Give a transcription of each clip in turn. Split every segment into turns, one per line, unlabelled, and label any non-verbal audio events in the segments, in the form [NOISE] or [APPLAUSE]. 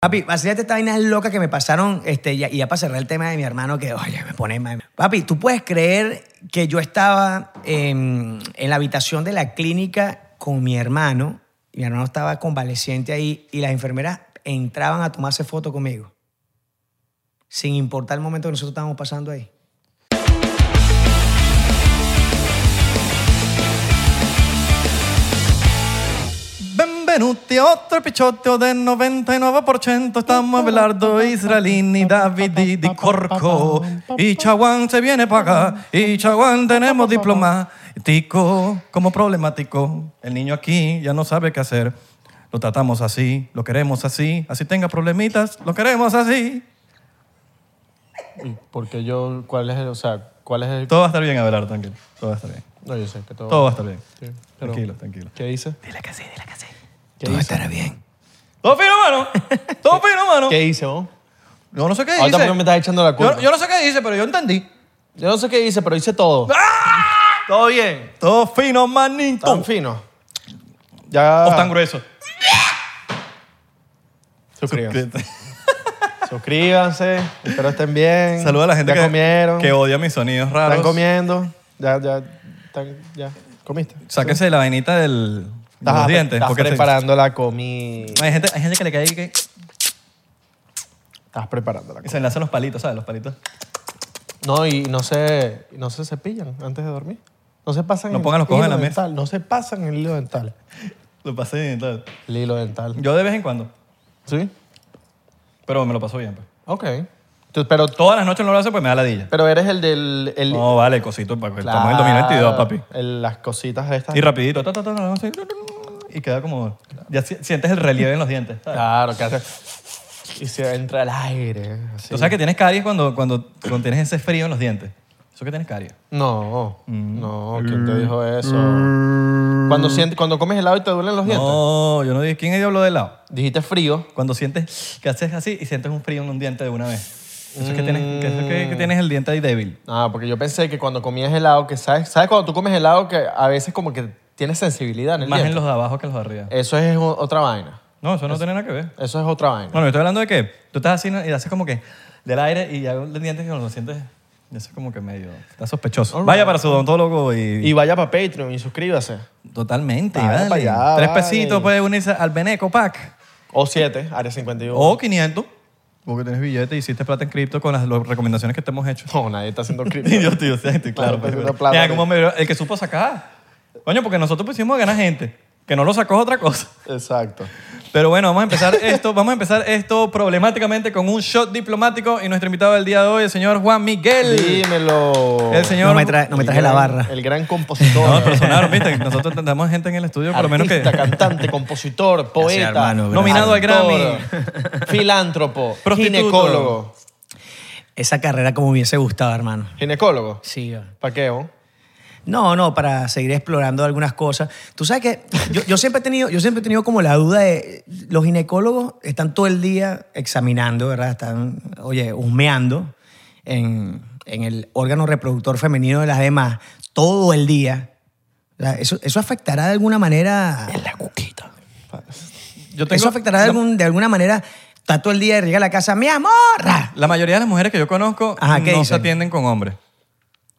Papi, vacíate estas vainas locas que me pasaron, este, ya- y ya para cerrar el tema de mi hermano, que, oye, me pone mal. Papi, ¿tú puedes creer que yo estaba en, en la habitación de la clínica con mi hermano? Mi hermano estaba convaleciente ahí y las enfermeras entraban a tomarse foto conmigo. Sin importar el momento que nosotros estábamos pasando ahí.
Benvenuti a otro episodio del 99%. Estamos Abelardo, Israelini, David y Di Corco. Y Chaguán se viene para acá. Y Chaguán tenemos diplomático como problemático. El niño aquí ya no sabe qué hacer. Lo tratamos así, lo queremos así. Así tenga problemitas, lo queremos así.
¿Y por qué yo, cuál es el, o sea, cuál es el...
Todo va a estar bien, Abelardo, tranquilo. Todo va a estar bien.
No, yo sé que todo...
Todo va a estar bien.
Sí, pero-
Tranquilo, tranquilo.
¿Qué dice?
Dile que sí, dile que sí.
¿Qué
Todo
hice?
estará bien.
Todo fino, mano. Todo fino, mano.
¿Qué hice vos?
Yo no sé qué
Ahorita
hice.
porque me estás echando la culpa.
Yo, yo no sé qué hice, pero yo entendí.
Yo no sé qué hice, pero hice todo.
¡Ah!
Todo bien.
Todo fino, manito.
Tan fino. Ya...
O tan grueso.
Suscríbanse. Suscríbanse. Espero estén bien.
[LAUGHS] Saluda a la gente
ya
que,
comieron.
que odia mis sonidos raros.
Están comiendo. Ya, ya, están- ya. ¿Comiste?
Sáquense la vainita del, de los
Estás-
dientes.
Estás
porque te-
preparando la comida.
hay, gente, hay gente que le cae y, que,
Estás preparando la
y
comida.
se enlazan los palitos, ¿sabes? Los palitos.
No, y no se, y no se cepillan antes de dormir. No se pasan
No pongan los cojos en la mesa.
dental. No se pasan el hilo dental.
Lo pasé y tal.
El hilo dental.
Yo de vez en cuando.
¿Sí?
Pero me lo paso bien. Pues.
Ok. Tú- pero,
Todas las noches no lo hace, pues me da la dilla.
pero eres el del... El,
No, vale, cosito. Para,
Claro,
Estamos en 2022, papi.
el- las cositas estas.
Y rapidito. ta, ta, ta, ta, así, y queda como... Ya si- sientes el relieve en los dientes. ¿sabes?
Claro, que hace... Y se entra el aire. así.
Tú sabes que tienes caries cuando, cuando, cuando tienes ese frío en los dientes. Eso que tienes caries.
No,
Mm.
no, ¿quién te dijo eso? Cuando, sientes, cuando comes helado y te duelen los dientes.
No, yo no dije. ¿Quién habló de lado?
Dijiste frío.
Cuando sientes que haces así y sientes un frío en un diente de una vez. Eso es que tienes, que eso es que- que tienes el diente ahí débil.
Ah, porque yo pensé que cuando comías helado, que sabes, ¿sabes cuando tú comes helado que a veces como que tienes sensibilidad en el
Más en
diente?
los de abajo que en los de arriba.
Eso es o- otra vaina.
No, eso no tiene nada que ver.
Eso es otra vaina.
Bueno, yo estoy hablando de que tú estás así ¿no? y haces como que del aire y ya el diente que lo sientes, ya es como que medio, está sospechoso. Vaya para su odontólogo y...
Y vaya para Patreon y suscríbase.
Totalmente,
Vaya
vale.
para allá,
Tres
vale.
pesitos puede unirse al Beneco Pack.
O 7, área 51.
O 500, porque tienes billete y hiciste plata en cripto con las, las recomendaciones que te hemos hecho.
No, nadie está haciendo
[LAUGHS]
cripto.
Y yo, tío, sí, sí, claro.
Claro, pues,
pero-
una plata
Mira,
que-
cómo me vio- el que supo sacar. Coño, porque nosotros pusimos a ganar gente. Que no lo sacó es otra cosa. [LAUGHS]
Exacto.
Pero bueno, vamos a empezar esto. vamos a empezar esto problemáticamente con un shot diplomático. Y nuestro invitado del día de hoy, el señor Juan Miguel.
Dímelo.
El señor.
No me, tra- no me
El
traje la
gran-
barra.
El gran compositor.
No, pero sonaron, ¿viste? Nosotros tenemos gente en el estudio, por lo menos que.
Artista, cantante, compositor, poeta,
hermano, gracias.
Nominado al Grammy.
actor, filántropo,
Prostituto.
ginecólogo.
Esa carrera como me hubiese gustado, hermano.
¿Ginecólogo?
Sí, yo-
¿Para qué, vos?
No, no, para seguir explorando algunas cosas. Tú sabes que yo, yo siempre he tenido, yo siempre he tenido como la duda de los ginecólogos están todo el día examinando, ¿verdad? Están, oye, humeando en, en el órgano reproductor femenino de las demás todo el día. La- Eso, eso afectará de alguna manera. la cuquita.
Yo tengo-
eso afectará de, algún- de alguna manera. Está todo el día y llega a la casa, ¡mi amor! ra".
La mayoría de las mujeres que yo conozco
Ajá,
no
¿qué
se
dicen?
atienden con hombres.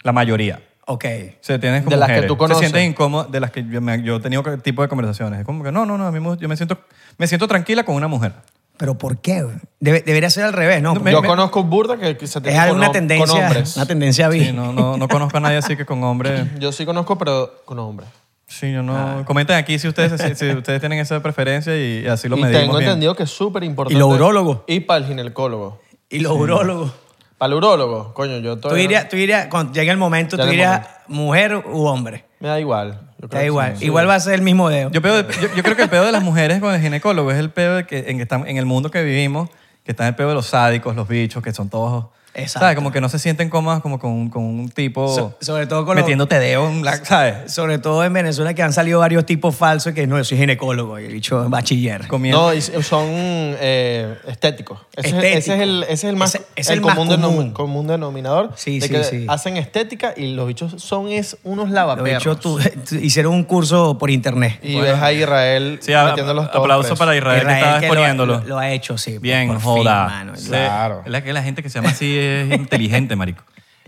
La mayoría.
Ok.
Se tienen con
De las que
mujeres.
tú conoces.
Se sienten incómodas de las que yo, me- yo he tenido tipo de conversaciones. Es como que no, no, no, a mí me- yo me siento, me siento tranquila con una mujer.
¿Pero por qué? Debe- debería ser al revés, ¿no?
No, me-
Yo conozco burda que, que se
es
tiene con,
alguna
hom-
tendencia,
con hombres.
una tendencia vi.
Sí, no, no, no conozco a nadie así que con hombres.
Yo sí conozco, pero con hombres.
Sí, yo
Ah.
no. Comenten aquí si ustedes, si, si ustedes tienen esa preferencia y así lo
y
medimos.
tengo
bien.
entendido que es súper importante.
Y los urólogos.
Y para el ginecólogo.
Y los urólogos.
Para el urólogo, coño, yo
Tú
todavía. no-
dirías, tú dirías, cuando llegue el momento,
Ya
tú
el
dirías mujer u hombre.
Me da igual. Yo creo
Da
que
igual.
sí.
Igual va a ser el mismo dedo.
Yo, peo de- yo- yo creo que el pedo de las mujeres con el ginecólogo es el pedo de que, en, que están- en el mundo que vivimos, que está el pedo de los sádicos, los bichos, que son todos.
Exacto.
¿Sabes? Como que no se sienten cómodas como con, un- con un tipo
So- sobre todo con los-
metiéndote dedo en la, ¿sabes?
Sobre todo en Venezuela que han salido varios tipos falsos que no, yo soy ginecólogo y el bicho es bachiller.
Comiendo.
No, y s- son eh, estéticos. Ese, es- ese
Estético.
es el, ese es el más,
Ese- es
el
el más
común, denom-
común.
común denominador.
Sí,
de
sí,
que
sí.
Hacen estética y los bichos son es unos
Los
lavaperros.
bichos tu- hicieron un curso por internet.
Y ves a Israel
Sí, a-
metiéndolos todos
aplauso
presos.
para Israel, que estaba
Israel que lo-
exponiéndolo.
Lo, lo ha hecho, sí. por-
Bien,
por fin,
joda.
mano.
Sí.
Claro.
Es la que la gente que se llama así
[LAUGHS]
es inteligente, marico.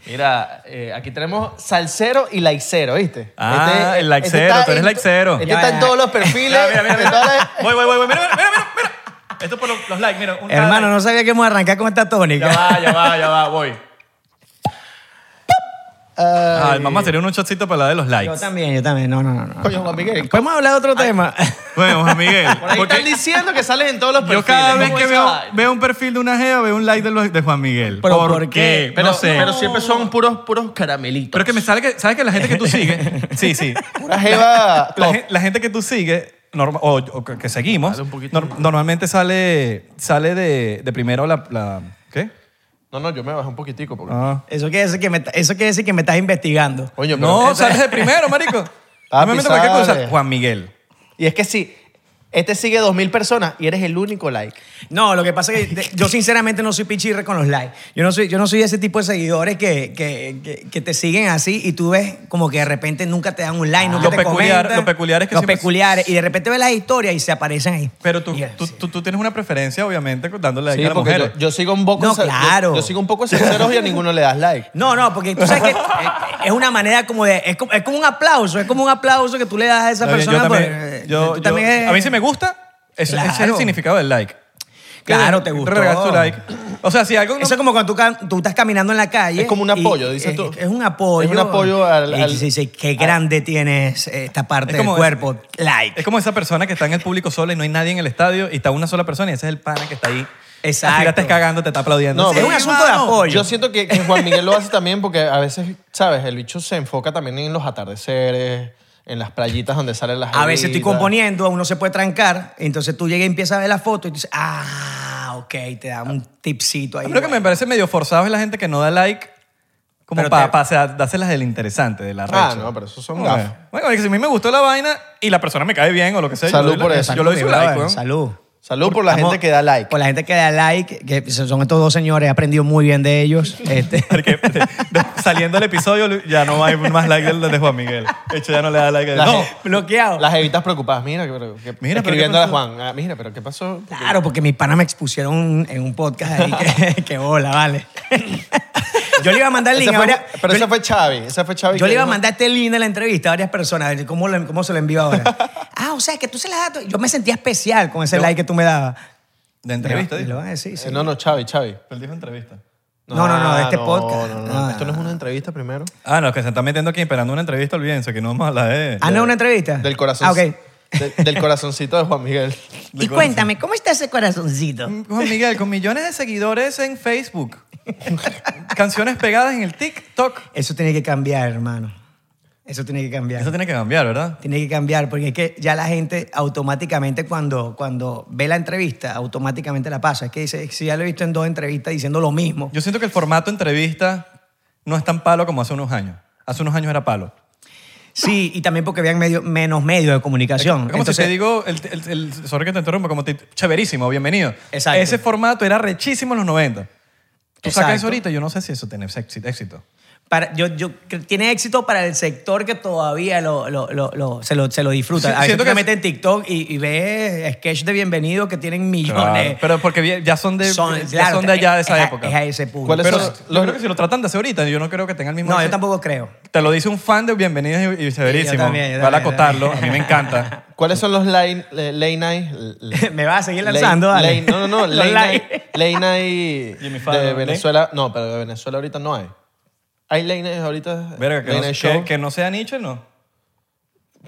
Mira, eh, aquí tenemos salsero y laicero, ¿viste? Este-
Ah, el laicero,
está
tú eres
en-
laicero.
Este
Ya,
está
ya.
en todos los perfiles.
Ya, [LAUGHS] mira, mira,
en todas las-
mira. Voy, voy, voy, voy. Mira, mira, mira, mira, mira. Esto por los, los likes, mira. un
Hermano,
like.
no sabía que íbamos a arrancar con esta tónica.
Ya va, ya va, ya va, voy. Ay, mamá, sería un chocito para la de los
Yo
likes.
también, yo también. No, no, no, no.
Coño, Juan Miguel.
Podemos hablar de otro tema.
Bueno, Juan Miguel.
Por ahí
porque
están diciendo que sales en todos los perfiles.
yo cada vez
¿Cómo
que
esa
veo,
vaina?
veo un perfil de una geo, veo un like de, los- de Juan Miguel.
Pero,
¿Por,
¿por
qué?
qué?
Pero,
no sé.
pero siempre son puros, puros caramelitos.
Pero que me sale que, ¿sabes que la gente que tú sigues?
[LAUGHS]
Sí, sí.
Una jeva
La,
top.
gen- la gente que tú sigues, norma- o, o que que seguimos,
Dale un poquito.
nor- normalmente sale, sale de, de primero la, la- ¿Qué?
No, no, yo me bajé un poquitico. Porque...
Ah.
[LAUGHS] Eso quiere decir que me, eso quiere decir que me estás investigando.
Coño, pero-
No, sale de primero, marico. Normalmente cualquier cosa.
sale.
Juan Miguel.
Y es que sí, este sigue 2.000 personas y eres el único like.
No, lo que pasa es que de- yo sinceramente no soy pichirre con los likes. Yo no soy, yo no soy ese tipo de seguidores que, que, que, que te siguen así y tú ves como que de repente nunca te dan un like, nunca
Ah.
te
Lo peculiar-
comentan.
lo peculiar es que
Los
siempre-
peculiares. Y de repente ves las historias y se aparecen ahí.
Pero tú,
Y-
tú,
sí.
tú- tú tienes una preferencia, obviamente, dándole like a las
porque
mujeres.
yo, yo sigo un poco...
No,
sa- yo-
claro.
Yo, sigo un poco sinceros y a ninguno le das like.
No, no, porque tú sabes que es- es una manera como de... Es como, es como un aplauso, es como un aplauso que tú le das a esa
Está bien,
persona.
yo también-
pues, eh,
yo-
tú
yo-
también es-
A mí si me gusta, ese, ese es el
Claro.
significado del like. Que
Claro,
le-
te
le
gustó.
regalas tu like. O sea, si algo no-
Eso es como cuando tú, ca- tú estás caminando en la calle.
Es como un
y-
apoyo, dices
es-
tú.
Es un apoyo.
Es un apoyo al-
Y
al-
sí, sí, qué grande tienes esta parte
Es como-
del cuerpo. like.
Es como esa persona que está en el público sola y no hay nadie en el estadio y está una sola persona y ese es el pana que está ahí.
Exacto.
Así la estás cagando, te está aplaudiendo.
No,
Sí,
es
pero-
un asunto de
mano.
apoyo.
Yo siento que, que Juan Miguel lo hace también porque a veces, ¿sabes? El bicho se enfoca también en los atardeceres, en las playitas donde salen las
a veces estoy
jevitas.
componiendo, uno se puede trancar, entonces tú llegas y empiezas a ver la foto y tú dices, ah, ok, te da un tipcito ahí.
A mí lo que me parece medio forzado es la gente que no da like como
Pero
para
te-
dárselas del interesante, de la red.
Ah, no, pero esos son gafas.
Bueno, es que si a mí me gustó la vaina y la persona me cae bien o lo que sea. yo
Salud
doy la-
por eso.
Yo lo doy su
Salud,
like,
brother,
weón.
Salud.
Salud por la
Estamos-
gente que da like.
Por la gente que da like, que son estos dos señores, he aprendido muy bien de ellos.
[LAUGHS]
Este,
Porque de- de- saliendo el episodio ya no hay más like del de Juan Miguel. De hecho, ya no le da like.
La
no,
gente-
bloqueado.
Las evitas preocupadas. Mira, pero, que,
Mira, pero ¿qué
escribiendo a
pasó?
Juan. Ah, mira, pero ¿qué pasó?
Claro, porque mis panas me expusieron en un podcast ahí que, [LAUGHS] que bola, vale. Yo le iba a mandar el
Ese
link a
fue-
varias-
pero
yo,
ese fue Xavi. Ese fue Xavi
yo
que
le iba a
dijo-
mandar este link de la entrevista a varias personas. a ver, ¿Cómo, lo- cómo se lo envío [LAUGHS] ahora? ah, o sea, que tú se la das. a tu- Yo me sentía especial con ese like que tú me dabas.
de entrevista.
Me
dijo.
lo van a decir, sí.
Eh, No, no, Xavi, Xavi.
Él dijo entrevista.
No, no, no, de este
no,
podcast.
no, no,
No,
Esto no es una entrevista primero.
Ah, no, que se están metiendo aquí esperando una entrevista, olvídense, que no vamos a hablar de...
Ah, no es una entrevista.
Del corazón.
Ah, ok.
de- del corazoncito de Juan Miguel.
Y cuéntame, ¿cómo está ese corazoncito?
Juan Miguel, con millones de seguidores en Facebook. Canciones pegadas en el TikTok.
Eso tiene que cambiar, hermano. Eso tiene que cambiar.
Eso tiene que cambiar, ¿verdad?
Tiene que cambiar porque es que ya la gente automáticamente cuando, cuando ve la entrevista, automáticamente la pasa. Es que dice, si ya lo he visto en dos entrevistas diciendo lo mismo.
Yo siento que el formato entrevista no es tan palo como hace unos años. Hace unos años era palo.
Sí, y también porque vean medio, menos medios de comunicación.
Como si te digo, el, el, el- sorry que te interrumpa, como te, chéverísimo, bienvenido.
Exacto.
Ese formato era rechísimo en los 90. Tú sacas
Exacto.
eso ahorita, yo no sé si eso tiene éxito. éxito.
para- yo, yo, que tiene éxito para el sector que todavía lo, lo- lo- lo- se, lo, se lo disfruta.
Sí,
A veces
siento
tú te
que-
metes en TikTok y, y ves sketch de bienvenido que tienen millones.
Claro, Pero porque vi- ya son de, ya
claro,
son de allá de esa
es a-
época.
es a ese punto.
¿Cuáles
Pero
son
yo
los-
creo que si lo tratan de hacer ahorita, yo no creo que tenga el mismo
No, yo
éxito.
tampoco creo. [LAUGHS]
Te lo dice un fan de Bienvenidos y, y Severísimo.
Sí, yo también, yo
Vale
también,
acotarlo. A
también.
mí
[LAUGHS]
me encanta.
¿Cuáles son los line, le- late night? Le-
Me vas a seguir
late-
lanzando, dale.
late- no, no,
[LAUGHS]
[LAUGHS]
no.
Los
late,
like.
night, late night
Jimmy Fallon,
de
¿eh?
Venezuela. No, pero de Venezuela ahorita no hay. Hay late night ahorita.
Verga, que,
late
no,
night
que,
show.
que no sea Nietzsche, no.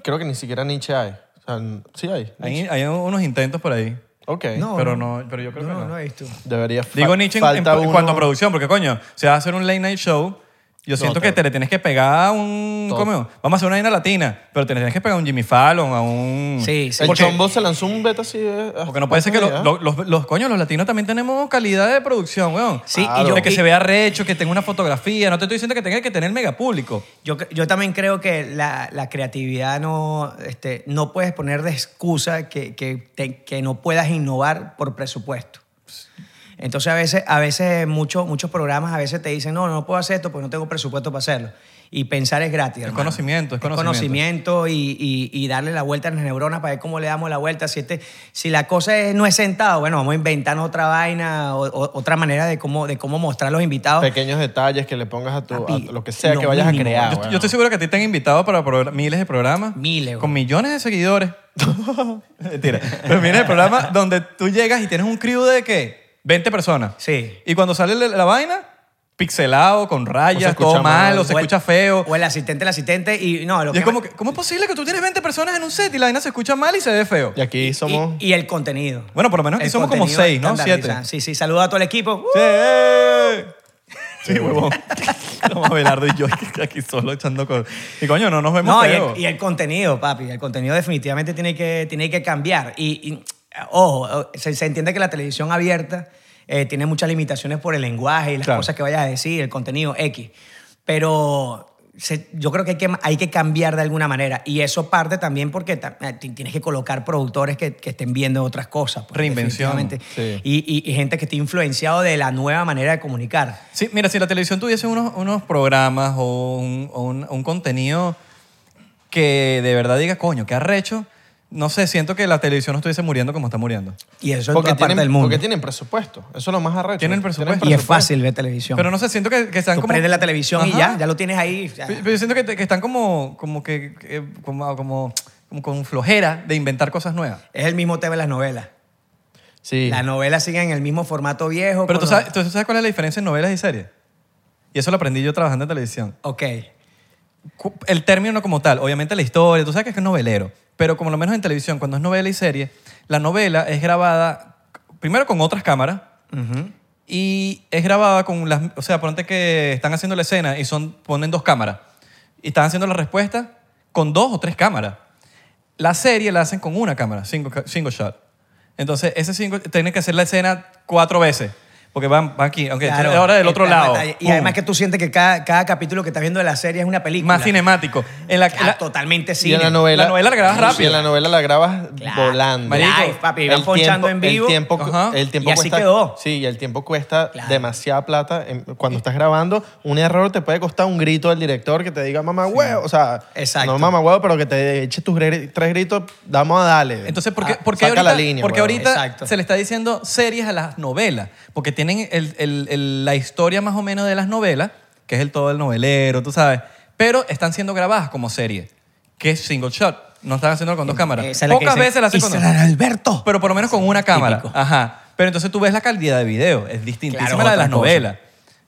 Creo que ni siquiera Nietzsche hay. O sea, n- sí hay.
Hay, hay unos intentos por ahí.
Ok.
No,
Pero no, pero yo creo que
No,
no.
no he visto.
Debería fa-
Digo Nietzsche en, en-
falta
en cuanto a
uno-
producción, porque coño, se va a hacer un late night show Yo siento que
claro.
te le tienes que pegar a un...
Todo.
¿cómo? Vamos a hacer una vaina latina, pero te le tienes que pegar a un Jimmy Fallon, a un...
Sí, sí.
El
Porque-
chombo se lanzó un beta así. eh,
Porque no puede ser que
hace
lo-
un día.
lo- los, los coños, los latinos también tenemos calidad de producción, weón.
Sí, y
Claro.
yo-
De que
y-
se vea recho, que tenga una fotografía. No te estoy diciendo que tenga que tener mega público.
Yo, cre- yo también creo que la, la creatividad no, este, no puedes poner de excusa que, que, te- que no puedas innovar por presupuesto. Entonces a veces, a veces muchos muchos programas a veces te dicen, no, no puedo hacer esto porque no tengo presupuesto para hacerlo. Y pensar es gratis. hermano.
conocimiento, es
conocimiento. y, y- y darle la vuelta a las neuronas para ver cómo le damos la vuelta. Si, este, si la cosa es- no es sentado, bueno, vamos a inventarnos otra vaina, o- o- otra manera de cómo, de cómo mostrar a los invitados.
Pequeños detalles que le pongas a tu. a
Papi,
lo que sea
lo
que vayas
mínimo.
a crear.
Yo-
weón.
Yo estoy seguro que a ti te han invitado para progr- miles de programas.
Miles,
Con millones de seguidores. [LAUGHS] Mentira. Pero miles de programas donde tú llegas y tienes un crew de ¿qué? 20 personas.
Sí.
Y cuando sale la, la vaina, pixelado, con rayas,
escucha
todo mal,
mal.
o se
el-
escucha feo.
O el asistente, el asistente, y no, lo
Y es
que
como
más-
que, ¿cómo es posible que tú tienes 20 personas en un set y la vaina se escucha mal y se ve feo?
Y aquí somos.
y, y el contenido.
Bueno, por lo menos aquí
El
somos como
contenido
seis, ¿no?
estandarizado.
Siete.
Sí, sí, saluda a todo el equipo. ¡Uh!
Sí. Sí, huevón. [LAUGHS] Vamos a Belardo y yo aquí solo echando cosas. Y coño, no nos vemos
No, y
feo.
el, y el contenido, papi, el contenido definitivamente tiene que, tiene que cambiar. Y, y, ojo, se, se entiende que la televisión abierta eh, tiene muchas limitaciones por el lenguaje y las
Claro.
cosas que vayas a decir, el contenido X. Pero se- yo creo que hay, que hay que cambiar de alguna manera. Y eso parte también porque ta- eh, ti- tienes que colocar productores que, que estén viendo otras cosas. pues,
Reinvención,
definitivamente.
sí.
Y, y- y gente que esté influenciado de la nueva manera de comunicar.
Sí, mira, si la televisión tuviese unos, unos programas o un, o un- un contenido que de verdad diga, coño, qué arrecho, no sé, siento que la televisión no estuviese muriendo como está muriendo.
Y eso en
Porque
toda parte
tienen,
del mundo.
porque tienen presupuesto. Eso es lo más arrecho.
Tienen presupuesto.
y es fácil ver televisión.
Pero no sé, siento que, que están
Tú
como...
prendes la televisión y
Ajá.
ya, ya lo tienes ahí. ya.
Pero yo siento que, que están como, como que, que- como, como, como con flojera de inventar cosas nuevas.
Es el mismo tema de las novelas.
Sí.
Las novelas siguen en el mismo formato viejo.
Pero tú
con
sabes,
los-
tú sabes cuál es la diferencia en novelas y series. Y eso lo aprendí yo trabajando en televisión.
Ok.
Cu- El término como tal, obviamente la historia, tú sabes que es que es novelero, pero como lo menos en televisión, cuando es novela y serie, la novela es grabada primero con otras cámaras y es grabada con las, o sea, ponte que están haciendo la escena y son ponen dos cámaras y están haciendo la respuesta con dos o tres cámaras. La serie la hacen con una cámara, single, ca- single shot. Entonces, ese single, tienen que hacer la escena cuatro veces. Porque van, van aquí, aunque
Claro,
ahora del
el
otro
plan
lado.
detalle. Y
Pum.
además que tú sientes que cada, cada capítulo que estás viendo de la serie es una película.
Más cinemático. En la,
Ah,
la-
totalmente
Y
cine.
en la novela.
La novela la grabas rápido.
Y en la novela la grabas
Claro.
volando.
Marico, Live, papi, van ponchando en vivo.
El tiempo,
Ajá.
el tiempo
Y así
cuesta,
quedó.
Sí, y el tiempo cuesta
Claro.
demasiada plata. en- Cuando estás grabando, un error te puede costar un grito del director que te diga mamá huevo. O sea,
Exacto.
no mamá huevo, pero que te eche tus gri- tres gritos, damos a darle.
Entonces, ¿por qué,
Ah,
por qué
saca
ahorita,
la línea,
por qué
huevo.
ahorita
Exacto.
se le está diciendo series a las novelas? Porque tienen el- el- el- la historia más o menos de las novelas, que es el todo del novelero, tú sabes, pero están siendo grabadas como serie, que es single shot. No están haciéndolo con dos cámaras.
Esa es la que
Pocas
dicen,
veces la hacen con dos.
Israel Alberto.
[LAUGHS] Pero por lo menos con una cámara.
típico.
Ajá. Pero entonces tú ves la calidad de video, es distintísima
Claro,
a la de
otra
las
cosa.
novelas.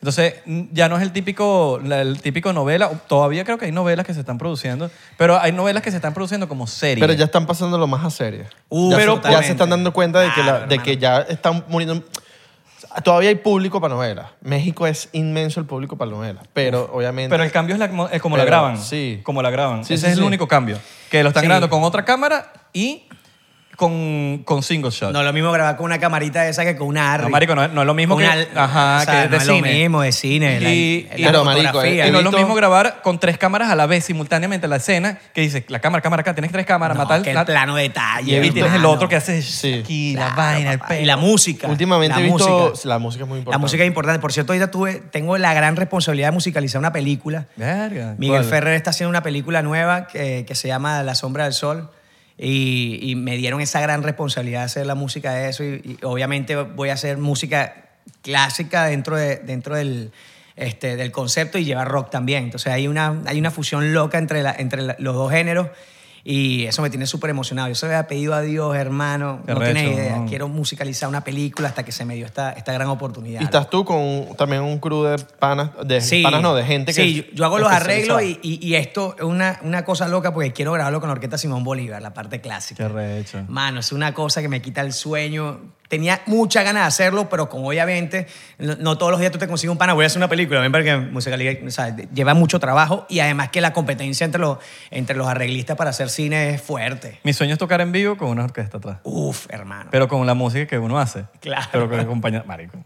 Entonces, mm, ya no es el típico, la- el típico novela. Todavía creo que hay novelas que se están produciendo, pero hay novelas que se están produciendo como series.
Pero ya están pasando lo más a serio.
Uh,
ya,
pero-
se, ya se están dando cuenta de que, la-
Claro,
de que ya están muriendo. Todavía hay público para novelas. México es inmenso el público para novelas. Pero obviamente.
Pero el cambio es, la, como- es como la
Pero,
graban.
sí.
Como la graban.
Sí,
Ese
sí,
es el
sí.
único cambio. Que lo están
Sí.
grabando con otra cámara y con, con single shot.
No, lo mismo grabar con una camarita esa que con una Arri.
No, marico, no es- no es lo mismo que- ajá,
o sea,
que es
no
de
es
cine.
lo mismo de cine. la-
Y-
la
y- Pero,
marico,
fotografía.
Y no es lo
Evito-
mismo grabar con tres cámaras a la vez simultáneamente la escena que dice la cámara, cámara acá, tienes tres cámaras,
No,
matar
que el
la-
plano detalle.
y tienes el
hermano.
otro que hace
Sí.
aquí, la
Claro,
vaina, el
papá.
pelo.
Y la música.
Últimamente
la
he visto.
música.
La música es muy importante.
La música es importante. Por cierto, ahorita tuve, tengo la gran responsabilidad de musicalizar una película.
Verga.
Miguel
¿Cuál?
Ferrer está haciendo una película nueva que, que se llama La sombra del sol y, y me dieron esa gran responsabilidad de hacer la música de eso y, y obviamente voy a hacer música clásica dentro, de, dentro del, este, del concepto y llevar rock también. Entonces hay una, hay una fusión loca entre, la- entre la- los dos géneros y eso me tiene súper emocionado. Yo se lo había pedido a Dios, hermano,
Qué
no tienes
arrecho,
idea.
¿no?
Quiero musicalizar una película hasta que se me dio esta, esta gran oportunidad.
Y estás tú con un- también un crew de panas, de panas no, de gente que.
Sí,
es
yo, yo hago los
especializada.
arreglos y, y- y esto es una, una cosa loca porque quiero grabarlo con la orquesta Simón Bolívar, la parte clásica.
Qué recho.
Mano, es una cosa que me quita el sueño tenía mucha ganas de hacerlo, pero como obviamente no, no todos los días tú te consigues un pana, voy a hacer una película, ven porque musicalidad o sea, lleva mucho trabajo y además que la competencia entre los, entre los arreglistas para hacer cine es fuerte.
Mi sueño es tocar en vivo con una orquesta atrás.
Uf, hermano.
Pero con la música que uno hace.
Claro.
Pero con acompaña... Marico.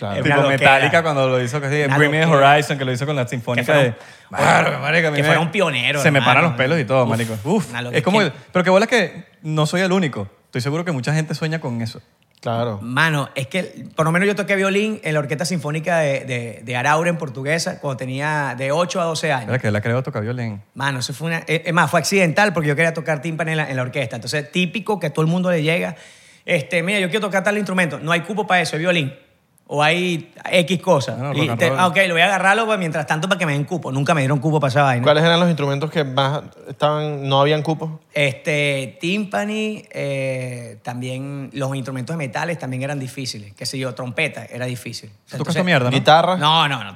Claro.
Tipo
Una loquera.
Metallica cuando lo hizo casi.
Una
Bring Me the
loquera.
Horizon, que lo hizo con la
Que
sinfónica de.
fuera un-
Claro, marico, a mí
que
me-
fuera un pionero,
Se me
hermano.
paran los pelos y todo,
Uf,
marico. Uf.
una loquera.
Es como.
¿Quién-
Pero que bola que no soy el único. Estoy seguro que mucha gente sueña con eso.
Claro.
Mano, es que por lo menos yo toqué violín en la Orquesta Sinfónica de, de, de Araure en portuguesa cuando tenía de 8 a 12 años.
Era que la creo toca violín.
Mano, eso fue una. eh, Es es más, fue accidental porque yo quería tocar tímpano en la, en la orquesta. Entonces, típico que a todo el mundo le llega. Este, mira, yo quiero tocar tal instrumento. No hay cupo para eso, es violín. O hay X cosas.
Bueno,
Y
rock and
te-
roll.
ah, ok, lo voy a agarrarlo pues, mientras tanto para que me den cupo. Nunca me dieron cupo para esa vaina.
¿Cuáles eran los instrumentos que más estaban, no habían cupos?
Este, timpani, eh, también los instrumentos de metales también eran difíciles. Qué sé yo, trompeta era difícil.
Tú tocas esta mierda, ¿no?
¿Guitarra?
No, no, no.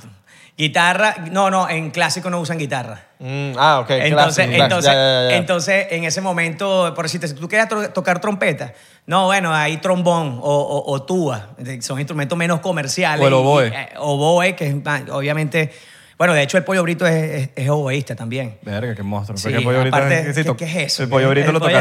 Guitarra, no, no, en clásico no usan guitarra.
Mm, ah, ok.
Entonces,
claro, sí,
entonces,
claro, ya, ya, ya.
entonces, en ese momento, por decirte, si tú querías tro- tocar trompeta, no, bueno, hay trombón o, o, o tuba, de- son instrumentos menos comerciales.
O el
y-
oboe.
y, eh, oboe, que es, ah, obviamente, bueno, de hecho el pollo brito es, es- es oboísta también.
Verga, qué monstruo.
Sí,
Porque el pollo brito
aparte,
es- sí,
¿qué-
to-
qué es eso?
El pollo brito
El
lo
pollo-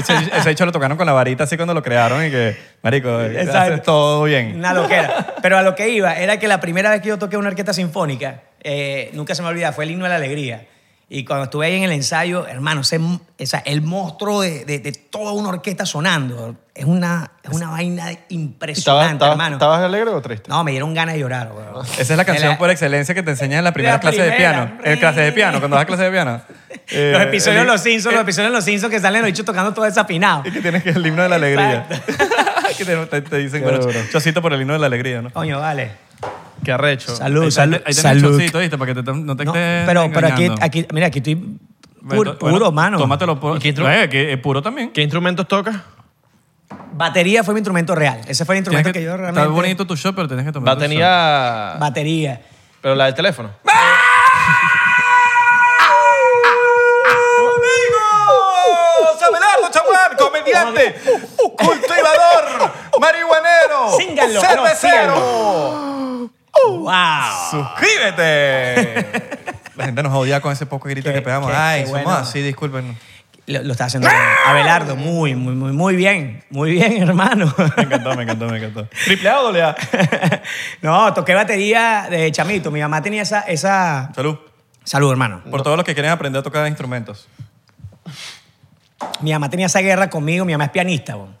[LAUGHS]
ese, ese hecho lo tocaron con la varita así cuando lo crearon y que, marico,
Exacto.
haces todo bien.
Una loquera. Pero a lo que iba era que la primera vez que yo toqué una orquesta sinfónica, eh, nunca se me olvida, fue el himno de la alegría. Y cuando estuve ahí en el ensayo, hermano, ese- o sea, el monstruo de, de- de toda una orquesta sonando es una, es una vaina
¿Estabas,
impresionante,
estabas-
hermano.
estabas alegre o triste?
No, me dieron ganas de llorar, weón.
Esa es la canción
De la-
por excelencia que te enseñan en la primera
La
clase
primera.
de piano. En clase de piano, cuando das clase de piano. Eh,
[LAUGHS] [LAUGHS] Los episodios de
el-
los Simpsons, los episodios de los Simpsons que salen los bichos tocando todo desafinado.
Y que tienes que el himno de la alegría. [LAUGHS] que te, te- te dicen, bueno,
duro.
chocito por el himno de la alegría, ¿no?
Coño, vale.
Qué arrecho.
Salud,
Ahí te-
salud,
Ahí tenés
salud.
chocito, ¿viste? Para que te- no te
No,
estés
pero, pero aquí,
engañando.
aquí, mira, aquí estoy pu-
Bueno,
puro,
bueno,
mano.
Tómatelo puro.
¿Y qué intro-
Eh, que es puro también.
¿Qué instrumentos tocas?
Batería fue mi instrumento real. Ese fue el
Tienes
instrumento que, yo realmente.
Está bonito tu show, pero tienes que tomar tu shot.
Batería.
Batería.
Pero la del teléfono.
¡Amigos! Abelardo Chaguán, comediante, cultivador, marihuanero,
Síngalo, ¡Wow!
¡Suscríbete! La gente nos odia con ese poco grito
Qué-
que pegamos.
qué-
Ay,
qué
somos
bueno.
así, discúlpenos.
Lo, lo está haciendo bien. Abelardo, muy, muy, muy, muy bien. Muy bien, [LAUGHS] hermano.
Me encantó, me encantó, me encantó. ¿Triple A o doble A?
[LAUGHS] no, toqué batería de chamito. Mi mamá tenía esa. esa...
Salud.
Salud, hermano.
Por todos los que quieren aprender a tocar instrumentos.
Mi mamá tenía esa guerra conmigo. Mi mamá es pianista, weón.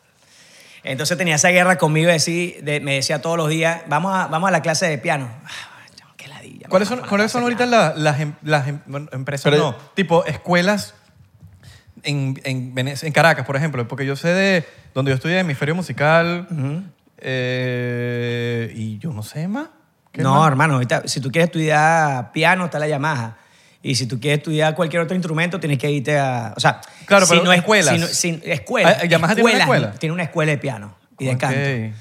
Entonces tenía esa guerra conmigo. y así, de- me decía todos los días: vamos a, vamos a la clase de piano. Ah, chamo, qué ladilla,
¿Cuáles
me
son,
van a
¿cuáles
hacer
son ahorita
nada.
la- las, em- las em- bueno, empresas?
Pero-
no, tipo escuelas en, en, Vene- en Caracas, por ejemplo, porque yo sé de donde yo estudié hemisferio musical eh, y yo no sé más. ¿Qué
No,
más?
hermano, ahorita, si tú quieres estudiar piano, está la Yamaha. Y si tú quieres estudiar cualquier otro instrumento, tienes que irte a. O sea,
Claro,
si
pero
no es-
escuelas.
Si no, si- escuelas.
Ah, ¿Yamaha tiene una
escuelas,
escuela?
Tiene una escuela de piano y de
Ok.
canto.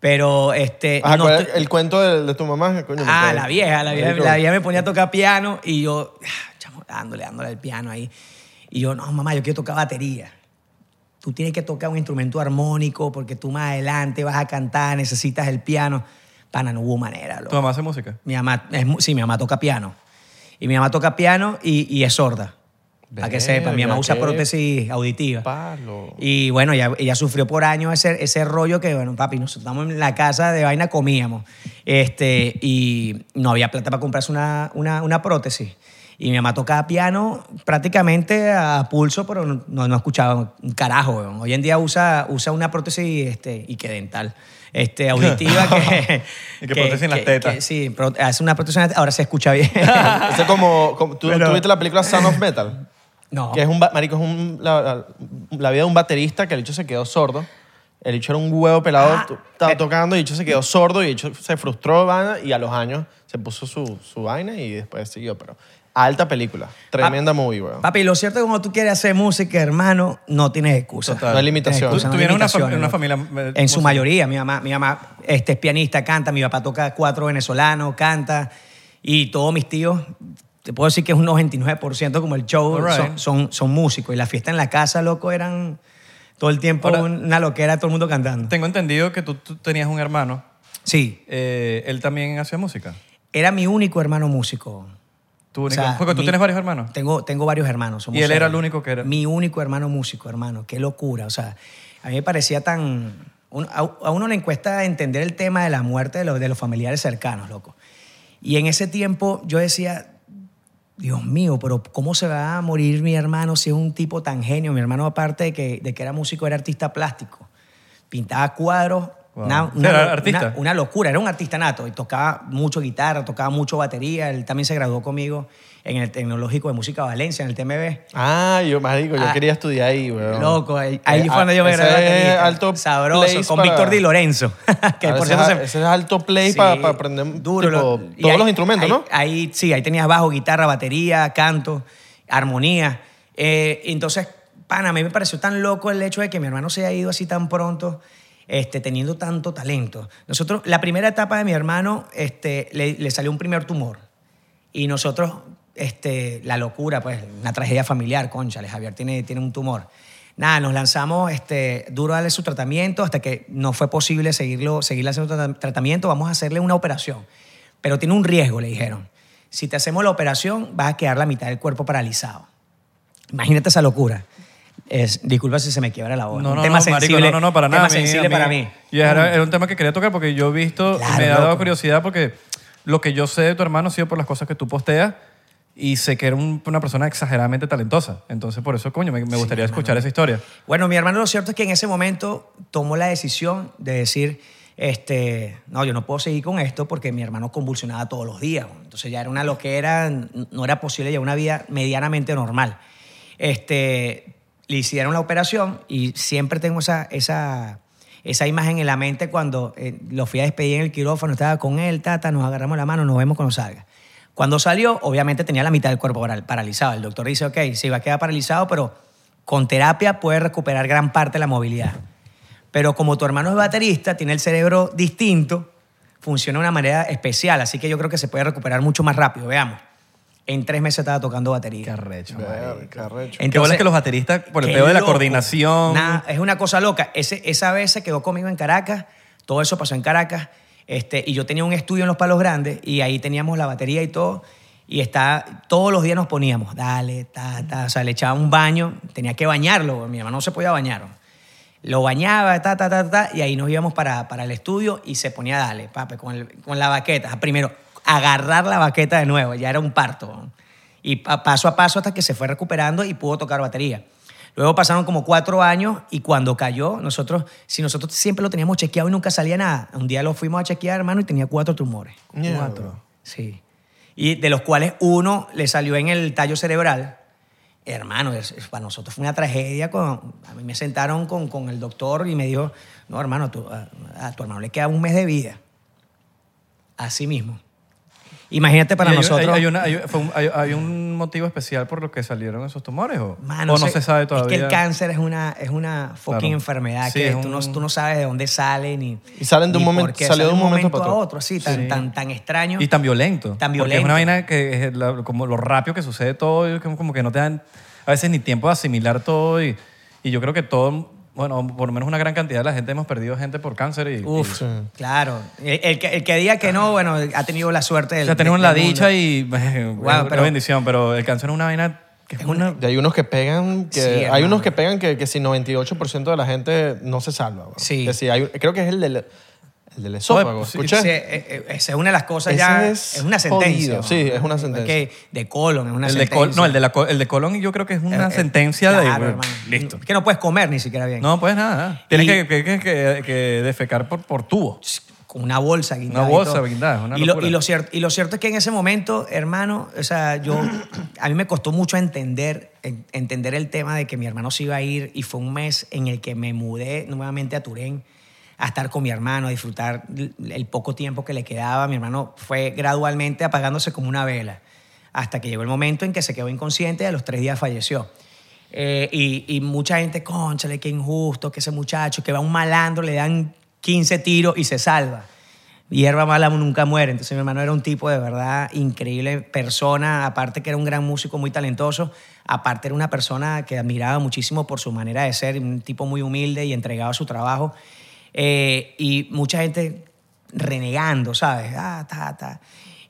Pero este.
Ajá,
no
Ah, ¿cuál
estoy-
es el cuento de, de tu mamá. Coño, me
Ah,
cae.
la vieja, la vieja,
Marico.
la vieja me ponía a tocar piano y yo, ah, chamo, dándole, dándole al piano ahí. Y yo, no, mamá, yo quiero tocar batería. Tú tienes que tocar un instrumento armónico porque tú más adelante vas a cantar, necesitas el piano. Pana, no hubo manera, loco.
¿Tu mamá hace música?
Mi mamá, es mu- sí, mi mamá toca piano. Y mi mamá toca piano y, y es sorda. Para que sepa, mi mamá
Verga,
usa
qué
prótesis auditiva. [LAUGHS]
Palo.
Y bueno, ella, ella sufrió por años ese, ese rollo que, bueno, papi, nos estábamos en la casa de vaina, comíamos. Este, y no había plata para comprarse una, una, una prótesis. Y mi mamá tocaba piano prácticamente a pulso, pero no, no escuchaba un carajo. weón. Hoy en día usa, usa una prótesis este, y que dental. Este,
[LAUGHS]
auditiva que...
Y que prótesis en las tetas.
que sí, pro- hace una prótesis en las tetas. Ahora se escucha
[LAUGHS]
bien.
Eso es como, como- ¿tú,
Pero-
tú viste la película Sound of Metal?
no.
Que es un, ba- marico, es un, la, la- la vida de un baterista que el hecho se quedó sordo. El hecho era un huevo pelado,
Ah,
to- estaba
eh.
tocando y el hecho se quedó sordo y el hecho se frustró vaina, y a los años se puso su, su vaina y después siguió. Pero alta película,
Ah,
tremenda movie, weón.
Papi, lo cierto es que cuando tú quieres hacer música, hermano, no tienes excusa.
Total.
No hay
Tienes
limitación.
excusa, no hay
Tuvieron una fam-
limitaciones,
una
loco.
familia, eh,
En su
música.
mayoría. Mi mamá, mi mamá este, es pianista, canta. Mi papá toca cuatro venezolanos, canta. Y todos mis tíos, te puedo decir que es un 99% como el show,
All right.
son, son, son músicos. Y la fiesta en la casa, loco, eran... Todo el tiempo
Ahora-
una loquera, todo el mundo cantando.
Tengo entendido que tú, tú tenías un hermano.
Sí,
Eh, él también hacía música.
era mi único hermano músico.
Tú,
O
único-
sea,
porque tú
mi-
tienes varios hermanos.
Tengo, tengo varios hermanos. somos
Y él era
seis.
el único que era.
Mi único hermano músico, hermano. Qué locura. O sea, a mí me parecía tan... un- a, a uno le cuesta entender el tema de la muerte de los, de los familiares cercanos, loco. Y en ese tiempo yo decía, Dios mío, pero ¿cómo se va a morir mi hermano si es un tipo tan genio? Mi hermano, aparte de que, de que era músico, era artista plástico. Pintaba cuadros.
Wow.
Una,
O sea, era
una-
artista.
una- una locura, era un artista nato y tocaba mucho guitarra, tocaba mucho batería. Él también se graduó conmigo en el Tecnológico de Música Valencia, en el TMB.
Ah, yo, marico, yo
Ah.
quería estudiar ahí, weón.
Loco, ahí, ahí
Eh,
fue donde yo me
ese
gradué. de
es
baterista.
alto
Sabroso,
place
con
para-
Víctor Di Lorenzo. [LAUGHS] que
Claro,
por
ese,
cierto
es,
se-
ese es alto play
Sí.
para aprender
Duro,
tipo,
lo-
todos
y ahí-
los instrumentos,
ahí-
¿no?
Ahí sí, ahí tenías bajo, guitarra, batería, canto, armonía. Eh, entonces, pana, a mí me pareció tan loco el hecho de que mi hermano se haya ido así tan pronto, este, teniendo tanto talento. Nosotros, la primera etapa de mi hermano, este, le, le salió un primer tumor. Y nosotros, este, la locura, pues, una tragedia familiar, conchale, Javier tiene, tiene un tumor. Nada, nos lanzamos este, duro a darle su tratamiento hasta que no fue posible seguirlo, seguirle haciendo tra- tratamiento. Vamos a hacerle una operación. Pero tiene un riesgo, le dijeron. Si te hacemos la operación, vas a quedar la mitad del cuerpo paralizado. Imagínate esa locura. Es, disculpa si se me quiebra la voz.
No,
un
no,
tema
no, marico,
sensible,
no, no, no, para nada.
tema
a mí,
sensible
a mí.
para mí.
Y era, era un tema que quería tocar porque yo he visto,
Claro,
me ha dado
loco.
curiosidad porque lo que yo sé de tu hermano ha sido por las cosas que tú posteas y sé que era un- una persona exageradamente talentosa. Entonces, por eso, coño, me, me gustaría escuchar esa historia.
Bueno, mi hermano lo cierto es que en ese momento tomó la decisión de decir, este, no, yo no puedo seguir con esto porque mi hermano convulsionaba todos los días. ¿no? Entonces ya era una loquera, n- no era posible llevar una vida medianamente normal. Este, le hicieron la operación y siempre tengo esa, esa, esa imagen en la mente cuando eh, lo fui a despedir en el quirófano, estaba con él, tata, nos agarramos la mano, nos vemos cuando salga. Cuando salió, obviamente tenía la mitad del cuerpo paral- paralizado. El doctor dice, ok, se va a quedar paralizado, pero con terapia puede recuperar gran parte de la movilidad. Pero como tu hermano es baterista, tiene el cerebro distinto, funciona de una manera especial, así que yo creo que se puede recuperar mucho más rápido. Veamos. En tres meses estaba tocando batería.
Qué arrecho, marico.
Verga, qué arrecho.
Qué bola que los bateristas, por el
Qué
pedo de la
loco.
coordinación.
Nah, es una cosa loca. Ese- esa vez se quedó conmigo en Caracas, todo eso pasó en Caracas, este, y yo tenía un estudio en Los Palos Grandes y ahí teníamos la batería y todo, y está, todos los días nos poníamos, dale, ta, ta, o sea, le echaba un baño, tenía que bañarlo, mi hermano no se podía bañar. Lo bañaba, ta, ta, ta, ta, y ahí nos íbamos para, para el estudio y se ponía, dale, papi, con, el- con la baqueta. Ah, Primero, agarrar la baqueta de nuevo, ya era un parto. Y pa- paso a paso hasta que se fue recuperando y pudo tocar batería. Luego pasaron como cuatro años y cuando cayó, nosotros, si nosotros siempre lo teníamos chequeado y nunca salía nada, un día lo fuimos a chequear, hermano, y tenía cuatro tumores.
Mierda.
Sí. Y de los cuales uno le salió en el tallo cerebral. Hermano, es- es- para nosotros fue una tragedia. con- a mí me sentaron con, con el doctor y me dijo, no, hermano, tú- a, a tu hermano le queda un mes de vida. Así mismo. Imagínate para
¿Y hay un-
nosotros...
hay- hay una- hay un- fue un- hay- hay un motivo especial por lo que salieron esos tumores o,
Mano,
o no
sé-
se, sabe todavía?
Es que el cáncer es una, es una fucking
Claro.
enfermedad
Sí,
que
es
tú, no,
un-
tú no sabes de dónde sale ni.
Y salen de un
ni por
momento-
qué. Sale
salió de un momento para
a
otro.
otro, así, tan,
Sí.
tan, tan extraño.
Y tan violento.
Tan
Porque es
violento.
una vaina que es la- como lo rápido que sucede todo, y como, como que no te dan a veces ni tiempo de asimilar todo. Y, y yo creo que todo, bueno, por lo menos una gran cantidad de la gente hemos perdido gente por cáncer. Y,
Uf,
Sí.
claro. El, el que, el que diga que no, bueno, ha tenido la suerte
y- o
del.
sea, tenemos
del
la
mundo.
dicha y [LAUGHS] bueno, una
pero-
bendición, pero el cáncer es una vaina que es una...
Y hay unos que pegan, que,
Sí,
hay
hermano.
unos que pegan que, que si 98% de la gente no se salva. bro.
Sí.
Que si hay- creo que es el del, el del esófago.
Joder, sí,
¿escuché?
Sí, eh, eh, esa es una de las cosas
Ese
ya.
es
Es, una sentencia.
jodido.
¿no?
Sí, es una sentencia.
Que de colon, es una
el de
sentencia.
Col- no, el de, la, Col- el de Colón yo creo que es una
Eh, eh,
sentencia de...
claro,
bueno,
hermano.
listo.
Es que no puedes comer ni siquiera bien.
No, pues nada. nada. Tienes
Y-
que, que- que- que- que defecar por, por tubo.
con una bolsa guindada.
Una
y
bolsa
todo.
guindada, es una
y, lo,
locura.
y, lo cierto, y lo cierto es que en ese momento, hermano, o sea, yo, a mí me costó mucho entender, en- entender el tema de que mi hermano se iba a ir y fue un mes en el que me mudé nuevamente a Turén a estar con mi hermano, a disfrutar l- el poco tiempo que le quedaba. Mi hermano fue gradualmente apagándose como una vela hasta que llegó el momento en que se quedó inconsciente y a los tres días falleció. Eh, y, y mucha gente, conchale, qué injusto, que ese muchacho, que va un malandro, le dan 15 tiros y se salva. hierba mala nunca muere. Entonces mi hermano era un tipo de verdad increíble persona, aparte que era un gran músico muy talentoso, aparte era una persona que admiraba muchísimo por su manera de ser, un tipo muy humilde y entregado a su trabajo. Eh, y mucha gente renegando, ¿sabes? Ah, ta, ta.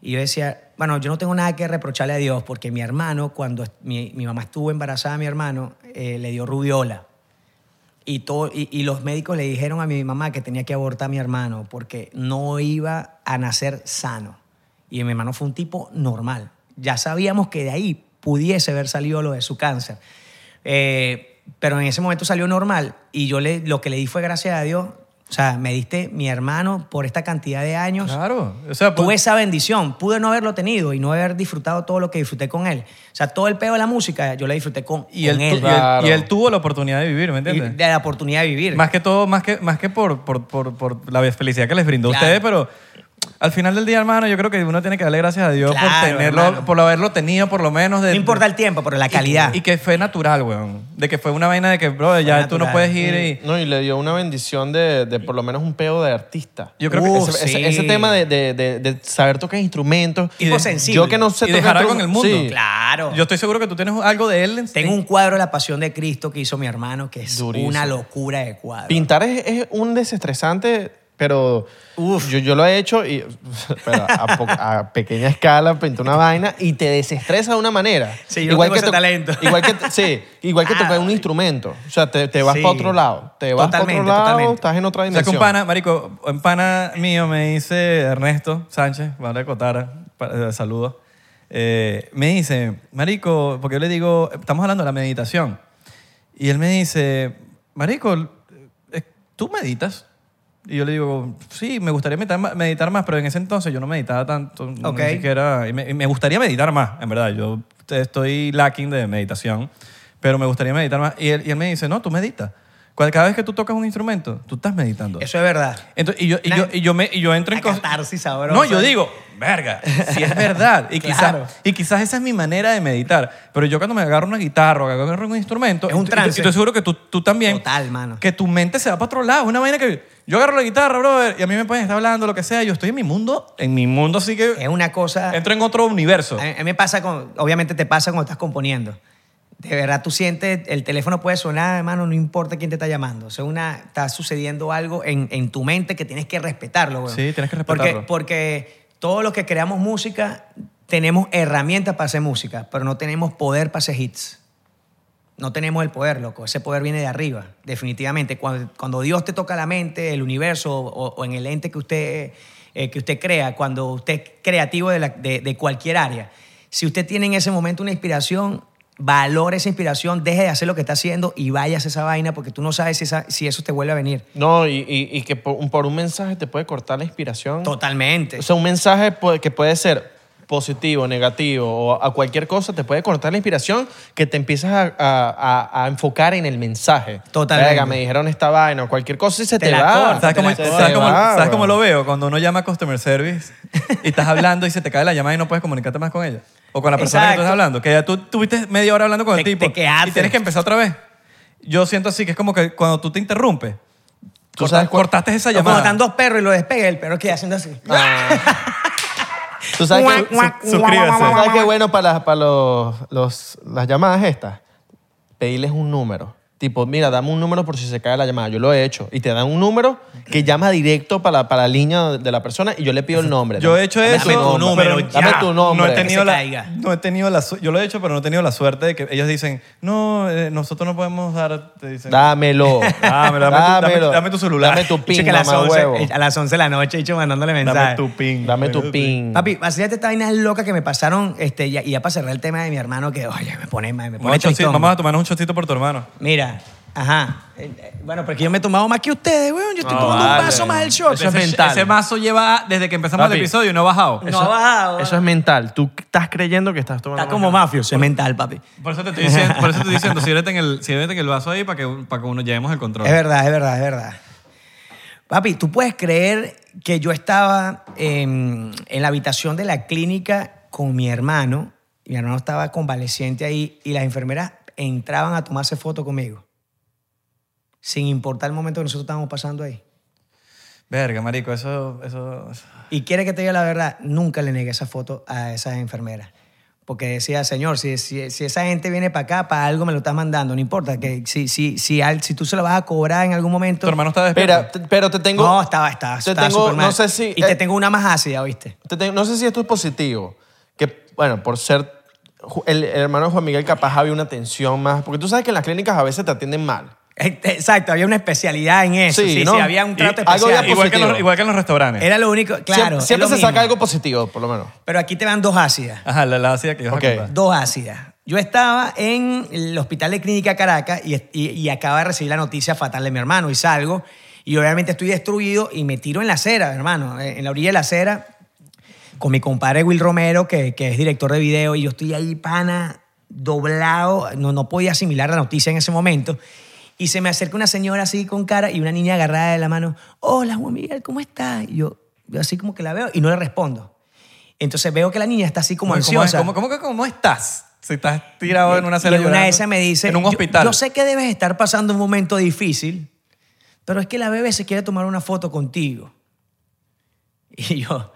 Y yo decía, bueno, yo no tengo nada que reprocharle a Dios porque mi hermano, cuando est- mi, mi mamá estuvo embarazada, mi hermano eh, le dio rubiola. Y, todo, y, y los médicos le dijeron a mi mamá que tenía que abortar a mi hermano porque no iba a nacer sano. Y mi hermano fue un tipo normal. Ya sabíamos que de ahí pudiese haber salido lo de su cáncer. Eh, pero en ese momento salió normal y yo le, lo que le di fue gracias a Dios. O sea, me diste mi hermano por esta cantidad de años.
Claro. O sea,
Tuve
pues,
esa bendición. Pude no haberlo tenido y no haber disfrutado todo lo que disfruté con él. O sea, todo el pedo de la música yo la disfruté con,
y,
con
él, tu-
él.
y, él,
Claro.
y él tuvo la oportunidad de vivir,
Y
¿me entiendes?
de la oportunidad de vivir.
Más que todo, más que, más que por, por, por, por la felicidad que les brindó
Claro.
a ustedes, pero al final del día, hermano, yo creo que uno tiene que darle gracias a Dios por
Claro,
tenerlo,
hermano.
por haberlo tenido por lo menos. De,
no importa el tiempo, pero la calidad.
Y, que fue natural, weón. De que fue una vaina de que, bro, ya tú no
natural. Mm,
puedes ir y...
Mm, No, y le dio una bendición de, de por lo menos un peo de artista.
Yo creo que
Uh,
ese, ese-
sí.
ese tema de, de- de- de saber tocar instrumentos.
Tipo
de-
sensible.
Yo que no sé
Y
tocar
dejar algo en el
instrumentos-
mundo.
Sí.
Claro.
Yo estoy seguro que tú tienes algo de él. en-
Tengo un cuadro La Pasión de Cristo que hizo mi hermano, que es
Durísimo.
una locura de cuadro.
Pintar es, es un desestresante, pero Yo, yo lo he hecho y, pero a, po- a pequeña escala pinté una vaina y te desestresa de una manera.
Sí, yo tengo ese
to-
talento. [LAUGHS]
Igual que, sí, igual que
Ah,
tocar un instrumento. O sea, te, te vas
Sí.
para otro lado. Te vas para otro
Totalmente,
lado,
totalmente.
estás en otra
O sea, que
dimensión.
un pana, marico, un pana mío me dice Ernesto Sánchez, vale, Cotara, pa- eh, saludos. Eh, me dice, marico, porque yo le digo, estamos hablando de la meditación. Y él me dice, marico, eh, ¿tú meditas? Y yo le digo, sí, me gustaría meditar, ma- meditar más, pero en ese entonces yo no meditaba tanto,
Ok.
ni siquiera, y me, y me gustaría meditar más, en verdad, yo estoy lacking de meditación, pero me gustaría meditar más. Y él, y él me dice, no, tú meditas. Cual- Cada vez que tú tocas un instrumento, tú estás meditando.
Eso es verdad.
Entonces, y, yo, y, yo, y yo me, y yo entro en
Una
cos-
catarsis sabrosa.
No, yo digo, verga, si es
[LAUGHS]
verdad. Y,
Claro.
quizás, y quizás esa es mi manera de meditar. Pero yo cuando me agarro una guitarra o agarro un instrumento,
Es un
y- y-
trance.
Y estoy seguro que tú, tú también.
Total, mano.
Que tu mente se va para otro lado. Es una vaina que yo agarro la guitarra, brother, y a mí me pueden estar hablando, lo que sea. Yo estoy en mi mundo, en mi mundo así que
Es una cosa...
entro en otro universo.
A mí, a mí me pasa con, obviamente te pasa cuando estás componiendo. De verdad, tú sientes, el teléfono puede sonar, hermano, no importa quién te está llamando. O sea, una, está sucediendo algo en, en tu mente que tienes que respetarlo, güey.
Sí, tienes que respetarlo.
Porque, porque todos los que creamos música tenemos herramientas para hacer música, pero no tenemos poder para hacer hits. No tenemos el poder, loco. Ese poder viene de arriba, definitivamente. Cuando, cuando Dios te toca la mente, el universo o, o en el ente que usted, eh, que usted crea, cuando usted es creativo de, la- de- de cualquier área, si usted tiene en ese momento una inspiración, valore esa inspiración, deje de hacer lo que está haciendo y váyase a esa vaina porque tú no sabes si, esa- si eso te vuelve a venir.
No, y, y- y que por un, por un mensaje te puede cortar la inspiración.
Totalmente.
O sea, un mensaje pu- que puede ser positivo, negativo o a cualquier cosa te puede cortar la inspiración que te empiezas a, a- a- a enfocar en el mensaje.
Totalmente.
Verga, me dijeron esta vaina o cualquier cosa y se
Te
te,
la
va.
corta,
¿Sabes
te
cómo,
la-
sabes
te
cómo-
va,
sabes
weón.
cómo lo veo? Cuando uno llama a Customer Service y estás hablando y se te cae la llamada y no puedes comunicarte más con ella. O con la persona que tú
Exacto.
estás hablando. Que ya tú tuviste media hora hablando con el
Te-
tipo
te quedaste.
y tienes que empezar otra vez. Yo siento así que es como que cuando tú te interrumpes,
Tú
corta-
sabes cuál-
cortaste esa
O Cuando
llamada.
están dos perros y lo despegue, el perro queda haciendo así.
Ah. [LAUGHS] Tú sabes
Guac,
que,
guac,
su- suscríbase.
guau, guau, guau,
tú sabes
guau.
que es bueno para, las- para los, los- las llamadas estas. Pedirles un número. Tipo, mira, dame un número por si se cae la llamada. Yo lo he hecho. Y te dan un número que llama directo para, para la línea de la persona y yo le pido el nombre.
Yo he hecho
Dame
eso.
tu nombre.
pero
ya.
Dame tu nombre.
No he tenido
se
la,
caiga.
no he tenido la su- Yo lo he hecho, pero no he tenido la suerte de que ellos dicen, no, eh, nosotros no podemos dar. Te dicen,
Dámelo.
[LAUGHS] Dámelo, dame tu- dame- dame tu celular.
Dame tu
Dicho
pin,
que a las,
mamá
11,
huevo.
a las 11 de la noche, dicho, mandándole mensaje.
pin.
Dame tu pin.
Papi, vacíate esta vaina loca que me pasaron, este, ya- y ya para cerrar el tema de mi hermano, que, oye, me pone, me
Un
pone
chocito,
tristón.
vamos a tomar un chocito por tu hermano.
Mira, ajá. Eh, eh, Bueno, porque yo me he tomado más que ustedes, weón. Yo estoy
No,
tomando
vale.
un vaso más del shot.
Eso es mental.
Ah, Ese vaso lleva desde que empezamos el
Papi.
episodio y no ha bajado.
No ha bajado.
Eso es mental. Tú estás creyendo que estás tomando.
Está como mafioso, es mental, papi.
Por eso te estoy diciendo, por eso te estoy diciendo sírvete, en el, sírvete en el vaso ahí para que, para que uno llevemos el control.
Es verdad, es verdad, es verdad. Papi, ¿tú puedes creer que yo estaba en, en la habitación de la clínica con mi hermano? y Mi hermano estaba convaleciente ahí y las enfermeras entraban a tomarse foto conmigo. Sin importar el momento que nosotros estábamos pasando ahí.
Verga, marico, eso, eso...
Y quiere que te diga la verdad, nunca le negué esa foto a esas enfermeras. Porque decía, señor, si, si, si esa gente viene para acá, para algo me lo estás mandando, no importa. que Si, si, si, al- si tú se lo vas a cobrar en algún momento.
Tu hermano está despierto.
Espera, te- pero te tengo.
no, estaba, estaba,
te
estaba
tengo,
superman.
no sé si.
Y te
eh,
tengo una más ácida, ¿viste?
te tengo- no sé si esto es positivo. Que, bueno, por ser. Ju- El, el hermano de Juan Miguel, capaz había una tensión más. Porque tú sabes que en las clínicas a veces te atienden mal.
Este, Exacto, había una especialidad en eso.
Sí,
Sí, sí,
¿no?
había un trato
Y algo
especial.
había
igual, que en los,
positivo.
igual que en los restaurantes.
Era lo único, claro.
siempre
es
siempre
lo
se
mismo.
saca algo positivo, por lo menos.
Pero aquí te van dos ácidas.
Ajá, la, la ácida que yo
Ok.
Dos ácidas. Yo estaba en el Hospital de Clínica Caracas y, y, y acaba de recibir la noticia fatal de mi hermano y salgo y obviamente estoy destruido y me tiro en la acera, hermano, eh, en la orilla de la acera con mi compadre Will Romero, que, que es director de video, y yo estoy ahí, pana, doblado, no, no podía asimilar la noticia en ese momento. Y se me acerca una señora así con cara y una niña agarrada de la mano, hola Juan Miguel, ¿cómo estás? Y yo, yo así como que la veo y no le respondo. Entonces veo que la niña está así como ansiosa.
¿Cómo, cómo, cómo, cómo estás? Si estás tirado en una
Y
sala
en una de esas me dice,
En un
"Yo-
hospital.
Yo, sé que debes estar pasando un momento difícil, pero es que la bebé se quiere tomar una foto contigo. [LAUGHS] Y yo,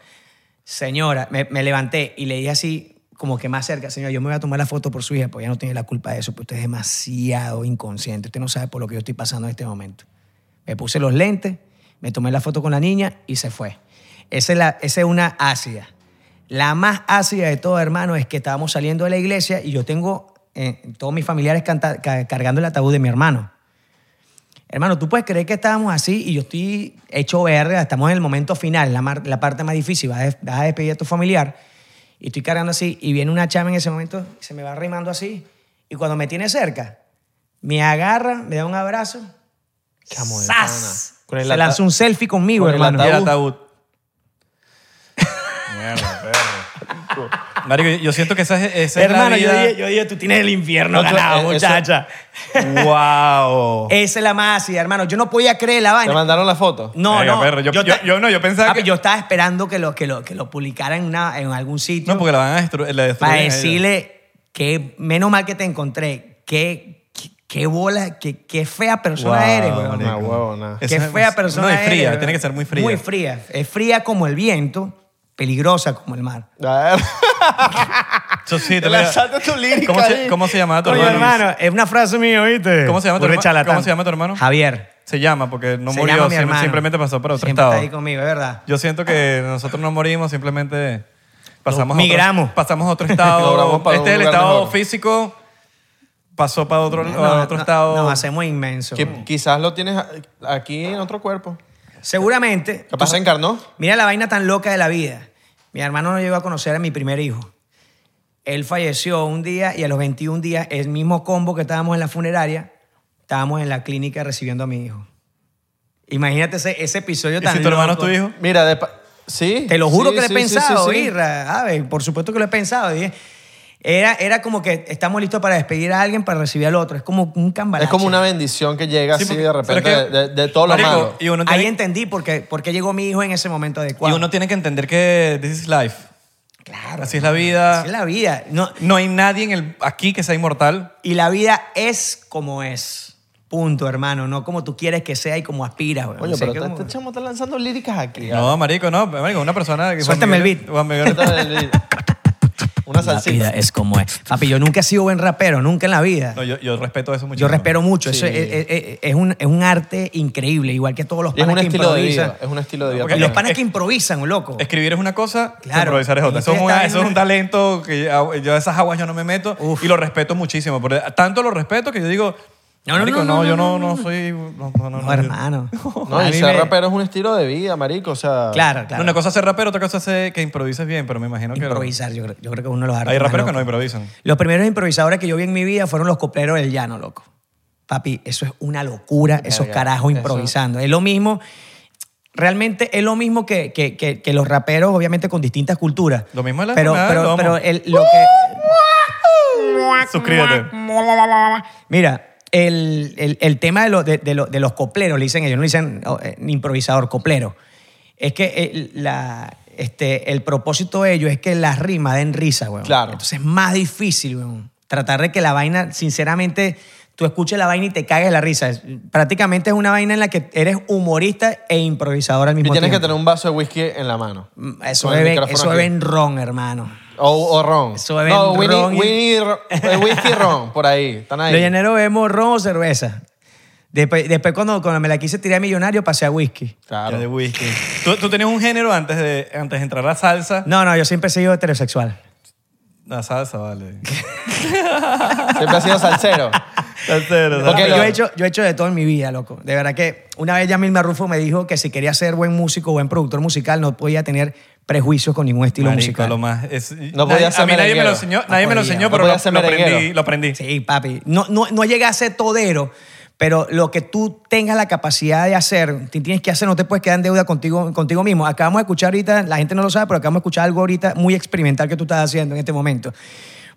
señora, me, me levanté y le dije así, como que más cerca, señora, yo me voy a tomar la foto por su hija, porque ella no tiene la culpa de eso, porque usted es demasiado inconsciente, usted no sabe por lo que yo estoy pasando en este momento. Me puse los lentes, me tomé la foto con la niña y se fue. Esa es, la- esa es una ácida. La más ácida de todo, hermano, es que estábamos saliendo de la iglesia y yo tengo eh, todos mis familiares canta- ca- cargando el ataúd de mi hermano. Hermano, tú puedes creer que estábamos así y yo estoy hecho verga, estamos en el momento final, la, mar- la parte más difícil, vas a, des- vas a despedir a tu familiar y estoy cargando así y viene una chama en ese momento, se me va arrimando así y cuando me tiene cerca, me agarra, me da un abrazo,
Chamo de
¡zas!
pana. Con el
se
ata-
lanzó un selfie conmigo,
con el
hermano.
Y el
ataúd.
ataúd. [LAUGHS] Mierda, perro. Marico, yo- yo siento que esa es, esa es
hermano,
la
yo
vida.
dije, yo dije, tú tienes el infierno
Otro-
ganado,
eh, eso-
muchacha.
¡Wow!
Esa es la más ácida, hermano. Yo no podía creer la
¿Te
vaina.
mandaron la foto?
No,
Verga,
no.
perro, yo-
ta-
yo- yo no, yo pensaba
Papi,
que-
Yo estaba esperando que lo, que lo, que lo publicaran en, una- en algún sitio
No, porque la van a destruir. La destruyen
para
a ella.
decirle que menos mal que te encontré. Qué, qué, qué bola, qué, qué fea persona
Wow,
eres, weón.
marico.
Una huevona.
Qué
Esa es-
fea persona
No, y fría,
eres,
tiene que
weón.
ser muy fría.
Muy fría. Es fría como el viento, peligrosa como el mar.
[LAUGHS]
A ver.
Eso sí,
[LAUGHS] Te
te lo digo.
lanzaste tu lírica
¿Cómo se,
ahí.
cómo se llamaba tu
Oye,
hermano?
hermano, es una frase mía, ¿viste?
¿Cómo se llama tu
Burro
hermano?
charlatán.
¿Cómo se llama tu hermano?
Javier.
Se llama porque no
Se
murió,
llama mi
sim-
hermano.
simplemente pasó para otro
Siempre
estado.
Está ahí conmigo, es verdad.
Yo siento que nosotros no morimos, simplemente
Nos
pasamos a otro-
migramos.
pasamos a otro [LAUGHS]
Logramos
estado.
para
este
un
es el
lugar
estado
mejor.
físico, pasó para otro, a
No,
otro
no,
estado.
Nos hacemos inmensos.
Que quizás lo tienes aquí en otro cuerpo.
Seguramente.
Capaz reencarnó.
Mira la vaina tan loca de la vida. Mi hermano no llegó a conocer a mi primer hijo. Él falleció un día y a los 21 días, el mismo combo que estábamos en la funeraria, estábamos en la clínica recibiendo a mi hijo. Imagínate ese, ese episodio
¿Y
tan
si tu hermano es
loco.
tu hijo?
Mira, de pa- sí.
Te lo juro
sí,
que lo he
sí, sí,
pensado,
sí, sí.
Irra. A ver, por supuesto que lo he pensado. Dije, Era, era como que estamos listos para despedir a alguien para recibir al otro. Es como un cambalache.
Es como una bendición que llega
Sí,
así
porque-
de repente
pero es que-
de, de- de todo lo
Marico,
malo.
Y uno tiene,
Ahí entendí por qué, por qué llegó mi hijo en ese momento
y
adecuado.
uno tiene que entender que this is life.
Claro.
Así es la vida.
Así es la vida. No,
No hay nadie en el, aquí que sea inmortal.
y la vida es como es. Punto, hermano. No como tú quieres que sea y como aspiras. weón.
Oye,
No sé
pero
qué-
este este chamo está lanzando líricas aquí.
No, marico, no. Marico, una persona... que-
Suéltame el
Juan Miguel-
beat.
Juan Miguel-
[LAUGHS]
Ahorita el- Una
La vida
salsita.
es como es. Papi, yo nunca he sido buen rapero, nunca en la vida.
No, yo, yo respeto eso mucho.
Yo respeero mucho.
Sí.
Eso es, es- es- es un, es un arte increíble, igual que todos los
Y es
panas
un
que
estilo de
improvisan.
vida. Es un estilo de vida.
Porque
Y los
también.
panes
Es-
que improvisan, loco.
Escribir es una cosa,
Claro.
improvisar es otra.
Y
Eso es,
ustedes
una-
estaban
eso es
en
un
una-
talento que yo, yo a esas aguas yo no me meto
Uf.
y lo respeto muchísimo. porque tanto lo respeto que yo digo,
No, no,
"Marico,
no, no,
yo
no,
no,
no,
no soy... No, no, no,
no,
no".
hermano.
No,
A
y
mí
ser
me-
rapero es un estilo de vida, marico. O sea.
Claro, claro.
Una cosa es ser rapero, otra cosa es ser- que improvises bien, pero me imagino que... lo-
improvisar, yo, creo- yo creo que es uno de los artes
Hay
más
raperos que no
locos.
improvisan.
Los primeros improvisadores que yo vi en mi vida fueron los copleros del llano, loco. Papi, eso es una locura, esos
Verga,
carajos
eso-
improvisando. Es lo mismo, realmente es lo mismo que, que- que- que los raperos, obviamente con distintas culturas.
Lo mismo es la
Pero,
enfermedad del
pero,
lomo.
pero el- lo que.
Suscríbete.
Mira, el, el- el tema de, lo- de- de lo- de los copleros, le dicen ellos, no le dicen oh, eh, improvisador, coplero. Es que el, la- este, el propósito de ellos es que las rimas den risa, weón.
Claro.
Entonces es más difícil, weón. Tratar de que la vaina, sinceramente, tú escuches la vaina y te cagues la risa. Es- Prácticamente es una vaina en la que eres humorista e improvisador al
Y
mismo
tienes que
tiempo.
tener un vaso de whisky en la mano.
Mm, Eso
Con el
beben,
micrófono
eso
aquí.
beben ron, hermano.
O, o ron.
Eso beben
no, we need-
ron y-
we need ro- eh, whisky y ron, por ahí. Están ahí.
Los llaneros bebemos ron o cerveza. Después, después cuando, cuando me la quise tirar a millonario, pasé a whisky.
Claro.
Ya de whisky. ¿Tú, tú tenías un género antes de, antes de entrar a la salsa.
No, no, yo siempre he sido heterosexual.
La salsa, vale.
Siempre ha
[LAUGHS]
sido salsero.
Salsero,
Ok,
Papi,
lo-
yo, he hecho, yo he hecho de todo en mi vida, loco. De verdad que una vez Yamil Marrufo me dijo que si quería ser buen músico, buen productor musical, no podía tener prejuicios con ningún estilo
Marico,
musical.
lo más. es-
No podía
nadie-
ser
A mí nadie me
merenguero.
lo enseñó,
No
nadie me lo
podía.
enseñó,
No
pero
podía
lo,
ser
lo aprendí.
merenguero.
Lo aprendí.
Sí, papi. No, no, no llegué a ser todero, pero lo que tú tengas la capacidad de hacer, te tienes que hacer, no te puedes quedar en deuda contigo, contigo mismo. Acabamos de escuchar ahorita, la gente no lo sabe, pero acabamos de escuchar algo ahorita muy experimental que tú estás haciendo en este momento.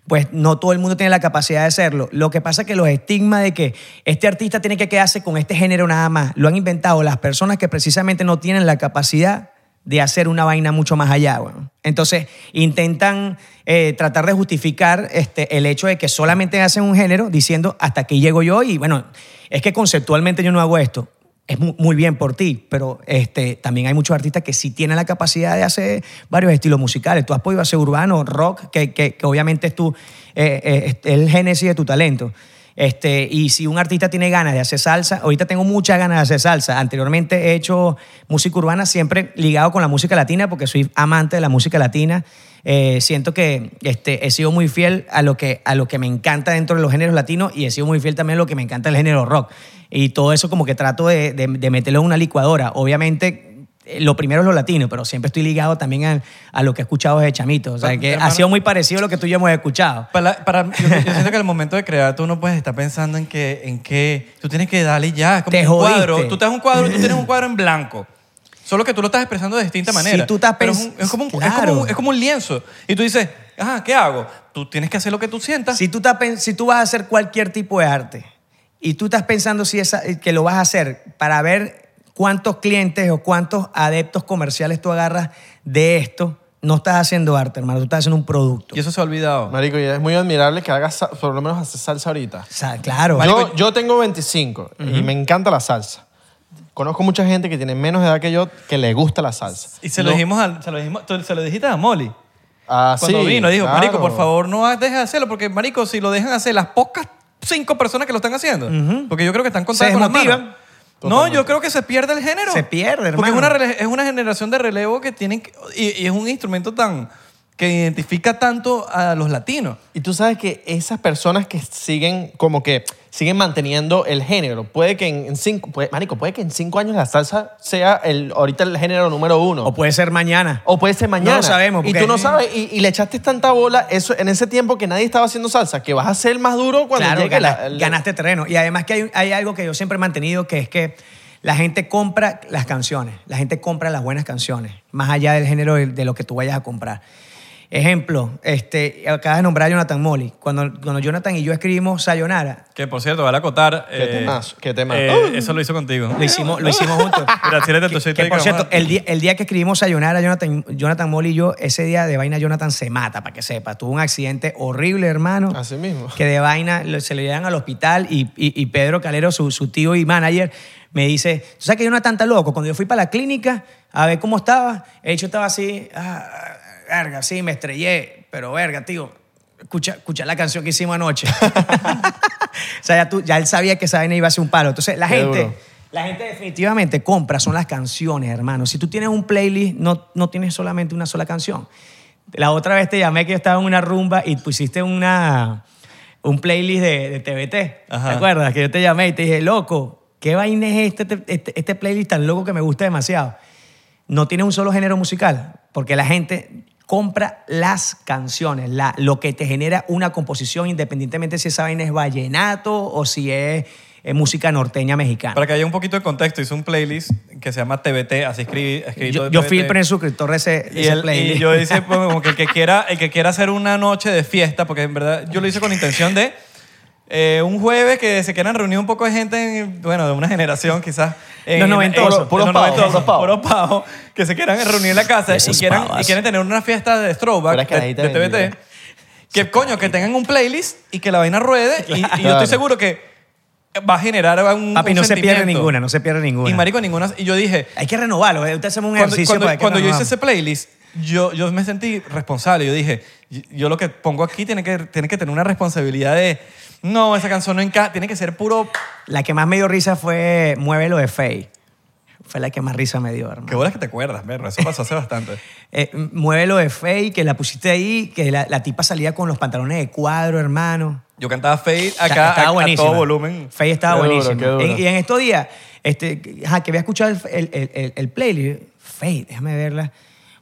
Pues no todo el mundo tiene la capacidad de hacerlo. Lo que pasa es que los estigmas de que este artista tiene que quedarse con este género nada más, lo han inventado las personas que precisamente no tienen la capacidad de hacer una vaina mucho más allá. weón. Entonces intentan eh, tratar de justificar este, el hecho de que solamente hacen un género diciendo hasta aquí llego yo y bueno, es que conceptualmente yo no hago esto. Es mu- muy bien por ti, pero este, también hay muchos artistas que sí tienen la capacidad de hacer varios estilos musicales. Tú has podido hacer urbano, rock, que, que- que obviamente es tu, eh, eh, es el génesis de tu talento. Este, y si un artista tiene ganas de hacer salsa, ahorita tengo muchas ganas de hacer salsa. Anteriormente he hecho música urbana, siempre ligado con la música latina, porque soy amante de la música latina. Eh, siento que este, he sido muy fiel a lo, que, a lo que me encanta dentro de los géneros latinos y he sido muy fiel también a lo que me encanta el género rock. Y todo eso como que trato de, de- de meterlo en una licuadora. Obviamente eh, lo primero es lo latino, pero siempre estoy ligado también a, a lo que he escuchado de Chamito. O sea,
Pero,
que ha
hermano-
sido muy parecido a lo que tú y yo hemos escuchado.
Para, para- yo, yo siento que al momento de crear tú no puedes estar pensando en que, en que tú tienes que darle ya. Es como
Te
un cuadro.
jodiste.
Tú, te das un cuadro, tú tienes un cuadro
[LAUGHS]
en blanco. Solo que tú lo estás expresando de distinta
Si
manera.
tú estás
Pero es,
pens-
un- es como un, es como
claro.
un- es como un lienzo. Y tú dices, ajá, ¿qué hago? Tú tienes que hacer lo que tú sientas.
Si tú, estás pen- si tú vas a hacer cualquier tipo de arte y tú estás pensando si esa, eh, que lo vas a hacer para ver cuántos clientes o cuántos adeptos comerciales tú agarras de esto, no estás haciendo arte, hermano, tú estás haciendo un producto.
Y eso se ha olvidado.
Marico, y es muy admirable que hagas, sa- por lo menos hacer salsa ahorita.
O sea, claro.
Yo, yo tengo 25 y me encanta la salsa. Conozco mucha gente que tiene menos edad que yo que le gusta la salsa.
Y se lo,
No-
dijimos al- se, lo dijimos, tú- se lo dijiste a Molly.
Ah,
Cuando
sí,
vino, dijo,
claro.
Marico, por favor, no ha- dejes de hacerlo, porque Marico, si lo dejan hacer las pocas cinco personas que lo están haciendo, porque yo creo que están contadas
Se
con las
desmotivan.
manos. No, yo creo que se pierde el género.
Se pierde,
Porque es
hermano.
una, rele- es una generación de relevo que tienen, que- y, y es un instrumento tan que identifica tanto a los latinos.
Y tú sabes que esas personas que siguen como que siguen manteniendo el género, puede que en, en cinco, puede- marico, puede que en cinco años la salsa sea el, ahorita el género número uno.
o puede ser mañana.
O puede ser mañana.
No lo sabemos,
Y
porque-
tú no sabes, y, y le echaste tanta bola eso, en ese tiempo que nadie estaba haciendo salsa, que vas a ser más duro cuando
claro,
llegue
gana-
la- la-
ganaste terreno. Y además que hay, hay algo que yo siempre he mantenido, que es que la gente compra las canciones, la gente compra las buenas canciones, más allá del género de, de lo que tú vayas a comprar. Ejemplo, este, acabas de nombrar a Jonathan Molly. Cuando, cuando Jonathan y yo escribimos Sayonara,
Que, por cierto, vale acotar. eh,
Qué temazo, qué temazo.
Eh,
Eso lo hizo contigo.
lo hicimos, lo hicimos juntos.
[LAUGHS] Mira, tírate tu
que,
chiste
que,
ahí, ah,
por cierto,
cabrón.
el día, el día que escribimos Sayonara, Jonathan, Jonathan Molly y yo, ese día de vaina Jonathan se mata, para que sepa. Tuvo un accidente horrible, hermano.
Así mismo.
que de vaina lo- se lo llevan al hospital y, y- y Pedro Calero, su, su tío y manager, me dice, ¿tú sabes que yo no tanta loco? Cuando yo fui para la clínica a ver cómo estaba, el hecho estaba así, ah, verga, sí, me estrellé, pero verga, tío, escucha, escucha la canción que hicimos anoche. [LAUGHS] o sea, ya, tú- ya él sabía que esa vaina iba a ser un palo. Entonces, la
Qué
gente...
duro.
La gente definitivamente compra, son las canciones, hermano. Si tú tienes un playlist, no, no tienes solamente una sola canción. La otra vez te llamé que yo estaba en una rumba y pusiste una, un playlist de, de TBT.
Ajá.
¿Te acuerdas? Que yo te llamé y te dije, loco, ¿qué vaina es este, este, este playlist tan loco que me gusta demasiado? No tiene un solo género musical, porque la gente compra las canciones, la, lo que te genera una composición, independientemente si esa vaina es vallenato o si es, eh, música norteña mexicana.
Para que haya un poquito de contexto, hice un playlist que se llama TBT, así escribí. escrito
Yo,
de
yo
TBT.
fui el primer suscriptor de ese, de
y,
ese
él-
playlist.
y yo hice pues, como
[LAUGHS]
que el que quiera el que quiera hacer una noche de fiesta porque en verdad yo lo hice con intención de eh, un jueves que se quieran reunir un poco de gente en- bueno de una generación quizás en,
Los noventosos.
en-
Puros
los
pavos,
noventosos,
puros pavos.
puros pavos, que se quieran reunir en la casa y
Esos
quieran, y
pavos.
quieren tener una fiesta de
Puras
throwback de,
carajitas
de TBT
eh.
vendidas.
que coño que tengan un playlist y que la vaina ruede y, y yo
Claro.
estoy seguro que va a generar un.
Papi,
un
no se pierde
sentimiento.
ninguna, no se pierde ninguna.
Y marico, ninguna. Y yo dije,
Hay que renovarlo. ¿eh? Usted hace un
cuando,
ejercicio
cuando-
para que
cuando yo hice
renovamos.
ese playlist, yo, yo me sentí responsable. Yo dije, yo, yo lo que pongo aquí tiene que, tiene que tener una responsabilidad de, no, esa canción no encaja, tiene que ser puro...
La que más me dio risa fue Muévelo de Fey. Fue la que más risa me dio, hermano.
Qué bolas que te acuerdas, perro. Eso pasó hace bastante.
Eh, Muévelo de Fey, que la pusiste ahí, que la, la tipa salía con los pantalones de cuadro, hermano.
Yo cantaba Fade
Está-
acá a-
estaba
a,
buenísima.
todo volumen.
Faye estaba
Qué duro,
buenísima.
qué duro.
En- y en estos días, este, ajá, que había escuchado el, el, el- el- el playlist, Faye, déjame verla.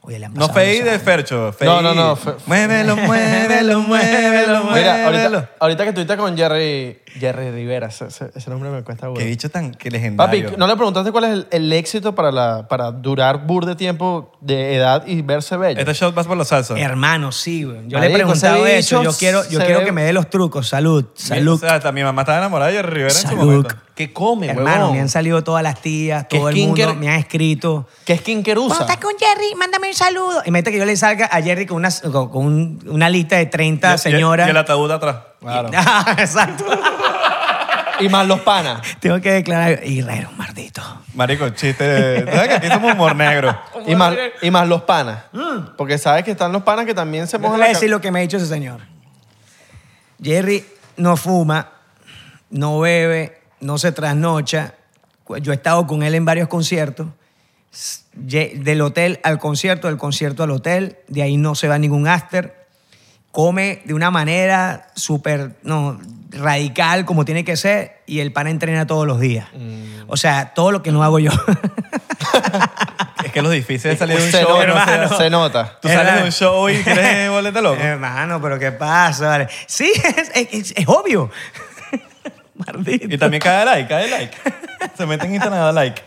Oye, la han
No
pasado
Fade
muchos
de
años.
Fercho. Fade.
No, no, no, fe-
Muévelo, muévelo, muévelo,
Mira,
muévelo.
ahorita, ahorita que estuviste con Jerry, Jerry Rivera, ese, ese- ese nombre me cuesta burda.
Qué bicho tan que
Papi,
legendario.
¿no le preguntaste cuál es el, el éxito para, la, para durar bur de tiempo de edad y verse bello?
Este shot vas por los salsos.
Hermano, sí, güey. Yo le he
Marico,
preguntado
ese
eso.
bicho
Yo quiero, yo
se
quiero
ve-
que me dé los trucos. Salud,
O
salud.
sea, hasta mi mamá estaba enamorada de Jerry Rivera en su
Salud.
momento.
¿Qué come,
Hermano,
huevón?
me han salido todas las tías,
¿Qué
todo el
skin
mundo
care-
me han escrito.
¿Qué skinker
Cuando
usa?
estás con Jerry, mándame un saludo. Y mete que yo le salga a Jerry con una, con con un- una lista de 30
Y- y-
señoras.
Y el ataúd atrás.
Claro.
Ah, [LAUGHS] Exacto.
Y más los panas.
Tengo que declarar. Y era un maldito.
Marico, chiste. de- ¿Sabes que aquí somos humor negro?
Y más, y más los panas.
Mm.
Porque sabes que están los panas que también se
Vamos
mojan
a
la
decir lo que me ha dicho ese señor. Jerry no fuma, no bebe, no se trasnocha. Cu- Yo he estado con él en varios conciertos. S- ye- Del hotel al concierto, del concierto al hotel. De ahí no se va a ningún after. Come de una manera súper no, radical, como tiene que ser. Y el pana entrena todos los días. O sea, todo lo que no hago yo. [LAUGHS]
Es que lo difícil es salir de un
se,
show. no
nota,
hermano.
sea-
se nota.
Tú sales de
Era-
un show y [LAUGHS] quieres volverte loco.
Hermano, pero ¿qué pasa? Vale. Sí, es, es- es- es obvio. [LAUGHS]
Y
Maldito.
también cae like, cae like. Se meten en Instagram a dar like.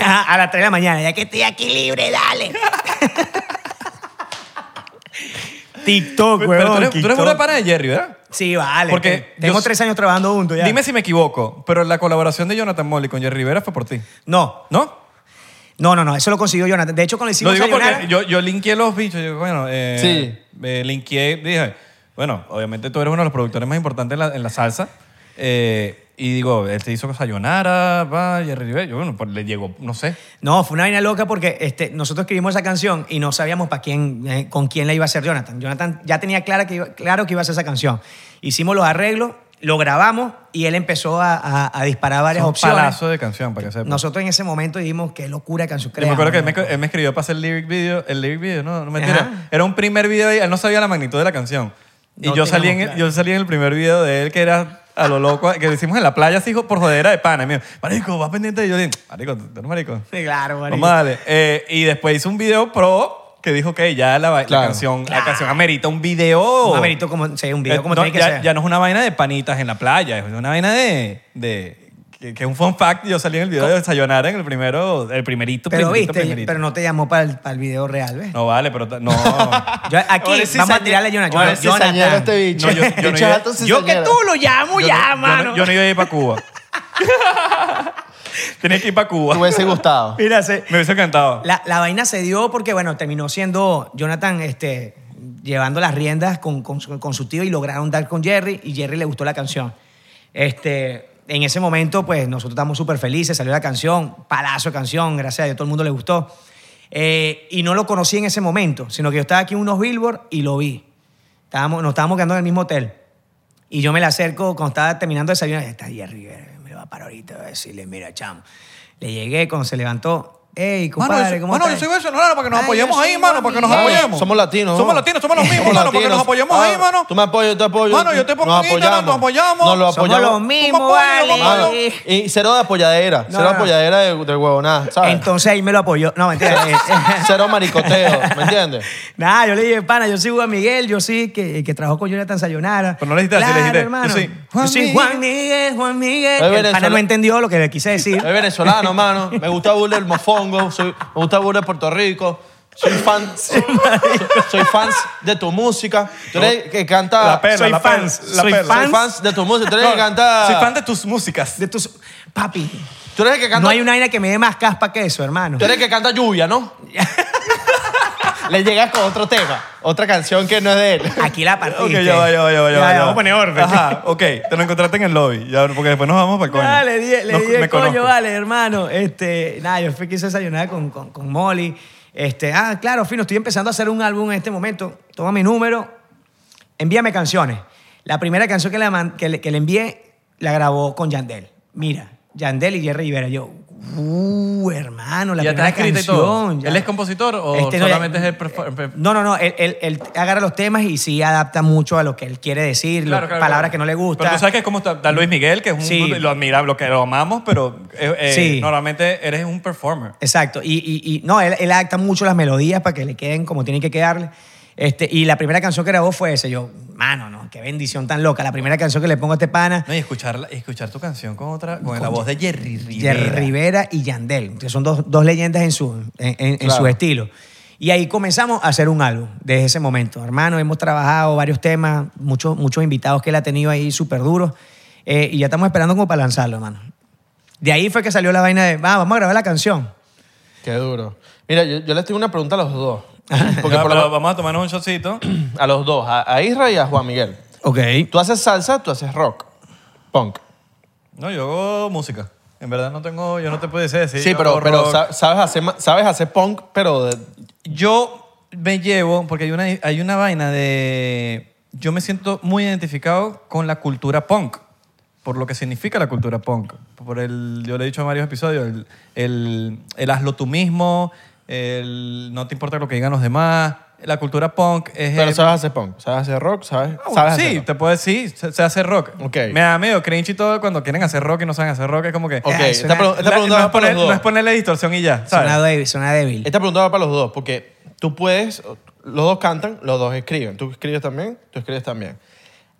Ajá, A las 3 de la mañana, ya que estoy aquí libre,
[LAUGHS]
dale. TikTok,
Pero,
weón.
tú eres, tú eres
TikTok.
buena pana de Jerry, ¿verdad?
Sí, vale.
Porque
Porque tengo
yo-
tres años trabajando juntos ya.
Dime si me equivoco, pero la colaboración de Jonathan Molly con Jerry Rivera fue por ti,
No,
¿no?
no, no, no, eso lo consiguió Jonathan. De hecho, con el
Lo
hicimos
digo porque
Sayonara-
yo, yo linkeé los bichos. Yo, bueno, eh,
Sí.
eh, linkeé, dije, bueno, obviamente tú eres uno de los productores más importantes en la, en la salsa. eh, y digo, él te hizo Sayonara, va, Jerry Rivera. Yo, bueno, pues le llegó, no sé.
No, fue una vaina loca porque este, nosotros escribimos esa canción y no sabíamos para quién, eh, con quién la iba a hacer Jonathan. Jonathan ya tenía clara que iba- claro que iba a hacer esa canción. Hicimos los arreglos, lo grabamos y él empezó a, a- a disparar varias
Un
opciones.
palazo de canción, para que sepa.
Nosotros en ese momento dijimos, qué locura canción
Yo me
creamos.
acuerdo que él me,
¿no?
él me escribió para hacer el lyric video. El lyric video, no, no mentira.
Ajá.
Era un primer video y él no sabía la magnitud de la canción. Y
No
yo, salí en,
teníamos
el-
claro.
yo salí en el primer video de él que era a lo loco, que lo hicimos en la playa así hijo, por jodera de pana. Y me dijo, marico, vas pendiente. Y yo dije, marico, tú eres marico.
[LAUGHS] Sí, Claro, marico.
Vamos a darle. Eh, y después hizo un video pro que dijo que ya la, va- la
Claro.
canción, la canción amerita un video.
Un averito como, sí, un video
Eh,
como
no,
tiene que
ya,
ser.
ya no es una vaina de panitas en la playa, es una vaina de... de que que es un fun fact, yo salí en el video de Sayonara en el primero, el primerito,
pero
primerito,
viste,
primerito.
pero no te llamó para el, para el video real, ¿ves?
No vale, pero ta-
[LAUGHS]
no.
Yo aquí
Ahora sí
vamos a
sañe-
tirarle a Jonathan.
ahora sí
Jonathan.
sañero este bicho.
No,
[LAUGHS]
yo- yo no
Bicho
iba-
alto sí
yo que
sañero.
tú lo llamo
Yo
ya,
no- yo no-
mano.
Yo no iba a ir
[LAUGHS]
para Cuba. Tenía que ir para Cuba.
Te
[LAUGHS]
hubiese gustado.
Mira, se-
Me hubiese encantado.
La, la vaina se dio porque, bueno, terminó siendo Jonathan este, llevando las riendas con, con su- con su tío y lograron dar con Jerry y Jerry le gustó la canción. Este, en ese momento, pues nosotros estábamos súper felices, salió la canción, palazo de canción, gracias a Dios, todo el mundo le gustó. Eh, y no lo conocí en ese momento, sino que yo estaba aquí en unos billboard y lo vi. Estábamos, nos estábamos quedando en el mismo hotel. Y yo me le acerco cuando estaba terminando de desayunar. Está Jerry, eh, me lo va a parar ahorita. Voy a decirle, mira, chamo. Le llegué cuando se levantó. Ey, compadre,
yo soy-
¿cómo
mano, yo
estás?
soy venezolano para que nos
Ay,
apoyemos
yo soy
ahí, mano, para que nos
guapo.
Mano,
apoyemos.
Somos latinos.
Somos
¿no?
latinos, somos
[LAUGHS]
los mismos,
Somos
mano, para que
latinos.
nos apoyemos
Ah,
ahí, mano.
Tú me apoyas, yo te apoyo.
Mano, yo te pongo en Instagram, nos apoyamos.
Nos lo
Somos
apoyamos.
los mismos,
apoyamos,
Mano,
vale.
y cero de apoyadera.
No,
cero
no.
apoyadera de, de huevonada, ¿sabes?
Entonces ahí me lo apoyó. No, mentira. eh, [LAUGHS] eh.
[LAUGHS] cero maricoteo, ¿me entiendes?
Nada, yo le dije, pana, yo soy Juan Miguel, yo sí, que, que trabajó con Jonathan Sayonara.
Pero no le dijiste así,
claro,
le dijiste,
hermano.
yo soy Juan
Yo soy
Miguel.
Juan Miguel, Juan Miguel.
Oye,
El pana
Venezuela-
no entendió lo que le quise decir.
Soy venezolano, mano. Me gusta burla el mofongo. soy- me gusta burla de Puerto Rico.
[LAUGHS]
Soy fan, soy, soy fans de tu música. Tú eres el que canta.
La perla,
soy
la perla,
fans,
la
soy
perla.
Soy fans de tu música. Tú eres el que canta.
Soy fan de tus músicas.
De tus... Papi,
Tú eres el que canta.
no hay una vaina que me dé más caspa que eso, hermano.
[LAUGHS] Tú eres el que canta lluvia, ¿no? Le llegas con otro tema. Otra canción que no es de él.
Aquí la partiste.
Ok, ya va, ya va, ya va.
Ya,
Ya, va,
ya,
ya
vamos
va.
a poner orden.
Ajá, ok. Te lo encontraste en el lobby. Ya, porque después nos vamos para el coño.
Dale, le di, le
Nos-
di
me
el coño,
conozco.
vale, hermano. Este, nada, yo fui quise desayunar con, con, con Molly. Este, ah, claro, fino, estoy empezando a hacer un álbum en este momento. Toma mi número, envíame canciones. La primera canción que le, man- que le, que le envié la grabó con Yandel. Mira, Yandel y Jerry Rivera. Yo, uh, hermano, la
¿Ya está
primera
escrita
canción.
y todo?
ya. Este,
¿Él es compositor o
ya- eh,
solamente es el perfor- per-
No, no, no. Él, él- él agarra los temas y sí adapta mucho a lo que él quiere decir,
Claro,
lo-
claro,
palabras
claro.
que no le gustan.
Pero tú sabes que es como está, está Luis Miguel, que es un,
Sí.
lo admiramos, lo que lo amamos, pero eh, eh,
Sí.
normalmente eres un performer.
Exacto. Y, y- y- no, él, él adapta mucho las melodías para que le queden como tienen que quedarle. Este, y la primera canción que grabó fue esa. Yo, mano, no, qué bendición tan loca. La primera canción que le pongo a este pana,
No, y escuchar, escuchar tu canción con otra, con la voz de Jerry Rivera.
Jerry Rivera y Yandel, que son dos, dos leyendas en su, en, en- en
Claro.
su estilo. Y ahí comenzamos a hacer un álbum desde ese momento. Hermano, hemos trabajado varios temas, muchos, muchos invitados que él ha tenido ahí súper duros. eh, y ya estamos esperando como para lanzarlo, hermano. De ahí fue que salió la vaina de, "Ah, vamos a grabar la canción.
Qué duro. Mira, yo, yo les tengo una pregunta a los dos.
[LAUGHS]
Porque
Ya,
por
pero
lo-
vamos a tomarnos un shotcito.
a los dos, a, a Isra y a Juan Miguel.
Ok.
Tú haces salsa, tú haces rock, punk.
No, yo hago música. En verdad no tengo, yo no te puedo decir.
Sí,
yo
pero,
hago
pero
rock.
sa- sabes, hacer, ma- sabes hacer punk, pero de-
yo me llevo, porque hay una, hay una vaina de... Yo me siento muy identificado con la cultura punk, por lo que significa la cultura punk. Por el, yo le he dicho en varios episodios, el, el, el hazlo tú mismo, el no te importa lo que digan los demás. La cultura punk es...
pero
eh,
sabes hacer punk, sabes hacer rock, sabes,
Ah, bueno,
sabes
sí,
hacer rock.
te puedo decir, se, se hace rock.
Ok.
Me da medio cringe y todo cuando quieren hacer rock y no saben hacer rock. Es como que...
Ok,
Ah,
esta,
suena-
pregu- esta
La- no,
pregunta va
es
para
poner-
los dos.
no es ponerle distorsión y ya, ¿sabes?
Suena débil, suena débil.
Esta pregunta va para los dos, porque tú puedes, los dos cantan, los dos escriben. Tú escribes también, tú escribes también.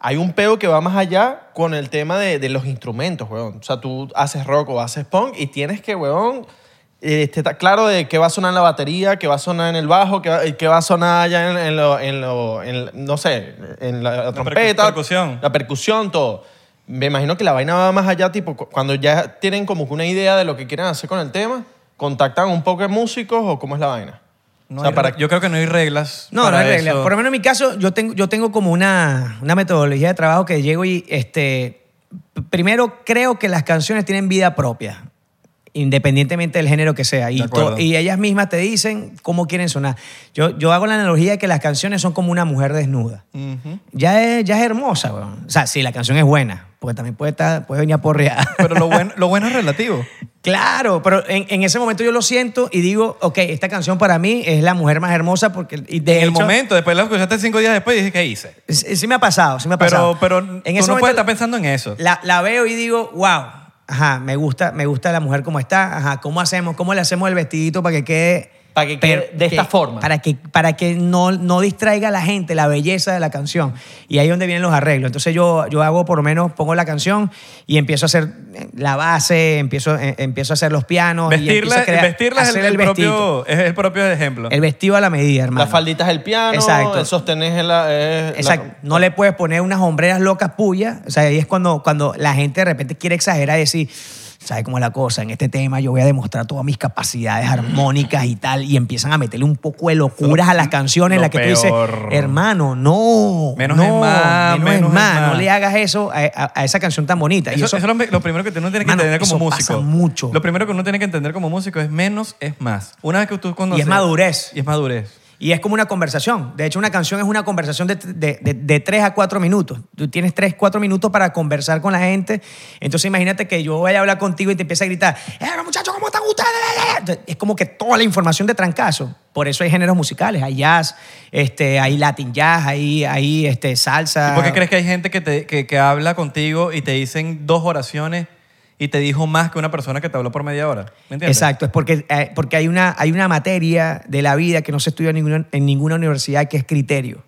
Hay un peo que va más allá con el tema de, de los instrumentos, weón. O sea, tú haces rock o haces punk y tienes que, weón, este, está claro de qué va a sonar en la batería, qué va a sonar en el bajo, qué va, eh, qué va a sonar allá en, en lo, en lo- en- no sé, en la, trompeta.
percusión.
La percusión, todo. Me imagino que la vaina va más allá, tipo, cu- cuando ya tienen como que una idea de lo que quieren hacer con el tema, contactan un poco de músicos o cómo es la vaina.
No
o sea,
hay-
para,
Yo creo que no hay reglas.
No,
para
no hay regla.
eso.
Por lo menos en mi caso, yo tengo, yo tengo como una, una metodología de trabajo que llego y este, p- primero creo que las canciones tienen vida propia, independientemente del género que sea. Y,
De acuerdo.
to- y ellas mismas te dicen cómo quieren sonar. Yo, yo hago la analogía de que las canciones son como una mujer desnuda.
Ujú.
Ya es, ya es hermosa, weón. O sea, sí, la canción es buena, porque también puede, estar, puede venir a porrear. [LAUGHS]
Pero lo bueno, lo bueno es relativo.
Claro, pero en, en ese momento yo lo siento y digo, ok, esta canción para mí es la mujer más hermosa porque y de
En el
hecho,
momento, después lo escuchaste cinco días después y dije, ¿qué hice?
Sí, sí me ha pasado, sí me ha
Pero,
pasado.
pero tú no puedes
momento
estar pensando en eso.
La, la veo y digo, wow, ajá, me gusta, me gusta la mujer como está, ajá, ¿cómo hacemos? ¿Cómo le hacemos el vestidito para que quede...
Para que quede de esta forma.
Para que, para que no, no distraiga a la gente la belleza de la canción. Y ahí es donde vienen los arreglos. Entonces yo, yo hago, por lo menos, pongo la canción y empiezo a hacer eh, la base, empiezo, eh, empiezo a hacer los pianos. y empiezo
Vestirla,
a crear-
vestirla es,
hacer
el, el
vestidito.
propio, es el propio ejemplo.
El vestido a la medida, hermano.
las falditas del piano,
Exacto.
el sostener es la... es la-
Exacto. No le puedes poner unas hombreras locas puyas. O sea, ahí es cuando, cuando la gente de repente quiere exagerar y decir, ¿sabes cómo es la cosa? En este tema yo voy a demostrar todas mis capacidades armónicas y tal. Y empiezan a meterle un poco de locuras a las canciones en
lo
las que tú dices,
peor.
hermano, no.
Menos
no,
es más,
menos,
menos
es
es
más.
más.
No le hagas eso a, a- a esa canción tan bonita. Y
Eso, eso es lo, lo primero que uno tiene que
Mano,
entender como
eso pasa
músico.
mucho.
Lo primero que uno tiene que entender como músico es menos es más. Una vez que tú conoces...
Y es madurez.
Y es madurez.
Y es como una conversación. De hecho, una canción es una conversación de, de, de- de tres a cuatro minutos. Tú tienes tres, cuatro minutos para conversar con la gente. Entonces, imagínate que yo vaya a hablar contigo y te empiece a gritar, ¡Eh, muchachos, ¿cómo están ustedes? Es como que toda la información de trancazo. Por eso hay géneros musicales. Hay jazz, este, hay latin jazz, hay, hay este, salsa.
¿Y por qué crees que hay gente que, te, que, que habla contigo y te dicen dos oraciones y te dijo más que una persona que te habló por media hora? ¿Me entiendes?
Exacto, es porque, eh, porque hay, una, hay una materia de la vida que no se estudia en ninguna, en ninguna universidad que es criterio.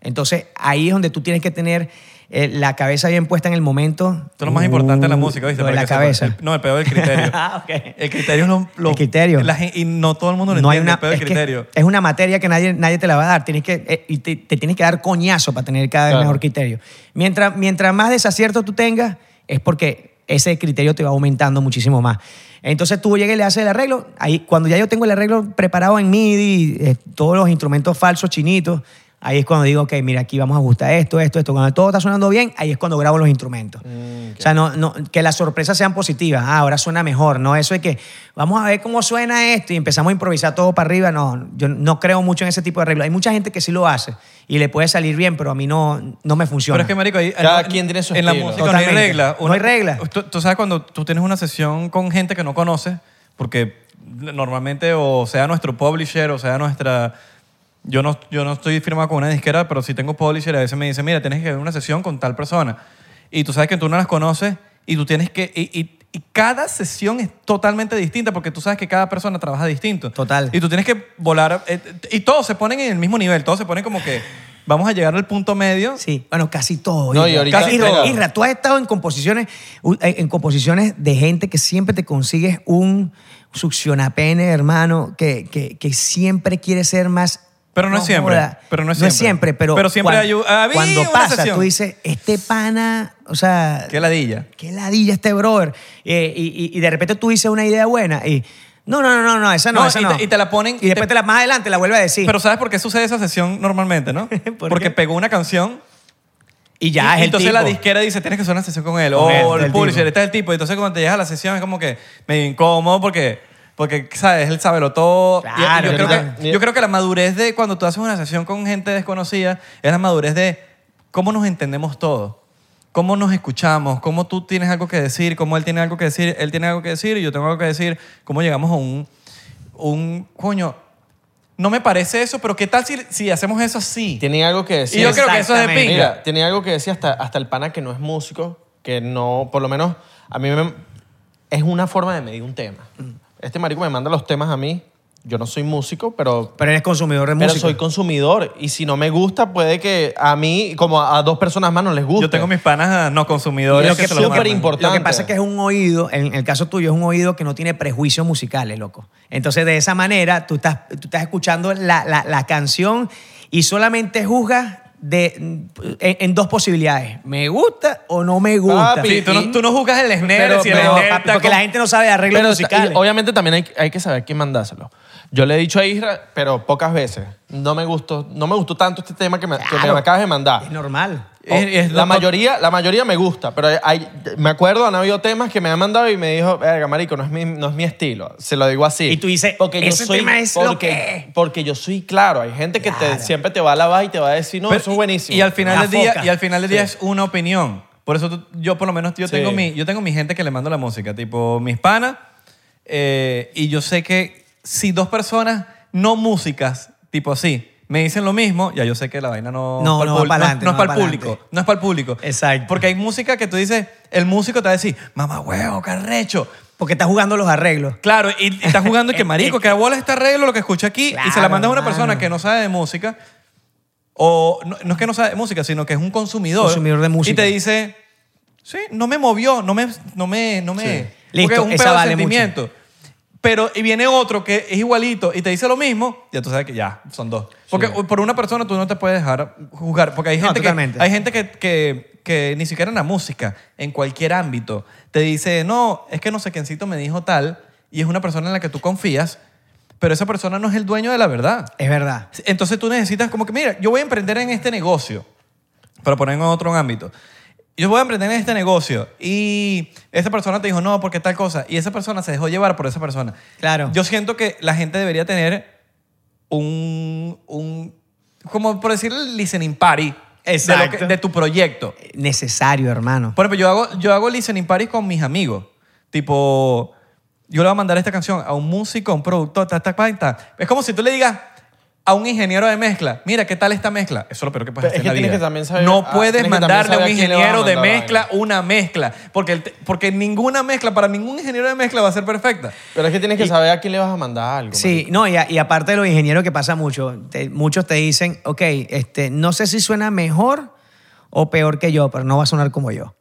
Entonces, ahí es donde tú tienes que tener eh, la cabeza bien puesta en el momento.
Esto es lo más importante de la
Uh,
música, ¿viste?
lo de la
Para que sepas.
cabeza.
El- no, el peor del criterio.
[LAUGHS] Ah, ok.
El criterio es lo... lo-
El criterio.
la gen- y no todo el mundo lo
No hay
entiende,
una,
el peor del
es, que
criterio.
es una materia que nadie, nadie te la va a dar. Tienes que, eh, y te, te tienes que dar coñazo para tener cada vez
Claro.
mejor criterio. Mientras, mientras más desacierto tú tengas, es porque ese criterio te va aumentando muchísimo más. Entonces tú llegas y le haces el arreglo. Ahí, cuando ya yo tengo el arreglo preparado en MIDI, eh, todos los instrumentos falsos chinitos, ahí es cuando digo, ok, mira, aquí vamos a ajustar esto, esto, esto. Cuando todo está sonando bien, ahí es cuando grabo los
Mm,
instrumentos. O sea, no, no, que las sorpresas sean positivas. Ah, ahora suena mejor, ¿no? Eso es que vamos a ver cómo suena esto y empezamos a improvisar todo para arriba. No, yo no creo mucho en ese tipo de arreglo. Hay mucha gente que sí lo hace y le puede salir bien, pero a mí no, no me funciona.
Pero es que, marico, ahí-
Cada
en-
quien tiene su
En la
estilo.
música no
Totalmente.
hay regla.
No hay regla.
Tú, tú sabes cuando tú tienes una sesión con gente que no conoces, porque normalmente o sea nuestro publisher o sea nuestra... Yo no, yo no estoy firmado con una disquera, pero si tengo publisher, a veces me dicen, mira, tienes que ver una sesión con tal persona. Y tú sabes que tú no las conoces y tú tienes que... Y, y- y cada sesión es totalmente distinta porque tú sabes que cada persona trabaja distinto.
Total.
Y tú tienes que volar... eh, y todos se ponen en el mismo nivel, todos se ponen como que vamos a llegar al punto medio.
Sí, bueno, casi todo.
No,
Isra.
y ahorita-
Casi
Claro.
todo. Isra, tú has estado en composiciones, u- eh, en composiciones de gente que siempre te consigues un succionapene, hermano, que, que, que siempre quiere ser más.
Pero no es siempre,
joda,
pero no es siempre.
siempre, pero.
Pero siempre
cuan-
hay un- Ah, había
Cuando
una
pasa,
sesión.
tú dices, este pana, o sea.
Qué ladilla.
qué ladilla este brother. Eh, y, y- y de repente tú dices una idea buena y. No, no, no, no, no, esa no,
No,
esa
y
no.
te- y te la ponen-
Y después
te-
te la, más adelante la vuelve a decir.
Pero ¿sabes por qué sucede esa sesión normalmente, no?
[LAUGHS] ¿Por
Porque
qué?
pegó una canción
y ya
y
es el
entonces
tipo.
la disquera dice, tienes que hacer una sesión con él.
Con él,
o
está
el
el
publisher,
tipo.
está el tipo. Y entonces cuando te llegas a la sesión es como que medio incómodo porque, porque ¿sabes? Él sabe lo todo. Y- y
Claro,
yo, creo
claro.
que, yo creo que la madurez de cuando tú haces una sesión con gente desconocida es la madurez de cómo nos entendemos todos. Cómo nos escuchamos, cómo tú tienes algo que decir, cómo él tiene algo que decir, él tiene algo que decir y yo tengo algo que decir, cómo llegamos a un, un coño, no me parece eso, pero ¿qué tal si, si hacemos eso así?
Tienen algo que decir.
y yo creo que eso es de
Exactamente.
pinga.
Mira, tenía algo que decir hasta, hasta el pana que no es músico, que no, por lo menos a mí me- es una forma de medir un tema. Este marico me manda los temas a mí. Yo no soy músico, pero,
Pero eres consumidor de
pero
música.
soy consumidor. Y si no me gusta, puede que a mí, como a, a dos personas más, no les guste.
Yo tengo mis panas ah, no
Y
consumidores.
lo
que
que
se
es súper
mandan.
importante.
Lo que pasa es que es un oído, en el caso tuyo, es un oído que no tiene prejuicios musicales, loco. Entonces, de esa manera, tú estás, tú estás escuchando la, la- la canción y solamente juzgas de, en, en dos posibilidades. ¿Me gusta o no me gusta?
Papi,
Sí, tú no, tú no juzgas el esnero
Pero-
si el
No,
pero,
esnero
papi,
está
porque
con-
la gente no sabe de arreglos
Pero está- y
musicales.
obviamente también hay, hay que saber quién mandárselo. Yo le he dicho a Isra, pero pocas veces, no me gustó, no me gustó tanto este tema que me, que me
Claro.
acabas de mandar.
es normal.
O-
Es- es
Oh, la,
lo-
mayoría, la mayoría me gusta, pero hay- me acuerdo, han habido temas que me han mandado y me dijo, verga, marico, no es mi, no es mi estilo. Se lo digo así.
Y tú dices, "Ese tema es lo
porque,
que es".
Porque yo soy claro. Hay gente que te-
Claro.
siempre te va a alabar y te va a decir, no,
Pero-
eso es buenísimo.
Y al final
La
del día,
foca.
y al final del día
Sí.
es una opinión. Por eso tú- yo por lo menos yo
Sí.
tengo mi yo tengo mi gente que le mando la música, tipo mis panas eh, y yo sé que si dos personas no músicas, tipo así, me dicen lo mismo, ya yo sé que la vaina no
No, no va
pul-
pa'lante,
no,
no
es
va
para el público,
pa'lante.
no es para el público.
Exacto.
Porque hay música que tú dices, el músico te va a decir, "Mamá huevo, qué arrecho."
Porque estás jugando los arreglos.
Claro, y, y estás jugando
[LAUGHS]
y que marico, que a bola este arreglo lo que escucha aquí y se la
Claro,
mandas a una
mano.
persona que no sabe de música o no, no es que no sabe de música, sino que es un consumidor.
Consumidor de música.
Y te dice, sí, no me movió, no me, no me, no me.
Sí.
porque
Listo,
es un
esa
pedo de
vale
sentimiento. Pero y viene otro que es igualito y te dice lo mismo, ya tú sabes que ya, son dos. Porque por una persona tú no te puedes dejar juzgar, porque hay
No,
gente, que,
totalmente.
hay gente que, que- que ni siquiera en la música, en cualquier ámbito, te dice, no, es que no sé quiéncito me dijo tal, y es una persona en la que tú confías, pero esa persona no es el dueño de la verdad.
Es verdad.
Entonces tú necesitas como que, mira, yo voy a emprender en este negocio, para poner en otro ámbito. Yo voy a emprender en este negocio y esa persona te dijo, no, porque tal cosa, y esa persona se dejó llevar por esa persona.
Claro.
Yo siento que la gente debería tener un, un como por decir, el listening party de, lo que-
Exacto.
de tu proyecto.
Necesario, hermano.
Por ejemplo, yo hago, yo hago listening parties con mis amigos. Tipo, yo le voy a mandar esta canción a un músico, a un productor, ta, ta, ta, ta. Es como si tú le digas a un ingeniero de mezcla, mira, ¿qué tal esta mezcla? Eso es lo peor que puedes hacer
Pero es que
en la
tienes
vida.
que también saber-
no
ah,
puedes
tienes que también
mandarle a
saber
un
a quién le vas a
ingeniero de
mandar la
mezcla una mezcla. Porque, el te- porque ninguna mezcla, para ningún ingeniero de mezcla va a ser perfecta.
Pero es que tienes que saber a quién le vas a mandar algo.
Sí, no, y, a- y aparte de los ingenieros que pasa mucho, te- muchos te dicen, ok, este, no sé si suena mejor o peor que yo, pero no va a sonar como yo.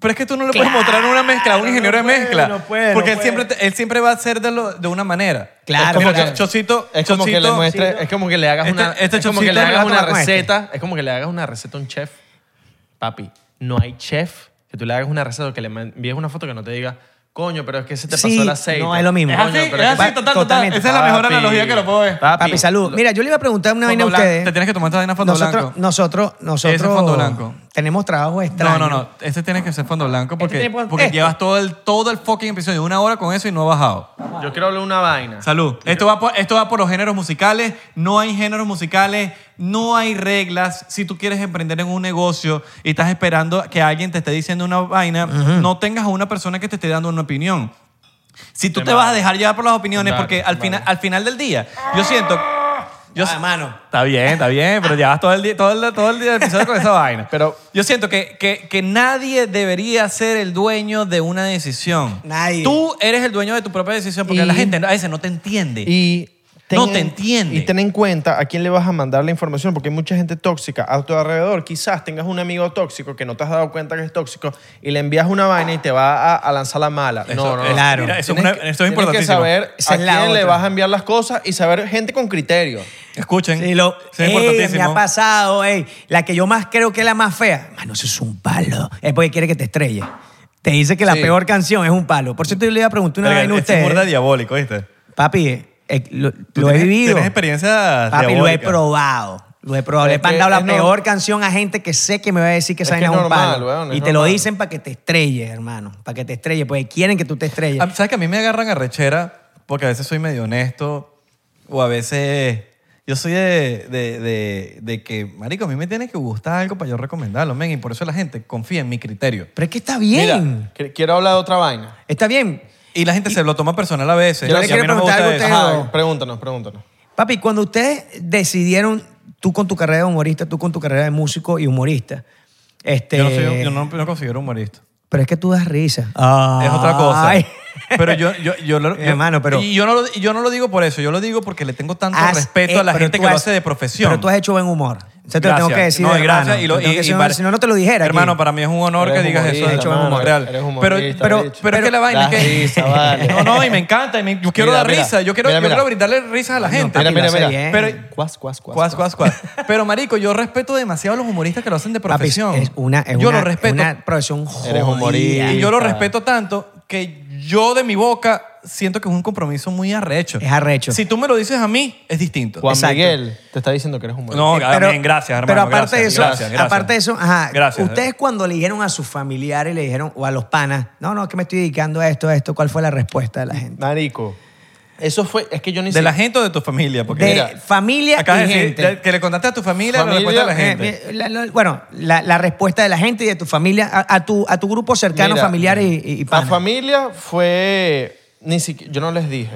Pero es que tú no le puedes mostrar una mezcla a un ingeniero de mezcla.
no puede,
porque
no
él, siempre, te- él siempre va a ser de, lo- de una manera.
Claro.
Es como
Mira,
que- Chocito,
Es como, que le
Chocito-
muestres- es como que le hagas
Este-
una,
este
es como que
chocito no
le hagas
lo
una
tomas con este.
receta. Es como que le hagas una receta a un chef. Papi, no hay chef que tú le hagas una receta o que le man- envíes una foto que no te diga, coño, pero es que se te pasó
Sí,
el aceite.
no, es lo mismo. Es
Coño,
así,
pero es que-
así, total, totalmente.
Esa es la mejor
Papi,
analogía que lo puedo ver.
papi,
Papi, salud.
lo-
Mira, yo le iba a preguntar una vaina a
Fondo blanco.
ustedes.
Te tienes que tomar esta vaina fondo
nosotros,
blanco.
Nosotros, nosotros.
Ese es fondo blanco.
Tenemos trabajo
No,
extraño.
no, no. Este tiene que ser fondo blanco porque,
tiene-
porque
este.
llevas todo el, todo el fucking episodio, una hora con eso y no ha bajado.
Yo quiero hablar una vaina.
Salud. Esto va, por, esto va por los géneros musicales. No hay géneros musicales, no hay reglas. Si tú quieres emprender en un negocio y estás esperando que alguien te esté diciendo una vaina, no tengas a una persona que te esté dando una opinión. Si tú
Te
te vas a
vale.
dejar llevar por las opiniones,
Vale,
porque al,
vale.
final, al final del día, yo siento... Yo,
Ah, mano.
Está bien, está bien, pero llevas todo el día, todo el, todo el día del episodio con esa vaina.
Pero-
yo siento que, que, que nadie debería ser el dueño de una decisión.
Nadie.
Tú eres el dueño de tu propia decisión porque
Y-
la gente a veces no te entiende.
Y
No te entiende.
Y ten en cuenta a quién le vas a mandar la información, porque hay mucha gente tóxica a tu alrededor. Quizás tengas un amigo tóxico que no te has dado cuenta que es tóxico y le envías una vaina y te va a, a lanzar la mala. no, no, no.
claro.
Mira, eso, es
Tienes
una- eso
que-
es
tienes que
importantísimo.
saber
Esa
a
es la
quién le
otra.
vas a enviar las cosas y saber gente con criterio.
Escuchen.
Sí, lo,
eso es
Ey, me ha
importantísimo.
pasado, ey. La que yo más creo que es la más fea. Mano, eso es un palo. Es porque quiere que te estrelle. Te dice que la
Sí.
peor canción es un palo. Por cierto, yo le iba a preguntar una
Verga,
vaina a
este es burda
ustedes.
diabólico, ¿viste?
Papi, eh, lo,
Tú
lo he
tienes-
vivido.
Tienes experiencia
Papi, lo he
diabólica.
probado. Lo he probado.
Es
Le he
que
mandado la
es nor-
peor canción a gente que sé que me va a decir que
Es
esa
que
vaina es
es
un
normal,
palo.
weón, es
y te lo
normal.
dicen para que te estrelles, hermano. Para que te estrelles, porque quieren que tú te estrelles.
Ah, ¿Sabes que a mí me agarran arrechera? Porque a veces soy medio honesto o a veces... Yo soy de, de- de- de que, marico, a mí me tiene que gustar algo para yo recomendarlo, men. Y por eso la gente confía en mi criterio.
Pero es que está bien.
Mira, qu- quiero hablar de otra vaina.
Está bien.
Y la gente se lo toma personal a veces.
Yo
y
le
a mí
quiero
no me
preguntar
gusta
algo a
eso.
ustedes.
Ajá,
Pero-
pregúntanos, pregúntanos.
Papi, cuando ustedes decidieron, tú con tu carrera de humorista, tú con tu carrera de músico y humorista, este,
Yo, no soy- yo no me considero humorista.
pero es que tú das risa.
Es otra cosa.
Ay.
Pero
[LAUGHS]
yo, yo, yo, lo- yo-
Hermano, pero-
Y yo no, lo, yo no lo digo por eso. Yo lo digo porque le tengo tanto
Has-
respeto
eh,
a la
pero
gente
tú
que lo
has-
hace de profesión.
Pero tú has hecho buen humor. Eso te lo
Gracias.
tengo que decir,
No, y
hermano.
gracias. Y lo-
Te tengo que
y- y
decir,
vale-
si no, no te lo dijera. aquí.
Hermano, para mí es un honor
Eres
que digas eso.
humorista,
De hecho, es un
mano,
humor
eres-
real.
eres
Pero,
humorista,
pero,
bicho.
pero es que la vaina
Das
es que.
risa,
[LAUGHS]
vale.
No, no, y me encanta. Y me- yo quiero
Mira,
dar
mira.
risa. Yo quiero,
Mira,
yo
mira.
quiero brindarle risa a la gente.
Mira,
lo
mira,
hace
mira.
bien.
Pero-
Cuas, cuas, cuas.
Cuas, cuas, cuas. Pero, marico, yo respeto demasiado a los humoristas que lo hacen de
Papi, es
profesión.
es una, es
yo
una,
lo respeto.
una profesión jodida.
Eres humorista.
Y yo lo respeto tanto que yo de mi boca siento que es un compromiso muy arrecho.
Es arrecho.
Si tú me lo dices a mí, es distinto.
Juan
Exacto.
Miguel te está diciendo que eres humorista.
No,
Eh, pero-
amén, gracias, hermano.
Pero aparte
gracias,
de eso,
gracias, gracias.
aparte de eso, ajá,
Gracias.
ustedes cuando le dijeron a sus familiares, le dijeron, o a los panas, no, no, es que me estoy dedicando a esto, a esto, ¿cuál fue la respuesta de la gente?
Marico. Eso fue, es que yo ni
¿De
siquiera-
la gente o de tu familia? Porque
De
mira,
familia
acabas
y
de decir
gente.
de- que le contaste a tu familia, la
Familia,
respuesta de la
eh,
gente.
Eh, la- la- bueno, la, la respuesta de la gente y de tu familia, a, a tu, a tu grupo cercano,
Mira,
familiar y, y, y
La
panas.
familia fue. Ni siquiera, yo no les dije.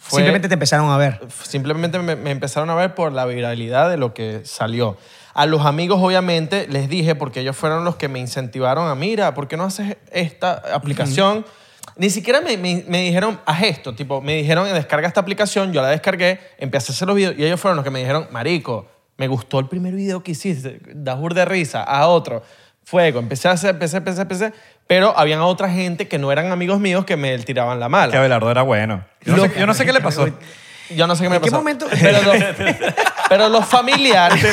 Fue-
Simplemente te empezaron a ver.
simplemente me, me empezaron a ver por la viralidad de lo que salió. A los amigos, obviamente, les dije, porque ellos fueron los que me incentivaron a, mira, ¿por qué no haces esta aplicación? Ni siquiera me, me- me dijeron, haz esto, tipo, me dijeron, descarga esta aplicación, yo la descargué, empecé a hacer los videos y ellos fueron los que me dijeron, marico, me gustó el primer video que hiciste, das burda de risa, a otro. Fuego, empecé a hacer, empecé, empecé, empecé, pero habían otra gente que no eran amigos míos que me tiraban la mala.
Que Abelardo era bueno. Yo no, sé, yo no sé qué le
[LAUGHS]
pasó.
Yo no sé qué me
¿En qué
pasó.
momento?
[LAUGHS] Pero los,
[LAUGHS]
pero los familiares.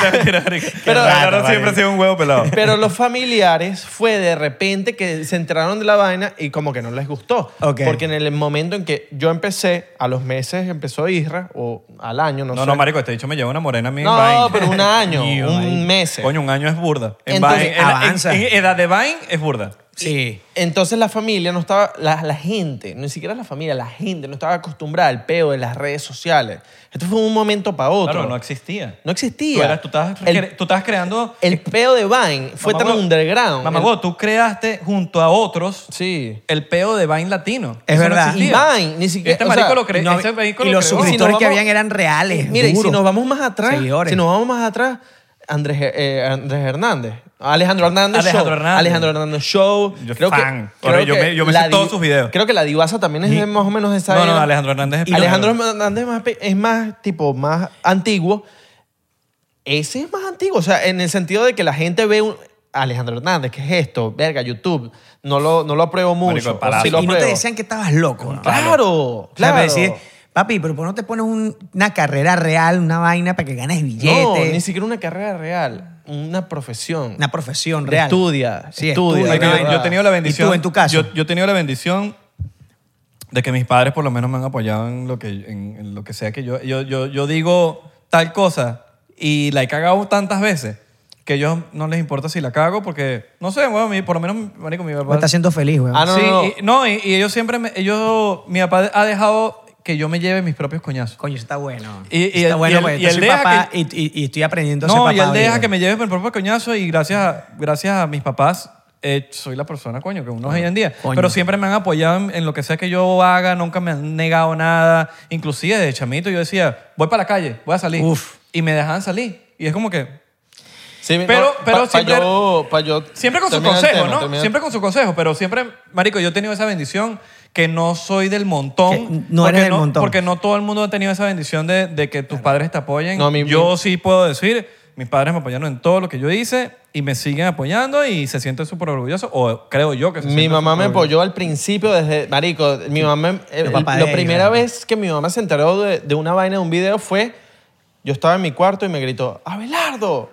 Pero-
Abelardo siempre ha sido un huevo
[LAUGHS]
pelado.
Pero los familiares fue de repente que se enteraron de la vaina y como que no les gustó.
Ok.
Porque en el momento en que yo empecé, a los meses empezó Isra, o al año, no,
No,
sé.
no, marico, este dicho me llevó una morena a mí en
No,
Vine.
pero
[LAUGHS]
un año,
Yo,
un mes.
Coño, un año es burda. En
Entonces,
Vine, en- en-
avanza.
en edad de Vine es burda.
Sí.
Entonces la familia no estaba, la, la gente, ni siquiera la familia, la gente no estaba acostumbrada al peo de las redes sociales. Esto fue un momento para otro.
Claro, no existía.
No existía.
Tú, eras- tú estabas,
El-
cre- tú estabas creando...
El peo de Vine fue tan
Mamagüe-
underground.
Mamagüe, tú creaste junto a otros
El- sí.
el peo de Vine latino.
Es
Eso no
verdad.
Y
existía.
Vine, ni siquiera.
Este
o
marico
sea,
lo creó.
No,
ese marico
y
lo
los
creó.
suscriptores
vamos-
que habían eran reales.
Mira, y si
duros.
nos vamos más atrás,
Seguidores.
si nos vamos más atrás, Andrés, eh, Andrés Hernández. Alejandro Hernández
Alejandro
Show.
Hernández.
Alejandro Hernández Show.
Yo fan. Ahora, yo me- yo me
la
sé todos
Di-
sus videos.
Creo que la divasa también es de más o menos de esa
No, no,
era.
Alejandro Hernández es
Y
peor.
Alejandro Hernández es más, pe- es más, tipo, más antiguo. Ese es más antiguo. O sea, en el sentido de que la gente ve un... Alejandro Hernández, ¿qué es esto? Verga, YouTube. No lo, no lo apruebo
Marico,
mucho.
palabra.
O sí
y
Ah, lo
no te
apruebo.
decían que estabas loco. ¿no?
Claro,
O sea,
claro.
me decís, papi, pero ¿por qué no te pones un- una carrera real, una vaina para que ganes billetes?
No, ni siquiera una carrera real. una profesión.
Una profesión real.
Estudia,
Sí, estudia.
estudia.
Ay,
¿no?
que yo he tenido la
¿Y tú,
bendición.
en tu caso?
Yo, yo he tenido la bendición de que mis padres por lo menos me han apoyado en lo que, en, en lo que sea que yo, yo, yo, yo digo tal cosa y la he cagado tantas veces que a ellos no les importa si la cago porque, no sé, bueno, mi- por lo menos, marico, mi
Me
papá...
está haciendo feliz, weón.
Ah, no,
sí,
no, no.
Y, no, y, y ellos siempre, me- ellos, mi papá ha dejado que yo me lleve mis propios coñazos.
Coño, eso está bueno.
Y- y
Eso
el-
está
y
bueno,
el-
porque
y
yo
el
soy
deja
papá y, y- y estoy aprendiendo a ser
No,
papá.
y él deja
ahorita.
que me lleve por el propio coñazo y gracias a, gracias a mis papás eh, soy la persona, coño, que uno es hoy en día.
Coño.
Pero siempre me han apoyado en, en lo que sea que yo haga, nunca me han negado nada. Inclusive de chamito yo decía, voy para la calle, voy a salir.
Uf.
Y me dejaban salir. Y es como que...
Sí,
Pero-
no,
pero
pa- pa'
siempre-
yo- pa' yo
Siempre con su
terminar el
consejo,
tema,
¿no?
terminar-
Siempre con su consejo, pero siempre, marico, yo he tenido esa bendición que no soy del montón.
Que no
porque
eres del montón.
Porque no todo el mundo ha tenido esa bendición de, de que tus padres te apoyen.
No, mi-
yo sí puedo decir, mis padres me apoyaron en todo lo que yo hice y me siguen apoyando y se sienten súper orgullosos, o creo yo que se
Mi
sienten
mamá
súper
me
orgullosos.
apoyó al principio desde, marico, mi mamá, eh,
El papá de
la
ella.
primera vez que mi mamá se enteró de, de una vaina de un video fue, yo estaba en mi cuarto y me gritó, Abelardo,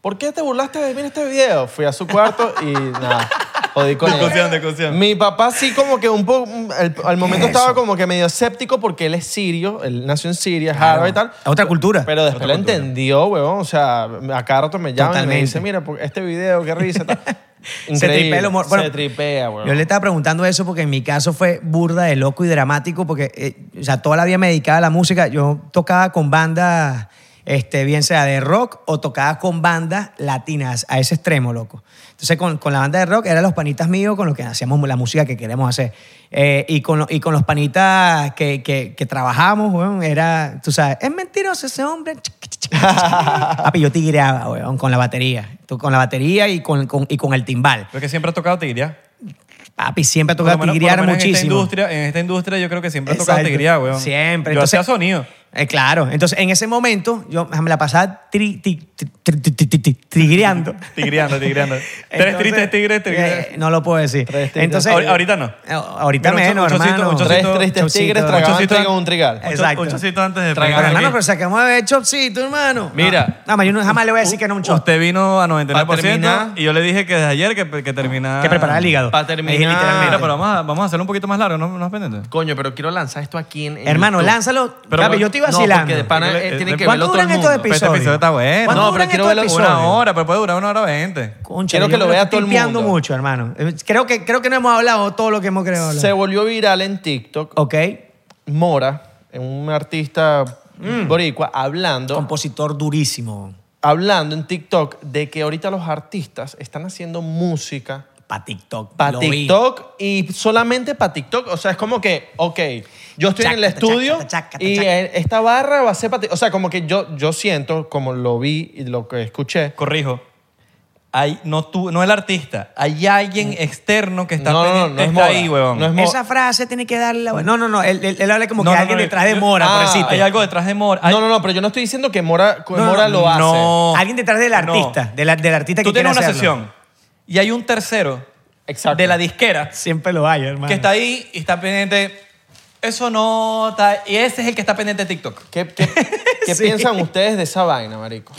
¿por qué te burlaste de mí en este video? Fui a su cuarto y nada, jodí con ella.
Discusión, discusión.
Mi papá sí como que un poco, mm, al, al momento estaba como que medio escéptico porque él es sirio, él nació en Siria, Jaro y tal.
Es Otra cultura.
Pero después lo entendió, weón. O sea, a cada rato me llaman y me
Totalmente.
dice, mira, por este video, qué risa. tal".
[LAUGHS] se
Increíble.
tripea el humor. Bueno,
se tripea, weón.
Yo le estaba preguntando eso porque en mi caso fue burda de loco y dramático porque, eh, o sea, toda la vida me dedicaba a la música. Yo tocaba con bandas, este, bien sea de rock o tocaba con bandas latinas, a ese extremo, loco. Entonces, con, con la banda de rock eran los panitas míos con los que hacíamos la música que queremos hacer. Eh, y, con, lo- y con los panitas que, que, que trabajamos, weón, era, tú sabes, es mentiroso ese hombre. [LAUGHS] Papi, yo tigreaba, weón, con la batería. Tú Con la batería y con, con- y con el timbal.
Porque siempre ha tocado tigría.
Papi, siempre ha
Por lo
tocado
menos- por lo
tigrear
menos En esta,
muchísimo.
industria, en esta industria yo creo que siempre ha tocado
Exacto.
tigría, weón.
Siempre.
Yo
Entonces-
hacía sonido.
Eh, claro. Entonces, en ese momento, yo me la pasaba tri- ti- ti- tri- ti- ti- ti- ti- tigreando. [LAUGHS]
Tigreando, tigreando. [LAUGHS] Tres
Entonces,
tristes tigres, tigres.
eh, no lo puedo decir.
Tres tigres.
Entonces,
Ahor- ahorita no.
Eh, Ahorita
Mira, un cho-
menos,
un chocito,
hermano.
un chocito.
Tres tristes
Chocito.
tigres tragaban
Chocito.
trigo en un trigal.
Eh, Exacto.
Un chocito antes de
Pero,
Tragando.
Aquí.
hermano, pero sacamos de chopsito, hermano.
Mira.
No, ma, yo no- jamás le voy a decir que no un chop.
Uh, Usted vino a
Pa' terminar.
99% y yo le dije que desde ayer que, que termina...
Que preparar el hígado.
Pa' terminar.
Es literalmente.
Mira, pero vamos a, vamos a hacerlo un poquito más largo, ¿no, no es pendiente?
Coño, pero quiero lanzar esto aquí en. en
Hermano,
YouTube.
lánzalo.
Pero-
Papi, yo te iba
No,
vacilando.
porque de pana eh,
Eh,
tiene que verlo
¿Cuánto
todo el
duran estos
mundo.
episodio?
episodios?
Este episodio está bueno.
¿Cuánto
No, pero
duran
quiero
estos
verlo
episodios?
Una hora, pero puede durar una hora veinte.
Concha,
Quiero
yo
que lo
creo
vea
estoy
todo el
piando
mundo.
mucho, hermano. Eh, Creo que, creo que no hemos hablado todo lo que hemos creado.
Se volvió viral en TikTok.
Ok.
Mora, un artista
Mm.
boricua, hablando.
Compositor durísimo.
hablando en TikTok de que ahorita los artistas están haciendo música
Para TikTok.
para
lo vi.
TikTok y solamente para TikTok. O sea, es como que, ok, yo estoy en el
Chacata,
estudio
chacata, chacata,
y
chacata.
eh, esta barra va a ser para O sea, como que yo, yo siento, como lo vi y lo que escuché,
Corrijo. Hay, no, tú, no el artista, hay alguien externo que está,
Mm. No, no, no,
pendiente-
no es
está
moda,
ahí, huevón.
no es mo-
Esa frase tiene que darle la... No, no, no. Él, él- él habla como
No,
que
no,
alguien
no,
detrás
yo-
de Mora,
Ah,
pobrecito.
Hay algo detrás de Mora. Hay-
No, no, no, pero yo no estoy diciendo que Mora, que
no,
Mora lo hace.
No.
Alguien detrás del
Ah, No.
artista. del- del artista
Tú
que quiere
tienes una
hacerlo.
sesión y hay un tercero
Exacto.
de la disquera
Siempre lo hay, hermano.
que está ahí y está pendiente. Eso no está... Y ese es el que está pendiente de TikTok.
¿Qué,
[LAUGHS]
qué- qué
Sí. Mm.
piensan ustedes de esa vaina, marico?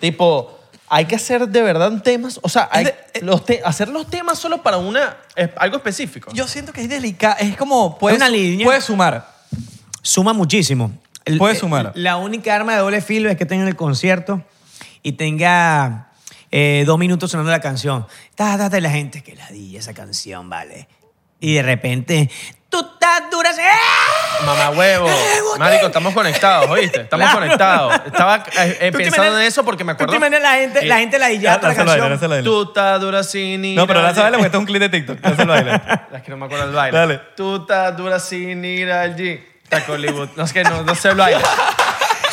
Tipo, hay que hacer de verdad temas, o sea, hay-
de- eh,
los te- hacer los temas solo para una, es- algo específico.
Yo siento que es delicado. Es como... Puedes,
una línea.
puedes sumar.
Suma muchísimo. El-
Puede sumar.
el- La única arma de doble filo es que tenga el concierto y tenga eh, dos minutos sonando la canción. Ta, ta, ta, y la gente, que la di esa canción, vale. Y de repente, tú estás dura. ¡Ah!
Mamá huevo. Marico, estamos conectados, ¿oíste? Estamos
Claro.
conectados. Estaba eh, eh,
Tú te
pensando
imaginas-
en eso porque me
¿Tú
acuerdo. Ah,
te imaginas la gente, la gente la la
Lánzalo a él,
canción?
lánzalo a él.
Tú estás dura sin ir
No, pero
al-
la sabes, le cuesta un clip de TikTok. Lánzalo a él.
[LAUGHS] Es que no me acuerdo el baile.
Dale.
Tú estás dura sin ir al G. Taco Hollywood. No, es que no, no sé
[LAUGHS]
el baile.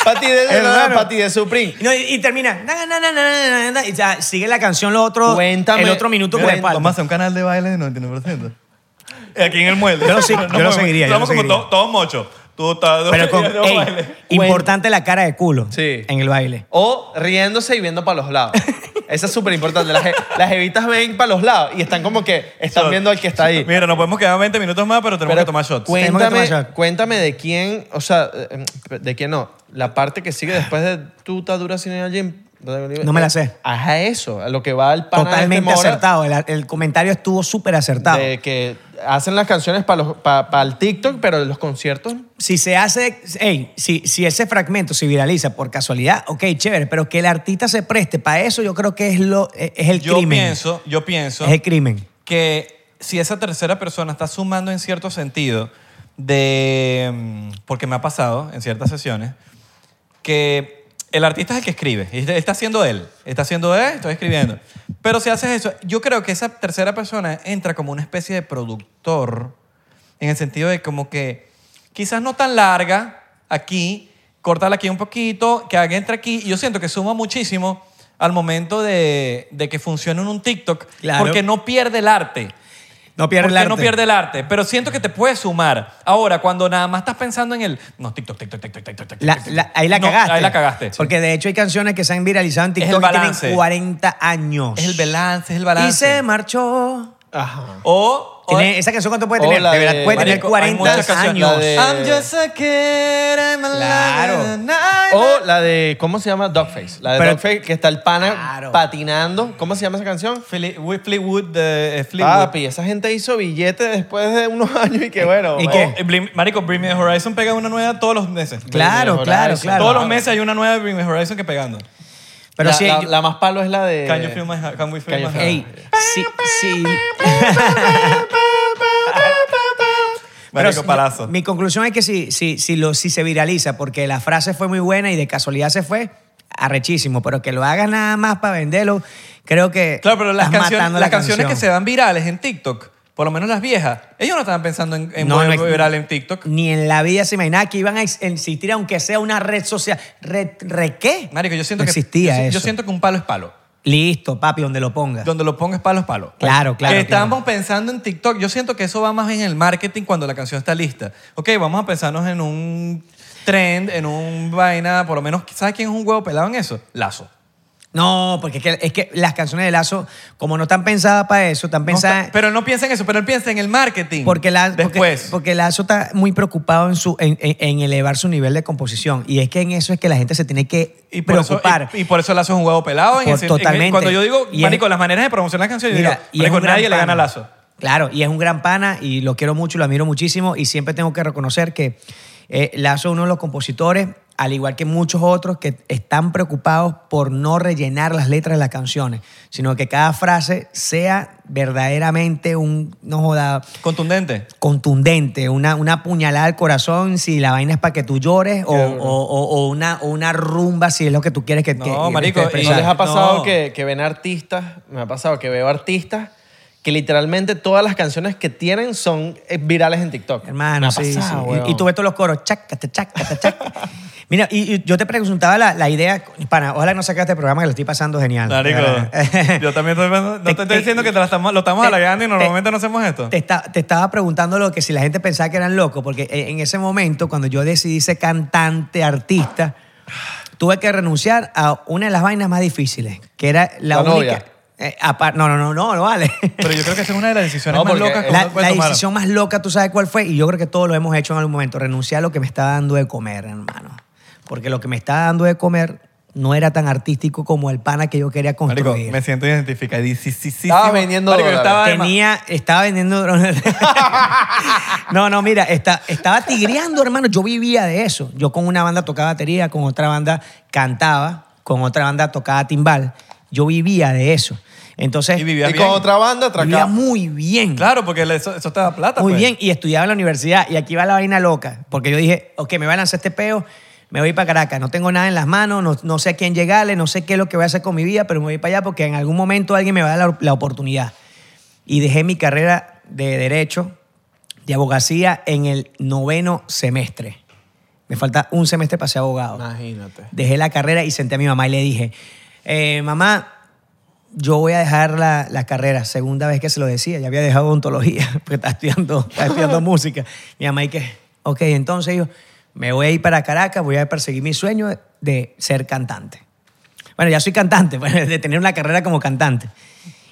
Pati de,
Es raro.
Pati de Supreme.
No, y, y termina. na, na, na, na, na, na, na, y ya sigue la canción lo otro,
Cuéntame.
el otro minuto por
Cuéntame.
espalda.
Vamos a hacer un canal de baile de 99%. Aquí en el muelle.
Yo lo
[LAUGHS]
sig- yo lo
podemos-
seguiría, yo
Estamos
lo
como
seguiría.
to- todos mochos. Tú estás...
Pero con,
[LAUGHS] yo
ey,
baile.
importante la cara de culo
Sí.
en el baile.
O riéndose y viendo para
[LAUGHS]
los lados. Eso es súper importante. Las, je- las evitas ven para los lados y están como que están
Shot.
viendo al que está ahí.
[LAUGHS] Mira, nos podemos quedar 20 minutos más, pero tenemos que tomar shots.
cuen- Tenemos que
Cuéntame,
tomar shot.
cuéntame de quién, o sea, eh, de quién no. La parte que sigue después de tú estás dura sin ir al gym.
No me la sé.
Ajá, eso, a lo que va el pana
Totalmente
este Mora,
acertado. El, el comentario estuvo súper acertado.
De que hacen las canciones para el TikTok, pero en los conciertos.
si se hace, hey, si, si ese fragmento se viraliza por casualidad, ok, chévere, pero que el artista se preste para eso, yo creo que es, lo, es es el
Yo
crimen.
pienso, yo pienso
es el crimen.
que si esa tercera persona está sumando en cierto sentido de... mm, Porque me ha pasado en ciertas sesiones que el artista es el que escribe. y Está haciendo él. Está haciendo él, estoy escribiendo. Pero si haces eso, yo creo que esa tercera persona entra como una especie de productor en el sentido de como que quizás no tan larga aquí, cortarla aquí un poquito, que haga entre aquí. Y yo siento que suma muchísimo al momento de, de que funcione en un TikTok
Claro.
porque no pierde el arte.
No pierde el
Porque
arte.
no pierde el arte. Pero siento que te puede sumar. Ahora, cuando nada más estás pensando en el. No, TikTok, TikTok, TikTok, TikTok, TikTok.
La-
TikTok,
la- ahí la
No,
cagaste.
ahí la cagaste.
Porque de hecho hay canciones que se han viralizado en
el
TikTok que
balance.
tienen 40 años.
Es el balance, es el balance.
Y se marchó.
Ajá.
O. o-
Tiene- ¿Esa canción cuánto puede
o
tener?
la
De verdad,
de-
puede tener
Marico, hay
40
muchas canciones.
años.
La de-
I'm just a kid, I'm alive,
Claro.
na, na,
O la de, ¿cómo se llama? Dogface. La de
Pero-
Dogface, que está el pana
Claro.
patinando. ¿Cómo se llama esa canción?
Fli- with Fleetwood, uh, de eh, Fleetwood.
Papi, esa gente hizo billete después de unos [LAUGHS] años y que bueno.
¿Y
bueno.
qué?
Eh, Blim- Marico, Bring Me the Horizon pega una nueva todos los meses.
Claro,
Horizon.
claro, claro.
Todos los meses hay una nueva de Bring Me the Horizon que pegando.
Pero
la,
sí,
la-
yo-
la más palo es la
Eh,
de.
Can you feel my heart? Can we feel
Can you
my
feel-
heart?
Ey, sí, sí.
Marico,
Pero
palazo.
Mi conclusión es que si, si, si, lo, si se viraliza, porque la frase fue muy buena y de casualidad se fue, arrechísimo, pero que lo hagas nada más para venderlo, creo que
Claro, pero las,
estás
canciones,
matando
las
la
canciones que se
canción.
dan virales en TikTok, por lo menos las viejas, ellos no estaban pensando en, en
No,
volver
no,
viral en TikTok.
Ni en la vida se imaginaba que iban a ex- existir, aunque sea una red social. ¿Re, re qué?
Marico, yo siento
No
que
existía
yo, si- yo
eso.
siento que un palo es palo.
Listo, papi, donde lo pongas.
Donde lo pongas palo es palo.
Claro, claro,
Que
claro.
estábamos pensando en TikTok. Yo siento que eso va más en el marketing cuando la canción está lista. Ok, vamos a pensarnos en un trend, en un vaina, por lo menos, ¿sabes quién es un huevo pelado en eso? Lazo.
No, porque es que, es que las canciones de Lazo, como no están pensadas para eso, están
No
pensadas...
está- pero él no piensa en eso, pero él piensa en el marketing.
Porque, la,
Después.
Porque, porque Lazo está muy preocupado en, su, en, en- en elevar su nivel de composición. Y es que en eso es que la gente se tiene que
Y por, eso,
preocupar.
y, y por eso Lazo es un huevo pelado. En
Por-
ese- en-
totalmente.
cuando yo digo,
Y es-
marico, las maneras de promocionar las canciones,
Mira,
yo digo,
y es
marico,
un gran
nadie le gana a
pana.
Lazo.
Claro, y es un gran pana y lo quiero mucho, lo admiro muchísimo y siempre tengo que reconocer que eh, Lazo es uno de los compositores, al igual que muchos otros, que están preocupados por no rellenar las letras de las canciones, sino que cada frase sea verdaderamente un, no joda,
Contundente.
contundente, una, una puñalada al corazón si la vaina es para que tú llores o, o- o- o una, o una rumba si es lo que tú quieres que...
No,
que-
marico,
que-
¿No les ha pasado
No.
que, que ven artistas? Me ha pasado que veo artistas que literalmente todas las canciones que tienen son eh, virales en TikTok. Me
Hermano,
ha
sí,
pasado,
sí. Y-
weón.
Y, tú ves todos los coros, chacate, chacate, chacate. [LAUGHS] Mira, y, y yo te preguntaba la, la idea, pana, ojalá que no sacaste este programa que lo estoy pasando genial. de
Marico,
[LAUGHS] verdad.
yo también estoy pensando- no te estoy diciendo que te la estamos- lo estamos
te-
halagando y
te-
normalmente no hacemos esto.
Te, esta- te estaba preguntando lo que si la gente pensaba que eran locos, porque e, en en ese momento, cuando yo decidí ser cantante, artista, tuve que renunciar a una de las vainas más difíciles, que era la,
La
única.
novia.
eh, apar- no, no, no, no, no vale.
Pero yo creo que esa es una de las decisiones
No,
más
porque
locas que
La,
uno puede
la
tomar.
decisión más loca, tú sabes cuál fue, y yo creo que todos lo hemos hecho en algún momento, renunciar a lo que me estaba dando de comer, hermano. Porque lo que me estaba dando de comer no era tan artístico como el pana que yo quería construir.
Marico, me siento identificado. Sí, sí, sí,
Estaba
sí,
vendiendo
marico, yo
dólares.
estaba además-
Tenía, estaba vendiendo
[LAUGHS]
drones. no, no, mira, está- estaba tigreando, hermano. Yo vivía de eso. Yo con una banda tocaba batería, con otra banda cantaba, con otra banda tocaba timbal. Yo vivía de eso. Entonces,
Y
Y
vivía
con
bien.
otra banda atrás.
vivía muy bien.
Claro, porque le- eso, eso te da plata.
Muy
pues.
bien, y estudiaba en la universidad. Y aquí va la vaina loca, porque yo dije, ok, me voy a lanzar este peo, me voy para Caracas, no tengo nada en las manos, no, no sé a quién llegarle, no sé qué es lo que voy a hacer con mi vida, pero me voy para allá porque en algún momento alguien me va a dar la, la oportunidad. Y dejé mi carrera de Derecho, de Abogacía, en el noveno semestre. Me falta un semestre para ser abogado.
Imagínate.
Dejé la carrera y senté a mi mamá y le dije, eh, mamá, yo voy a dejar la, la carrera. Segunda vez que se lo decía, ya había dejado ontología, [LAUGHS] porque estaba estudiando, estaba
[LAUGHS]
estudiando música. Mi mamá y que, ok, entonces yo me voy a ir para Caracas, voy a perseguir mi sueño de ser cantante. Bueno, ya soy cantante, [LAUGHS] bueno, de tener una carrera como cantante.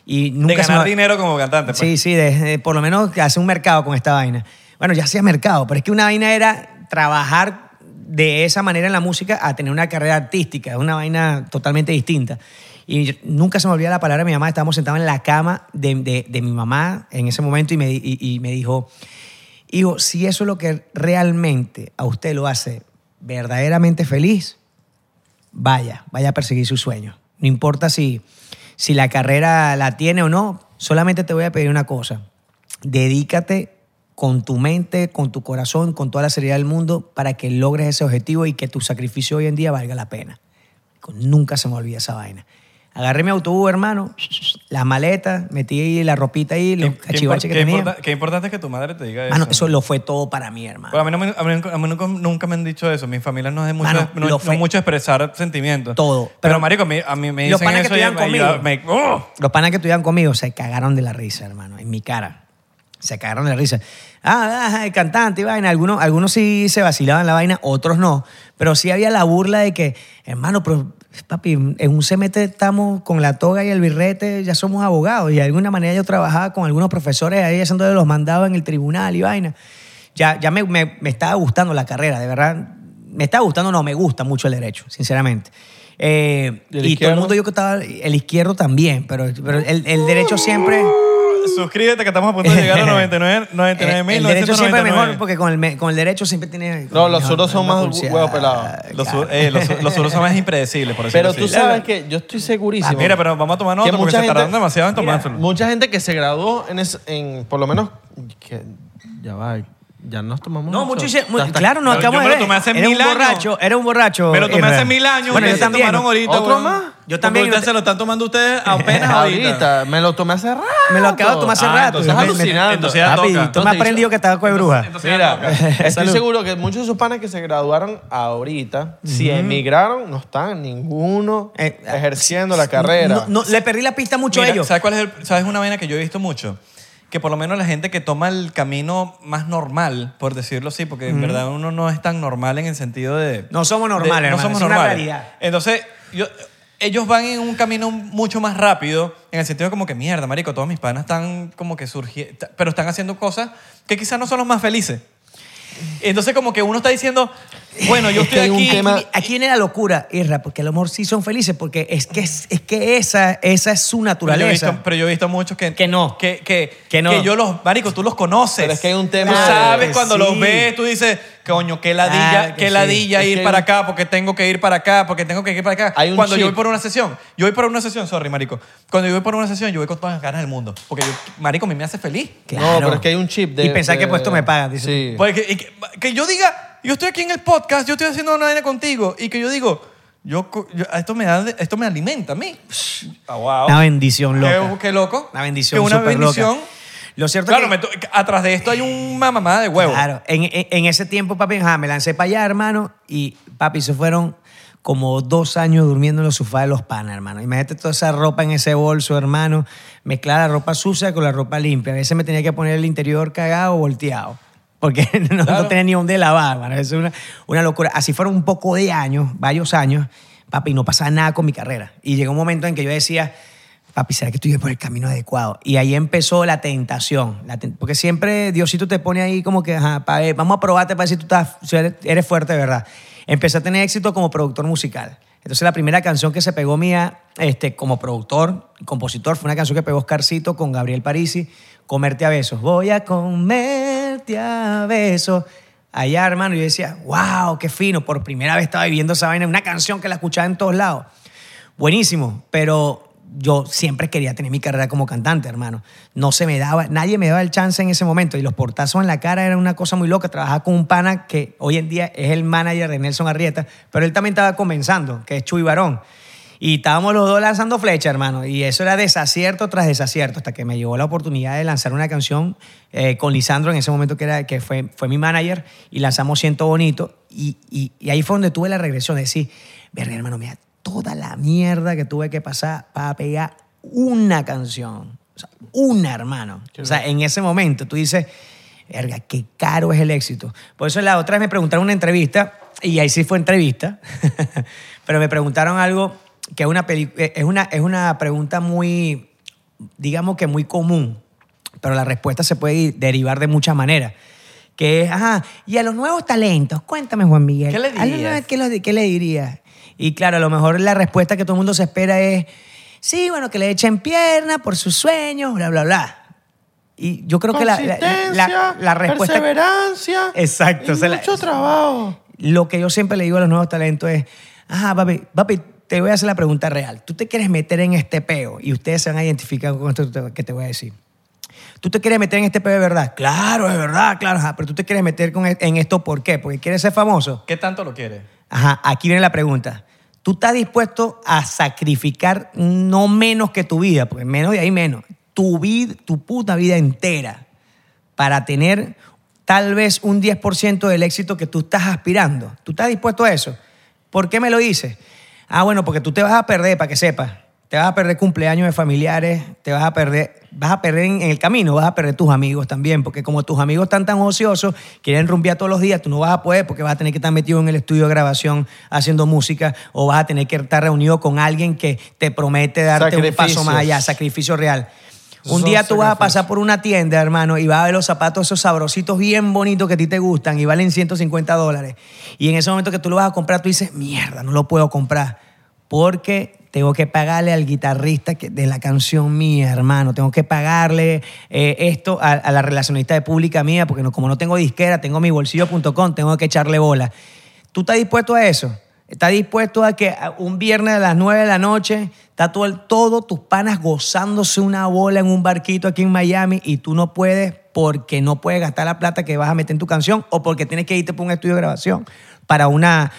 Y nunca
De
se me
ganar
va-
dinero como cantante. pues.
Sí, sí, de- de- por lo menos que hace un mercado con esta vaina. Bueno, ya hacía mercado, pero es que una vaina era trabajar de esa manera en la música a tener una carrera artística, es una vaina totalmente distinta. Y yo- nunca se me olvida la palabra de mi mamá, estábamos sentados en la cama de, de- de mi mamá en ese momento y me, di- y- y me dijo, hijo, si eso es lo que realmente a usted lo hace verdaderamente feliz, vaya, vaya a perseguir su sueño. No importa si, si la carrera la tiene o no, solamente te voy a pedir una cosa. Dedícate con tu mente, con tu corazón, con toda la seriedad del mundo para que logres ese objetivo y que tu sacrificio hoy en día valga la pena. Nunca se me olvida esa vaina. Agarré mi autobús, hermano, las maletas, metí ahí la ropita ahí, los
Qué- qué impor-
cachivaches que
qué
tenía.
importa- Qué importante es que tu madre te diga eso.
Mano, eso lo fue todo para mí, hermano.
Bueno, a mí, no me- a mí nunca- a mí nunca, nunca me han dicho eso. Mi familia no es de mucho,
Mano,
no,
lo
no
fue.
mucho expresar sentimientos.
Todo.
Pero,
Pero-
marico, a mí, a mí me
Los
dicen
panas que
eso y
estudian
me- y yo-
conmigo.
me- ¡Oh!
Los panas que estuvieron conmigo se cagaron de la risa, hermano, en mi cara. Se cagaron de la risa. Ah, ah, el cantante y vaina. Algunos, algunos sí se vacilaban la vaina, otros no. Pero sí había la burla de que, hermano, pero, papi, en un CMT estamos con la toga y el birrete, ya somos abogados. Y de alguna manera yo trabajaba con algunos profesores ahí haciendo de los mandados en el tribunal y vaina. Ya, ya me, me- me estaba gustando la carrera, de verdad. Me estaba gustando, no, me gusta mucho el derecho, sinceramente. Eh,
¿Y
y todo
el
el
izquierdo?
mundo yo que estaba el izquierdo también, pero, pero el, el derecho siempre. eh,
Suscríbete que estamos a punto
[LAUGHS]
de llegar a 99
el, el derecho siempre es
99.999.
mejor porque con el, me- con el derecho siempre tiene.
No, los
mejor-
zurdos son
mejor
más
pulseada.
huevos pelados.
Los, su- eh, los, su- los suros son más impredecibles, por decirlo
Pero
así.
tú sabes que yo estoy segurísimo.
Mira, pero vamos a tomar nota
Que
porque
mucha
se tardaron
gente-
demasiado en tomárselo.
Mucha gente que se graduó en, es- en por lo menos, que ya va, ya nos tomamos.
No,
mucho.
muchísimo.
Ya está-
Claro, no
Yo- yo
acabamos
me
de
lo
ver.
tomé hace
era
mil
un
años.
borracho, era un borracho.
Me lo tomé hace
Israel.
mil años,
Bueno,
ustedes
yo
se
también.
tomaron ahorita,
¿Otro
weón.
más?
Yo
Porque
también.
Ustedes se lo están tomando ustedes
[LAUGHS]
apenas ahorita.
[LAUGHS] ahorita. Me lo tomé hace rato.
Me lo acabo de tomar hace
Ah,
rato.
Entonces,
Me- me-
alucinando.
entonces
Papi,
ya toca.
tú me
Entonces,
has aprendido que estaba con bruja.
entonces-
Mira, [LAUGHS] estoy
Salud.
seguro que muchos de esos panas que se graduaron ahorita, si emigraron, no están ninguno
Eh,
ejerciendo la carrera.
No, no, le perdí la pista mucho a
Mira,
ellos.
¿Sabes cuál es el- sabes una vaina que yo he visto mucho? Que por lo menos la gente que toma el camino más normal, por decirlo así, porque en verdad uno no es tan normal en el sentido de...
No somos
de-
normales, hermano,
No somos
es una
normales.
realidad.
Entonces, yo- ellos van en un camino mucho más rápido, en el sentido como que, mierda, marico, todos mis panas están como que surgiendo, pero están haciendo cosas que quizás no son los más felices. Entonces, como que uno está diciendo, bueno, yo
Es que
estoy
hay un
aquí...
tema-
Aquí- Aquí viene la locura, Irra, porque a lo mejor sí son felices, porque es que, es, es que esa, esa es su
Pero yo, he visto,
naturaleza.
pero yo he visto muchos que...
Que no.
Que, que,
Que no.
yo los... Marico, tú los conoces.
Pero es que hay un tema
Tú
de-
sabes
que
cuando
sí.
los ves, tú dices, coño, qué ladilla,
Claro que
qué
sí.
ladilla
Es
ir
que hay
para
un-
acá porque tengo que ir para acá, porque tengo que ir para acá.
Hay un
cuando yo
chip.
voy por una sesión, yo voy por una sesión, sorry, marico. Cuando yo voy por una sesión, yo voy con todas las ganas del mundo. Porque yo, marico, a mí me hace feliz.
Claro.
No, pero es que hay un chip de.
Y pensar que
de-
por esto me pagan, dice.
Sí.
Porque, y que, que yo diga, yo estoy aquí en el podcast, yo estoy haciendo una vaina contigo, y que yo digo... Yo, co- yo- esto, me da, esto me alimenta a mí. Ah, wow.
Una bendición loca.
Qué, qué loco.
Una bendición
Que una
súper loca.
bendición.
Lo cierto
Claro,
que,
me to- atrás de esto hay una mamada de huevo.
Claro, en, en- en ese tiempo, papi, ajá, me lancé para allá, hermano, y papi, se fueron como dos años durmiendo en los sofás de los panas, hermano. Imagínate toda esa ropa en ese bolso, hermano, mezclar la ropa sucia con la ropa limpia. A veces me tenía que poner el interior cagado o volteado. Porque [LAUGHS] no, no tenía ni dónde lavar, hermano. Es una, una locura. Así fueron un poco de años, varios años, papi, no pasaba nada con mi carrera. Y llegó un momento en que yo decía, Papi, ¿será que estoy por el camino adecuado? Y ahí empezó la tentación. la ten- porque siempre Diosito te pone ahí como que, ajá, pa- eh, vamos a probarte para ver si tú estás- si eres, eres fuerte, de ¿verdad? Empecé a tener éxito como productor musical. Entonces, la primera canción que se pegó mía este, como productor, compositor, fue una canción que pegó Oscarcito con Gabriel Parisi, Comerte a besos. Voy a comerte a besos. Allá, hermano, yo decía, wow, qué fino. Por primera vez estaba viviendo esa vaina, una canción que la escuchaba en todos lados. Buenísimo, pero yo siempre quería tener mi carrera como cantante, hermano. No se me daba, nadie me daba el chance en ese momento. Y los portazos en la cara eran una cosa muy loca. Trabajaba con un pana que hoy en día es el manager de Nelson Arrieta, pero él también estaba comenzando, que es Chuy Barón. Y estábamos los dos lanzando flecha, hermano. Y eso era desacierto tras desacierto, hasta que me llegó la oportunidad de lanzar una canción eh, con Lisandro en ese momento, que, era, que fue, fue mi manager, y lanzamos Siento Bonito. Y, y- y ahí fue donde tuve la regresión de decir, verga, hermano, mira, toda la mierda que tuve que pasar para pegar una canción. O sea, una, hermano. O sea, en ese momento tú dices, verga, qué caro es el éxito. Por eso la otra vez me preguntaron una entrevista, y ahí sí fue entrevista, [LAUGHS] pero me preguntaron algo que es una, peli- eh, es una, es una pregunta muy, digamos que muy común, pero la respuesta se puede derivar de muchas maneras. Que que es, ajá, y a los nuevos talentos, cuéntame Juan Miguel.
¿Qué le
a los
dirías?
nuevos- ¿qué, los- qué le dirías? Y claro, a lo mejor la respuesta que todo el mundo se espera es, sí, bueno, que le echen pierna por sus sueños, bla, bla, bla. Y yo creo que la, la-
Consistencia,
la- la respuesta...
perseverancia.
Exacto,
y
o sea, la-
mucho trabajo.
lo que yo siempre le digo a los nuevos talentos es, ajá, papi, papi, te voy a hacer la pregunta real. Tú te quieres meter en este peo y ustedes se van a identificar con esto que te voy a decir. ¿Tú te quieres meter en este peo de verdad? Claro, es verdad, claro, ajá, pero tú te quieres meter con e- en esto ¿por qué? Porque quieres ser famoso.
¿Qué tanto lo quiere?
Ajá, aquí viene la pregunta. ¿Tú estás dispuesto a sacrificar no menos que tu vida, porque menos de ahí menos, tu vida, tu puta vida entera para tener tal vez un 10% del éxito que tú estás aspirando? ¿Tú estás dispuesto a eso? ¿Por qué me lo dices? Ah, bueno, porque tú te vas a perder, para que sepas. Te vas a perder cumpleaños de familiares, te vas a perder, vas a perder en en el camino, vas a perder tus amigos también, porque como tus amigos están tan ociosos, quieren rumbear todos los días, tú no vas a poder porque vas a tener que estar metido en el estudio de grabación haciendo música o vas a tener que estar reunido con alguien que te promete darte un paso
Sacrificios.
más allá, sacrificio real.
Esos
Un
son
día tú vas a
sacrificios.
pasar por una tienda, hermano, y vas a ver los zapatos esos sabrositos bien bonitos que a ti te gustan y valen 150 dólares. Y en ese momento que tú lo vas a comprar, tú dices, mierda, no lo puedo comprar porque tengo que pagarle al guitarrista que- de la canción mía, hermano. Tengo que pagarle eh, esto a, a la relacionista de pública mía porque no- como no tengo disquera, tengo mi bolsillo.com, tengo que echarle bola. ¿Tú estás dispuesto a eso? ¿Estás dispuesto a que a- un viernes a las 9 de la noche está todo, el- todo tus panas gozándose una bola en un barquito aquí en Miami y tú no puedes porque no puedes gastar la plata que vas a meter en tu canción o porque tienes que irte para un estudio de grabación para una,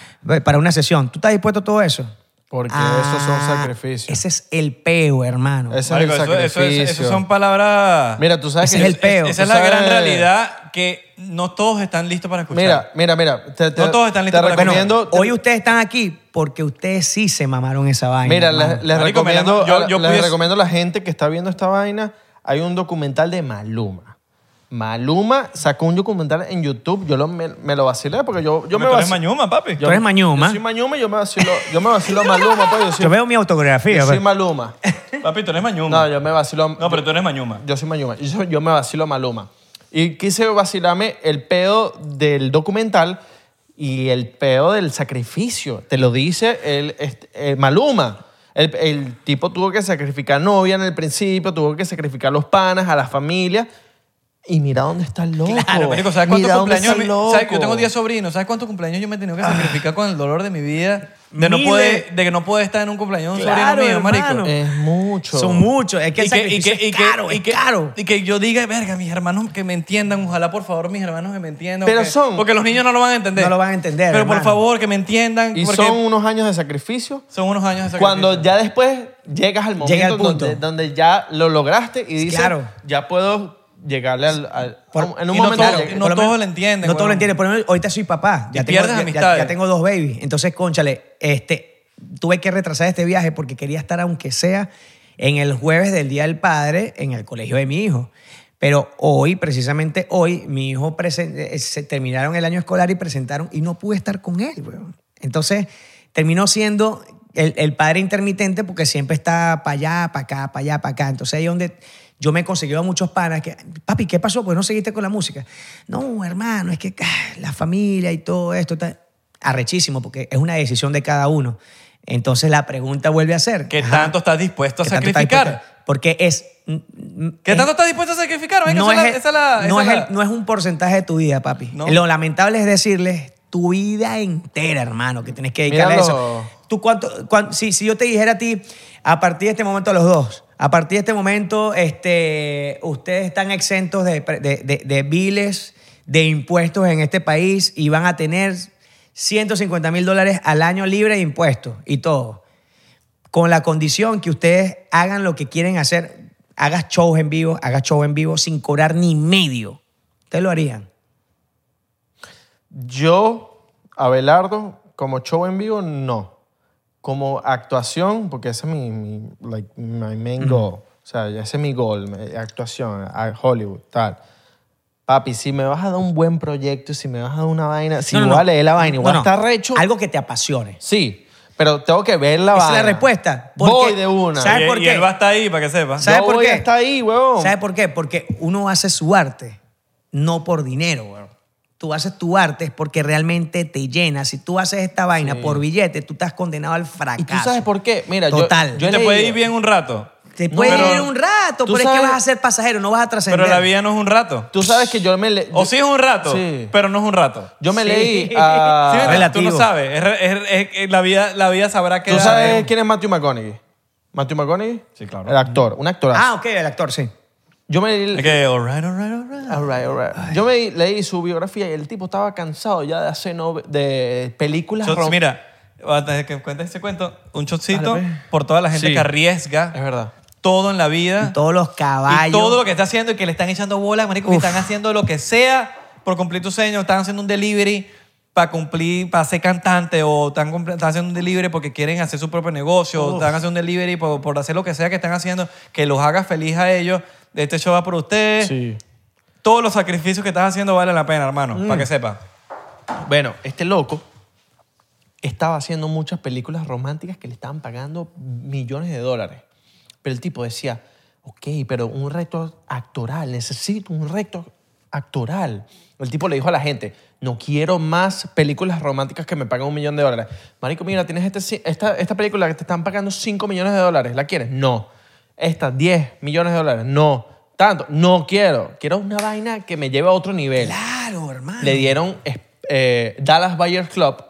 para una sesión? ¿Tú estás dispuesto a todo eso?
Porque esos son sacrificios.
Ah, Ese es el peo, hermano.
Ese es
Marico,
el
eso- eso- eso-
sacrificio.
eso son palabras...
Mira, tú sabes
Ese
que eh,
es el peo.
Esa es
Tú
la gran
sabes-
realidad que no todos están listos para escuchar.
Mira, mira, mira. Te, te-
No todos están listos
te
para-
Bueno,
recomiendo.
hoy ustedes están aquí porque ustedes sí se mamaron esa vaina.
Mira,
hermano.
les, les
Marico, me la-
recomiendo,
yo-
a-
yo
les
pudiese-
recomiendo a la gente que está viendo esta vaina. Hay un documental de Maluma. Maluma sacó un documental en YouTube. Yo lo- me, me lo vacilé porque yo, yo
Yo
me
me tú eres
vaci-
mañuma, papi.
Tú eres mañuma.
Yo soy Mañuma y yo me vacilo, yo me vacilo a Maluma. Pues, yo soy,
Yo veo mi autografía. pues.
yo soy
pero-
Maluma.
Papi, tú eres mañuma.
No, yo me vacilo a
No, pero tú eres mañuma.
Yo soy Mayuma. Yo, yo me vacilo a Maluma. Y quise vacilarme el pedo del documental y el pedo del sacrificio. Te lo dice el, este, eh, Maluma. El, el tipo tuvo que sacrificar novia en el principio, tuvo que sacrificar los panas, a la familia. Y mira dónde está el loco.
Claro, marico, ¿sabes cuántos
Mira dónde
cumpleaños?
está el
mi- ¿sabes?
loco.
Yo tengo 10 sobrinos. ¿Sabes cuántos cumpleaños yo me he tenido que sacrificar con el dolor de mi vida? De, no
Miles.
poder, de que no puedo estar en un cumpleaños de un sobrino
Claro,
mío,
hermano.
marico.
Es mucho.
Son muchos. Es que el sacrificio es caro,
y
es
que-
caro.
y que yo diga, verga, mis hermanos que me entiendan, ojalá por favor mis hermanos que me entiendan.
Pero
porque,
son-
Porque los niños no lo van a entender.
No lo van a entender,
Pero por
hermano.
favor, que me entiendan.
Y
porque
son unos años de sacrificio.
son unos años de sacrificio.
Cuando ya después llegas al momento
Llega al punto.
Donde, donde ya lo lograste y dices,
Claro.
ya puedo llegarle al... al-
Por-
a un- en un
y no
momento...
todo-
llegué.
no-
Por
todos
menos-
lo entienden,
No todos
huevón.
lo entienden. Por lo menos, ahorita soy papá.
Y
Ya tengo,
pierdes
ya- ya-
amistades.
ya tengo dos babies. Entonces, conchale, este, tuve que retrasar este viaje porque quería estar, aunque sea, en el jueves del Día del Padre, en el colegio de mi hijo. Pero hoy, precisamente hoy, mi hijo presen- eh, se terminaron el año escolar y presentaron y no pude estar con él, weón. Entonces, terminó siendo el, el padre intermitente porque siempre está para allá, para acá, para allá, para acá. Entonces ahí es donde yo me he conseguido a muchos panas que, papi, ¿qué pasó? Pues no seguiste con la música. No, hermano, es que ah, la familia y todo esto está arrechísimo porque es una decisión de cada uno. Entonces la pregunta vuelve a ser.
¿Qué
ajá,
tanto estás dispuesto a
¿qué tanto estás
sacrificar?
dispuesto? Porque es... mm, mm,
¿Qué
es-
tanto estás dispuesto a sacrificar? Marico,
no
esa es
es,
la- esa es la-
no
esa
es
es la-
el- no es un porcentaje de tu vida, papi.
No.
Lo lamentable es decirles tu vida entera, hermano, que tienes que dedicarle a eso.
Míralo.
¿Tú cuánto, cuán- si, si yo te dijera a ti, a partir de este momento a los dos, a partir de este momento, este, ustedes están exentos de, pre- de, de- de biles, de impuestos en este país y van a tener 150 mil dólares al año libre de impuestos y todo con la condición que ustedes hagan lo que quieren hacer, hagas shows en vivo, hagas show en vivo sin cobrar ni medio. Ustedes lo harían.
Yo, Abelardo, como show en vivo, no. Como actuación, porque ese es mi, mi like, my main goal. O sea, ese es mi goal, mi actuación, a Hollywood, tal. Papi, si me vas a dar un buen proyecto, si me vas a dar una vaina, si
No, no,
voy a
no.
leer la vaina, igual
No, no.
está recho,
Algo que te apasione.
sí, pero tengo que ver la
Esa es
vaina.
la respuesta. ¿Por
Voy
qué?
de una.
¿Sabes
y,
por
y
qué?
él va a estar ahí para que sepa.
¿Sabes
Yo
por
voy
qué?
hasta ahí, huevón.
¿Sabes por qué? Porque uno hace su arte, no por dinero, weón. tú haces tu arte es porque realmente te llena. Si tú haces esta vaina por billete, tú estás condenado al fracaso.
¿Y tú sabes por qué? Mira, yo-
Total.
yo he
Te
leído-
puede ir bien un rato,
Te puede
pero-
ir un rato,
tú
pero es que
sabes-
vas a ser pasajero, no vas a trascender.
pero la vida no es un rato.
Tú sabes que yo me... le-
O sí es un rato,
Sí.
pero no es un rato.
Yo me
Sí. [LAUGHS]
leí
Sí,
a...
¿verdad? tú no
relativo.
sabes. Es re- es- es- es- la, vida, la vida sabrá que...
¿Tú sabes quién es Matthew McConaughey? Matthew McConaughey.
Sí, claro.
El actor, un actorazo.
Ah, ok, el actor, sí.
Yo me leí...
Que, all right, all right, all right.
All right, all right. Yo me leí su biografía y el tipo estaba cansado ya de hacer nove- de películas
Shots,
rom-
mira, antes de que cuentes ese cuento, un chocito
Dale, pues.
por toda la gente
Sí.
que arriesga
Es verdad.
todo en la
Ah.
vida.
Todos los caballos.
Y todo lo que está haciendo y que le están echando bola, marico, que están haciendo lo que sea por cumplir tu sueño. Están haciendo un delivery para cumplir, para ser cantante o están, cumpl- están haciendo un delivery porque quieren hacer su propio negocio. o Están haciendo un delivery por, por hacer lo que sea que están haciendo, que los haga feliz a ellos. Este show va por ustedes.
Sí.
Todos los sacrificios que estás haciendo valen la pena, hermano,
Mm.
para que sepa.
Bueno, este loco estaba haciendo muchas películas románticas que le estaban pagando millones de dólares. Pero el tipo decía, ok, pero un reto actoral, necesito un reto actoral. El tipo le dijo a la gente, no quiero más películas románticas que me paguen un millón de dólares. Marico, mira, tienes este ci- esta, esta película que te están pagando 5 millones de dólares, ¿la quieres? No. Esta, 10 millones de dólares, no. Tanto, no quiero. Quiero una vaina que me lleve a otro nivel.
Claro, hermano.
Le dieron es- eh, Dallas Buyers Club,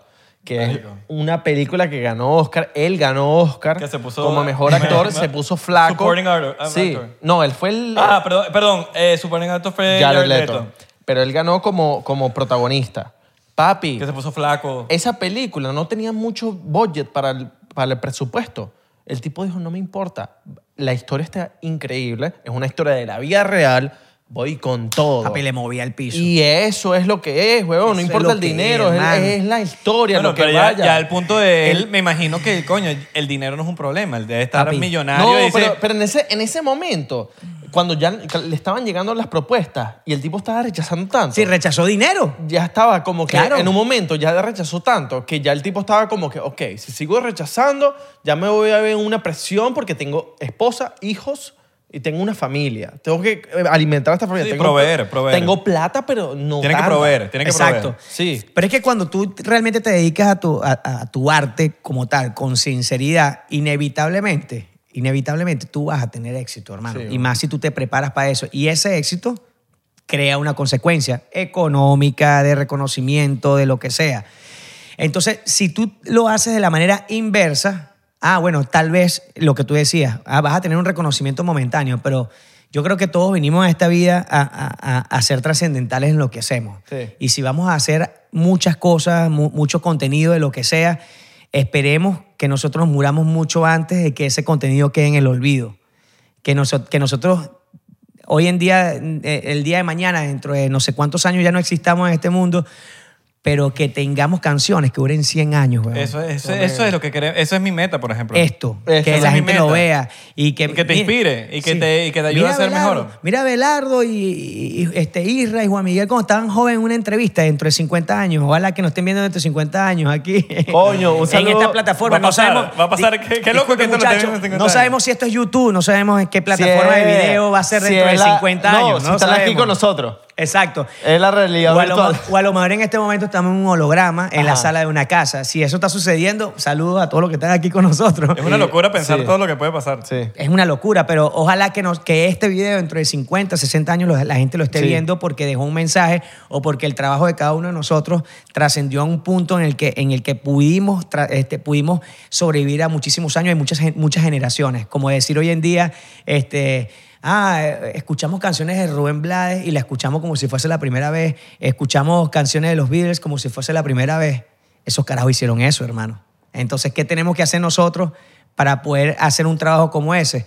que es una película que ganó Oscar. Él ganó Oscar
Que se puso- [LAUGHS]
como mejor actor, se puso flaco.
Supporting actor, ah,
Sí.
actor.
No, él fue el
Ah, perdón, perdón eh, Suponiendo que esto fue
Jared
Jared
Leto.
Leto,
Pero él ganó como, como protagonista. Papi,
que se puso flaco.
esa película no tenía mucho budget para el, para el presupuesto. El tipo dijo, no me importa. La historia está increíble. Es una historia de la vida real. Voy con todo.
Papi le movía el piso.
Y eso es lo que es, weón.
Eso
No
es
importa
lo
el
que es,
dinero, es,
man.
es la historia,
Bueno,
lo que
pero ya,
vaya.
ya el punto de él,
El-
me imagino que, coño, el dinero no es un problema. Él debe estar
Papi.
millonario.
No,
y dice,
pero, pero en, ese, en ese momento, cuando ya le estaban llegando las propuestas y el tipo estaba rechazando tanto,
Sí, rechazó dinero.
ya estaba como que
Claro.
en un momento ya rechazó tanto que ya el tipo estaba como que, ok, si sigo rechazando, ya me voy a ver en una presión porque tengo esposa, hijos y tengo una familia. Tengo que eh, alimentar a esta familia.
Sí,
tengo,
proveer, proveer.
Tengo plata, pero no
tiene que
tanta.
proveer, tiene que
Exacto.
proveer.
Sí.
Pero es que cuando tú realmente te dedicas a tu, a, a tu arte como tal, con sinceridad, inevitablemente, inevitablemente tú vas a tener éxito, hermano.
Sí,
y más si tú te preparas para eso. Y ese éxito crea una consecuencia económica, de reconocimiento, de lo que sea. Entonces, si tú lo haces de la manera inversa, ah, bueno, tal vez lo que tú decías, ah, vas a tener un reconocimiento momentáneo, pero yo creo que todos venimos a esta vida a, a- a- a ser trascendentales en lo que hacemos.
Sí.
Y si vamos a hacer muchas cosas, mu- mucho contenido de lo que sea, esperemos que nosotros nos muramos mucho antes de que ese contenido quede en el olvido. Que, noso- que nosotros hoy en día, eh, el día de mañana, dentro de no sé cuántos años ya no existamos en este mundo, pero que tengamos canciones que duren 100 años, weón.
Eso, eso, eso es lo que queremos. Eso es mi meta, por ejemplo.
Esto,
Esto.
que
Esa
la
es mi
gente lo
meta.
vea y que,
Y que te inspire, y que te- y que te ayude
Mira
a ser
Abelardo,
mejor.
Mira a Belardo y, y- y este Isra y Juan Miguel cuando estaban jóvenes en una entrevista dentro de 50 años. Ojalá que nos estén viendo dentro de 50 años aquí.
Coño, un
[LAUGHS] En
saludo.
esta plataforma.
Va a pasar,
no sabemos,
va a pasar. Qué- qué loco que esto lo
muchachos,
tenemos en 50
No
años.
sabemos si esto es YouTube, no sabemos en qué plataforma
Si
de
es-
video va a ser
si
dentro
es
de
la-
50
no,
años.
si
No
están aquí
sabemos.
con nosotros.
Exacto.
Es la realidad
O a, lo,
virtual.
mo- o a lo mejor en este momento estamos en un holograma en la
Ajá.
sala de una casa. Si eso está sucediendo, saludos a todos los que están aquí con nosotros.
es una locura pensar
sí.
todo lo que puede pasar.
Sí.
Es una locura, pero ojalá que, nos, que este video dentro de 50, 60 años lo- la gente lo esté
Sí.
viendo porque dejó un mensaje o porque el trabajo de cada uno de nosotros trascendió a un punto en el que, en el que pudimos, tra- este, pudimos sobrevivir a muchísimos años y muchas, gen- muchas generaciones. Como decir hoy en día, este, ah, eh, escuchamos canciones de Rubén Blades y la escuchamos como si fuese la primera vez. Escuchamos canciones de los Beatles como si fuese la primera vez. Esos carajos hicieron eso, hermano. Entonces, ¿qué tenemos que hacer nosotros para poder hacer un trabajo como ese?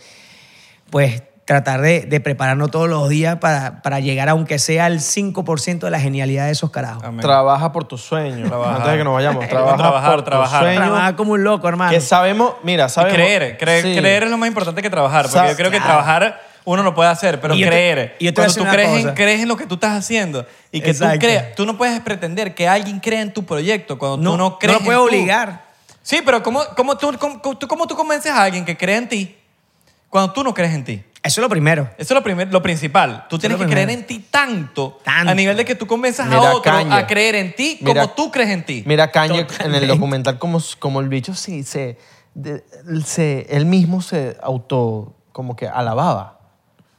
Pues tratar de, de prepararnos todos los días para, para llegar, aunque sea al 5% de la genialidad de esos carajos.
Amén.
Trabaja por tus sueños.
Trabajar.
Antes de que nos vayamos. Trabaja
Trabajar,
por
trabajar.
tus sueños.
Trabajar como un loco, hermano.
Que sabemos, mira,
Y
sabemos.
creer, creer,
Sí.
creer es lo más importante que trabajar. Porque
Sa-
yo creo que
claro.
trabajar uno lo puede hacer, pero
Ah. Y yo te-
creer.
y yo te voy a
cuando
decir
tú
una
crees
cosa.
en, crees en lo que tú estás haciendo y que
Exacto.
tú creas, tú no puedes pretender que alguien crea en tu proyecto cuando
No,
tú
no
no crees.
lo puedes
en tú.
obligar.
Sí, pero ¿cómo, cómo tú, cómo- tú- cómo tú convences a alguien que cree en ti cuando tú no crees en ti?
Eso es lo primero.
Eso es lo, primer- lo principal. Tú tienes
lo
que creer
primero.
en ti tanto,
Tanto.
a nivel de que tú convences
Mira,
a otro
Kanye.
a creer en ti como
Mira-
tú crees en ti.
Mira Kanye en
Totalmente.
el documental como, como el bicho sí, se, de- se, él mismo se auto como que alababa.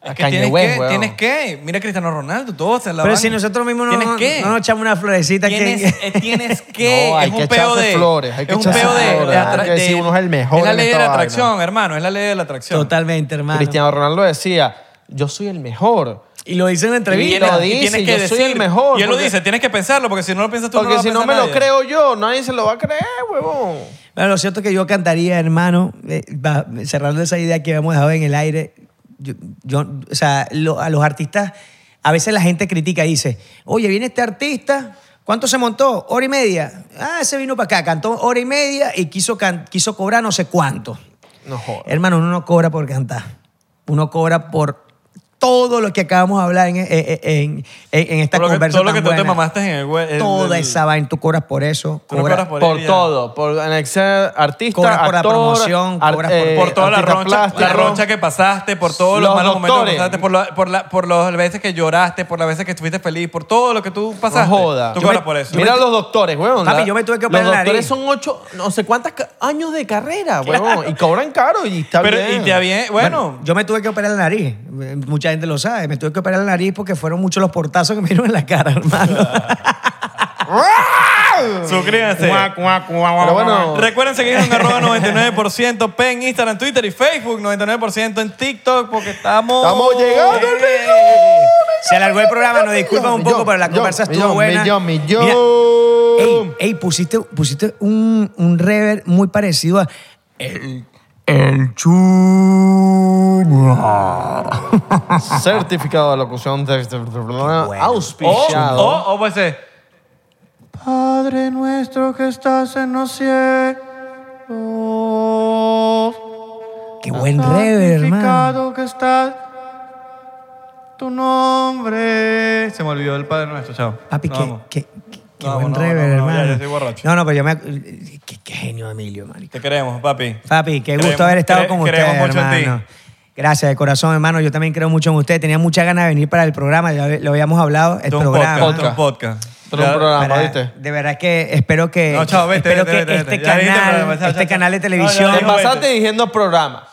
Es
A
que
Kanye
tienes,
West,
que,
weón.
tienes que. Mira a Cristiano Ronaldo, todos se la
Pero
van.
si nosotros mismos no,
¿Tienes
no-
que?
no nos echamos una florecita
Tienes,
[LAUGHS] que...
eh, tienes que.
No, hay
es
que
un peo
echarse
de.
flores, hay que
es un
echarse
peo de.
flores,
de
hay
atra-
que decir,
de-
uno es el mejor
Es la
en
ley de
esta
la
vaina.
atracción, hermano. Es la ley de la atracción.
Totalmente, hermano.
Cristiano Ronaldo decía, yo soy el mejor.
Y lo dice en la entrevista.
Y lo dice,
tienes
yo
que
soy
decir-
el mejor,
Y él lo
porque-
dice, tienes que pensarlo, porque si no lo piensas tú,
Porque
no lo va a
si no
pensar
me lo
nadie.
creo yo, nadie se lo va a creer, huevón.
Bueno, lo cierto es que yo cantaría, hermano, eh, va- cerrando esa idea que habíamos dejado en el aire, yo, yo- o sea, lo- a los artistas, a veces la gente critica y dice, oye, viene este artista, ¿cuánto se montó? Hora y media. Ah, ese vino para acá, cantó hora y media y quiso, can- quiso cobrar no sé cuánto.
No jodas.
Hermano, uno no cobra por cantar. Uno cobra por todo lo que acabamos de hablar en, en, en- en esta
Todo lo que-
conversa
todo lo
tan
que tú te
buena.
mamaste en el güey- en
Toda
el-
esa vaina, tú cobras por eso.
Tú no
cobras-
cobras por
Por
ella.
todo, por en el ser artista,
Cobras por la
actor,
promoción,
ar-
cobras por-
eh,
por toda la
artista
roncha, la
plástico.
roncha que pasaste, por todos los,
Los
malos momentos que
doctores.
pasaste, por, la- por, la- por las veces que lloraste, por las veces que estuviste feliz, por todo lo que tú pasaste.
No joda.
Tú
Yo me-
cobras por eso.
Mira los doctores, weón.
Papi, yo me tuve que operar
Los
la nariz.
doctores son ocho, no sé cuántos años de carrera, weón. Y cobran caro y está
Pero,
bien.
y te avien- bueno,
Yo me tuve que operar la nariz. Eh, Mucha gente lo sabe. Me tuve que operar la nariz porque fueron muchos los portazos que me dieron en la cara, hermano.
Ah,
suscríbanse.
Pero bueno,
Recuerden seguirnos en arroba 99% P en Instagram, Twitter y Facebook, 99% en TikTok, porque estamos.
estamos llegando al millón.
[LAUGHS] Se alargó el programa, nos disculpan un poco,
Millón,
pero la
millón,
conversa estuvo
millón,
buena.
Millón, millón.
Mira, Ey, ey, pusiste, pusiste un, un rever muy parecido a el, el
[LAUGHS]
Junior.
Certificado de locución de,
O,
auspiciado.
o, o puede ser.
Padre nuestro que estás en los cielos.
Qué buen rever, hermano.
Santificado que estás tu nombre.
Se me olvidó el Padre Nuestro, chao.
Papi,
Nos
qué,
vamos.
qué- qué- qué
No,
buen
no,
rever,
no, no, ya,
hermano.
ya estoy borracho.
No, no, pero yo me... ac- Qué, qué genio, Emilio, marico.
Te queremos, papi.
Papi, qué gusto
Creemos-
haber estado
cre-
con ustedes,
creemos mucho en ti.
hermano. Gracias de corazón, hermano. Yo también creo mucho en usted. Tenía muchas ganas de venir para el programa. Ya lo habíamos hablado. El
Esto es un
programa.
podcast, esto es un podcast.
Pero un
Ya-
programa,
Para-
¿viste?
De verdad que espero que,
No, chao, vete,
espero
vete,
que
vete, vete.
este
Ya dijiste el
canal,
programa, chao,
este
chao,
canal de
chao. No, no,
televisión,
Te
no, no.
pasaste diciendo programa.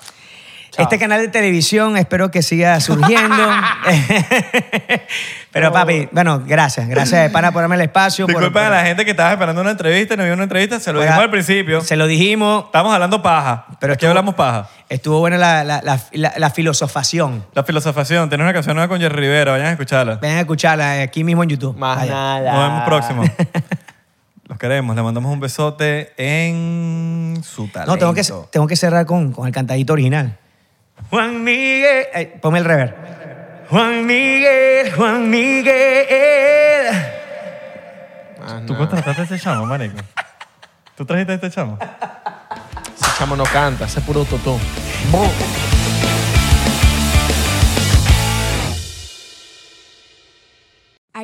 este canal de televisión, espero que siga surgiendo.
[LAUGHS]
Pero papi, bueno, gracias, gracias de pana por darme el espacio. por-
Disculpen a
por-
la gente que estaba esperando una entrevista y no vio una entrevista. Se lo
por-
dijimos al principio.
Pues, ah, Se lo dijimos.
Estamos hablando
Pero
paja. Pero
estuvo-
aquí hablamos paja.
Estuvo buena la, la, la, la- la filosofación.
La filosofación. Tienes una canción nueva con Jerry Rivera. Vayan a escucharla.
Ven a escucharla aquí mismo en YouTube.
Más
Vaya.
nada.
Nos vemos
[LAUGHS]
próximo. Los queremos. Le mandamos un besote en su talento.
No, tengo que, tengo que cerrar con, con el cantadito original. Juan Miguel. eh, ponme el rever. Juan Miguel, Juan Miguel.
Más
Tú
nada.
contrataste a este chamo, marico. Tú trajiste a este chamo.
Ese chamo no canta, ese es puro totón.
Are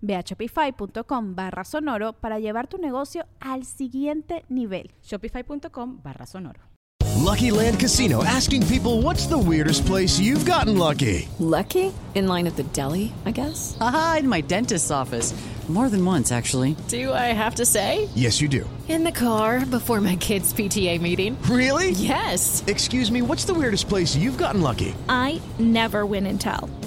Ve a shopify.com barra sonoro para llevar tu negocio al siguiente nivel.
Shopify.com barra sonoro.
Lucky Land Casino asking people what's the weirdest place you've gotten lucky?
Lucky? In line at the deli, I guess?
Aha, [LAUGHS] in my dentist's office. More than once, actually.
Do I have to say?
Yes, you do.
In the car before my kids' PTA meeting.
Really?
Yes.
Excuse me, what's the weirdest place you've gotten lucky?
I never win and tell.